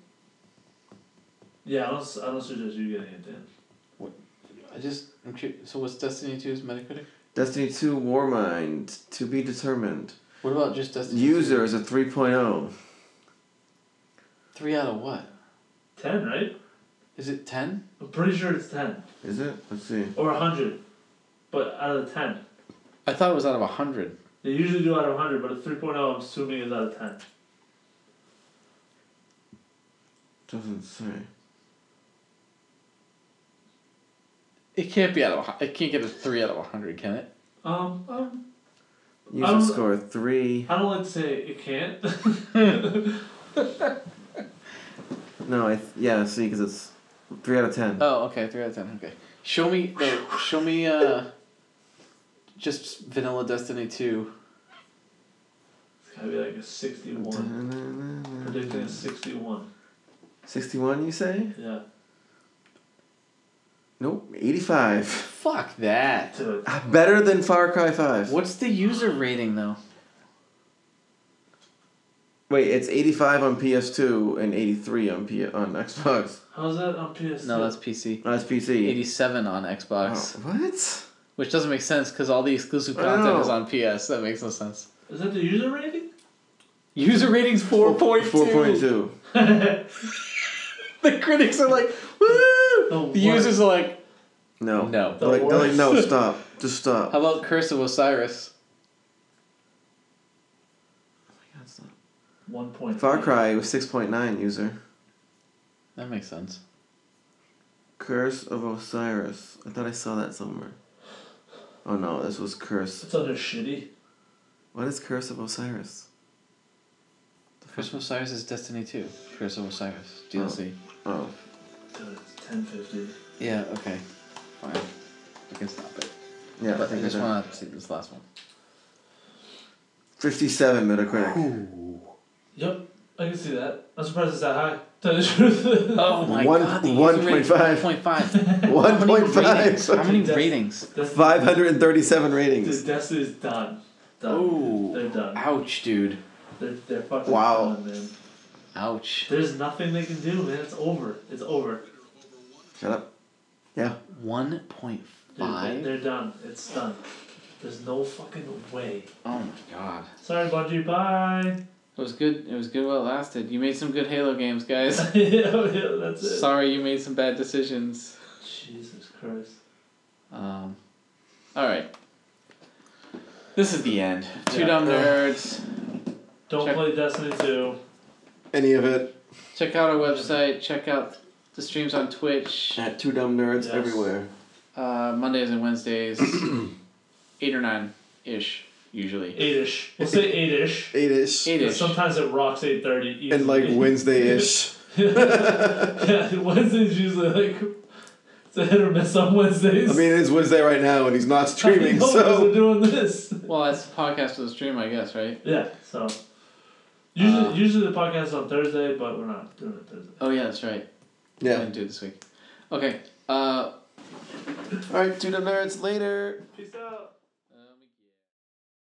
B: Yeah, I don't. s- I don't suggest you getting it, Dan.
D: I just I'm cu- so what's Destiny 2's Metacritic?
C: Destiny 2 Warmind, to be determined.
D: What about just Destiny? 2?
C: User is a oh, 3.0.
D: Three out of what?
B: Ten, right?
D: Is it ten?
B: I'm pretty sure it's ten
C: Is it? Let's see.
B: or hundred, but out of ten.
A: I thought it was out of 100.
B: They usually do out of 100, but a 3.0, I'm assuming, is out of 10.
C: Doesn't say.
A: It can't be out of. a hu- It can't get a three out of 100, can it?
B: Um, um,
C: User
B: Um,
C: score 3.
B: I don't like to say it can't.
C: No, I th- yeah, see, because it's 3 out of 10.
A: Oh, okay, three out of 10. Okay, show me the. Show me uh. Just vanilla Destiny two.
B: It's gotta be like a 61. Predicting a 61.
C: 61, you say?
B: Yeah.
C: Nope, 85.
A: Fuck that.
B: To
C: Better than Far Cry 5.
A: What's the user rating though?
C: Wait, it's 85 on PS2 and 83 on P- on Xbox.
B: How's that on PS2?
A: No, that's PC.
C: That's PC.
A: 87 on Xbox,
C: Oh, what?
A: which doesn't make sense because all the exclusive
C: I
A: content
C: know.
A: is on PS. That makes no sense.
B: Is that the user rating?
A: User ratings 4.2.
C: 4.2.
A: The critics are like, woo!
B: The
A: The users are like,
C: No.
A: no.
C: They're like, they're like, no, stop. Just stop.
A: How about Curse of Osiris?
B: 1 point.
C: Far Cry was 6.9 user.
A: That makes sense.
C: Curse of Osiris. I thought I saw that somewhere. Oh no, this was Curse.
B: It's under shitty.
C: What is Curse of Osiris?
A: Curse of Osiris is Destiny 2. Curse of Osiris, DLC.
C: Oh.
B: Dude, it's 1050.
A: Yeah, okay. Fine. We can stop it.
C: Yeah,
A: But I
C: think
A: just
C: it's-
A: want to see this last one.
C: 57 Metacritic.
B: Yep, I can see that. I'm surprised it's that high. to Tell you the truth.
A: Oh my
C: One-
A: god. the
C: one
A: user rating is
C: point five.
A: 1.5. How many ratings?
C: 1.5.
A: How many
B: That's-
A: ratings?
B: That's
C: 537 ratings.
B: Dude, Destiny's done. Done.
A: Oh.
B: They're done.
A: Ouch, dude.
B: They're, they're fucking
C: Wow.
B: done, man.
A: Ouch.
B: There's nothing they can do, man. It's over. It's over.
C: Shut up. Yeah.
B: Dude,
A: 1.5?
B: They're, they're done. It's done. There's no fucking way.
A: Oh my god.
B: Sorry, Bungie. Bye.
A: It was good. It was good while it lasted. You made some good Halo games, guys.
B: yeah, yeah, that's it.
A: Sorry you made some bad decisions.
B: Jesus Christ.
A: Um, all right. This is the end. Two
B: Yeah.
A: dumb nerds.
B: Don't
A: Check-
B: play Destiny 2.
C: Any of it
A: Check out our website. Check out the streams on Twitch.
C: at Two Dumb Nerds
B: Yes.
C: everywhere.
A: Uh, Mondays and Wednesdays, eight or nine ish usually.
B: Eight-ish. We'll say eight-ish.
C: Eight ish.
A: Eight ish.
B: Sometimes it rocks 8.30.
C: And like
B: Wednesday.
C: Wednesday ish.
B: yeah, Wednesday's usually like... It's a hit or miss on Wednesdays.
C: I mean, it's Wednesday right now and he's not
B: I
C: streaming,
B: know, 'cause
C: so.
B: We're doing this.
A: Well, that's the podcast of the stream, I guess, right?
B: Yeah, so... Usually,
A: Uh,
B: usually the podcast is on Thursday, but we're not doing it Thursday.
A: Oh yeah, that's right. I
C: Yeah.
A: didn't do it this week. Okay. Uh,
C: Alright, Two Dumb Nerds, later.
B: Peace out.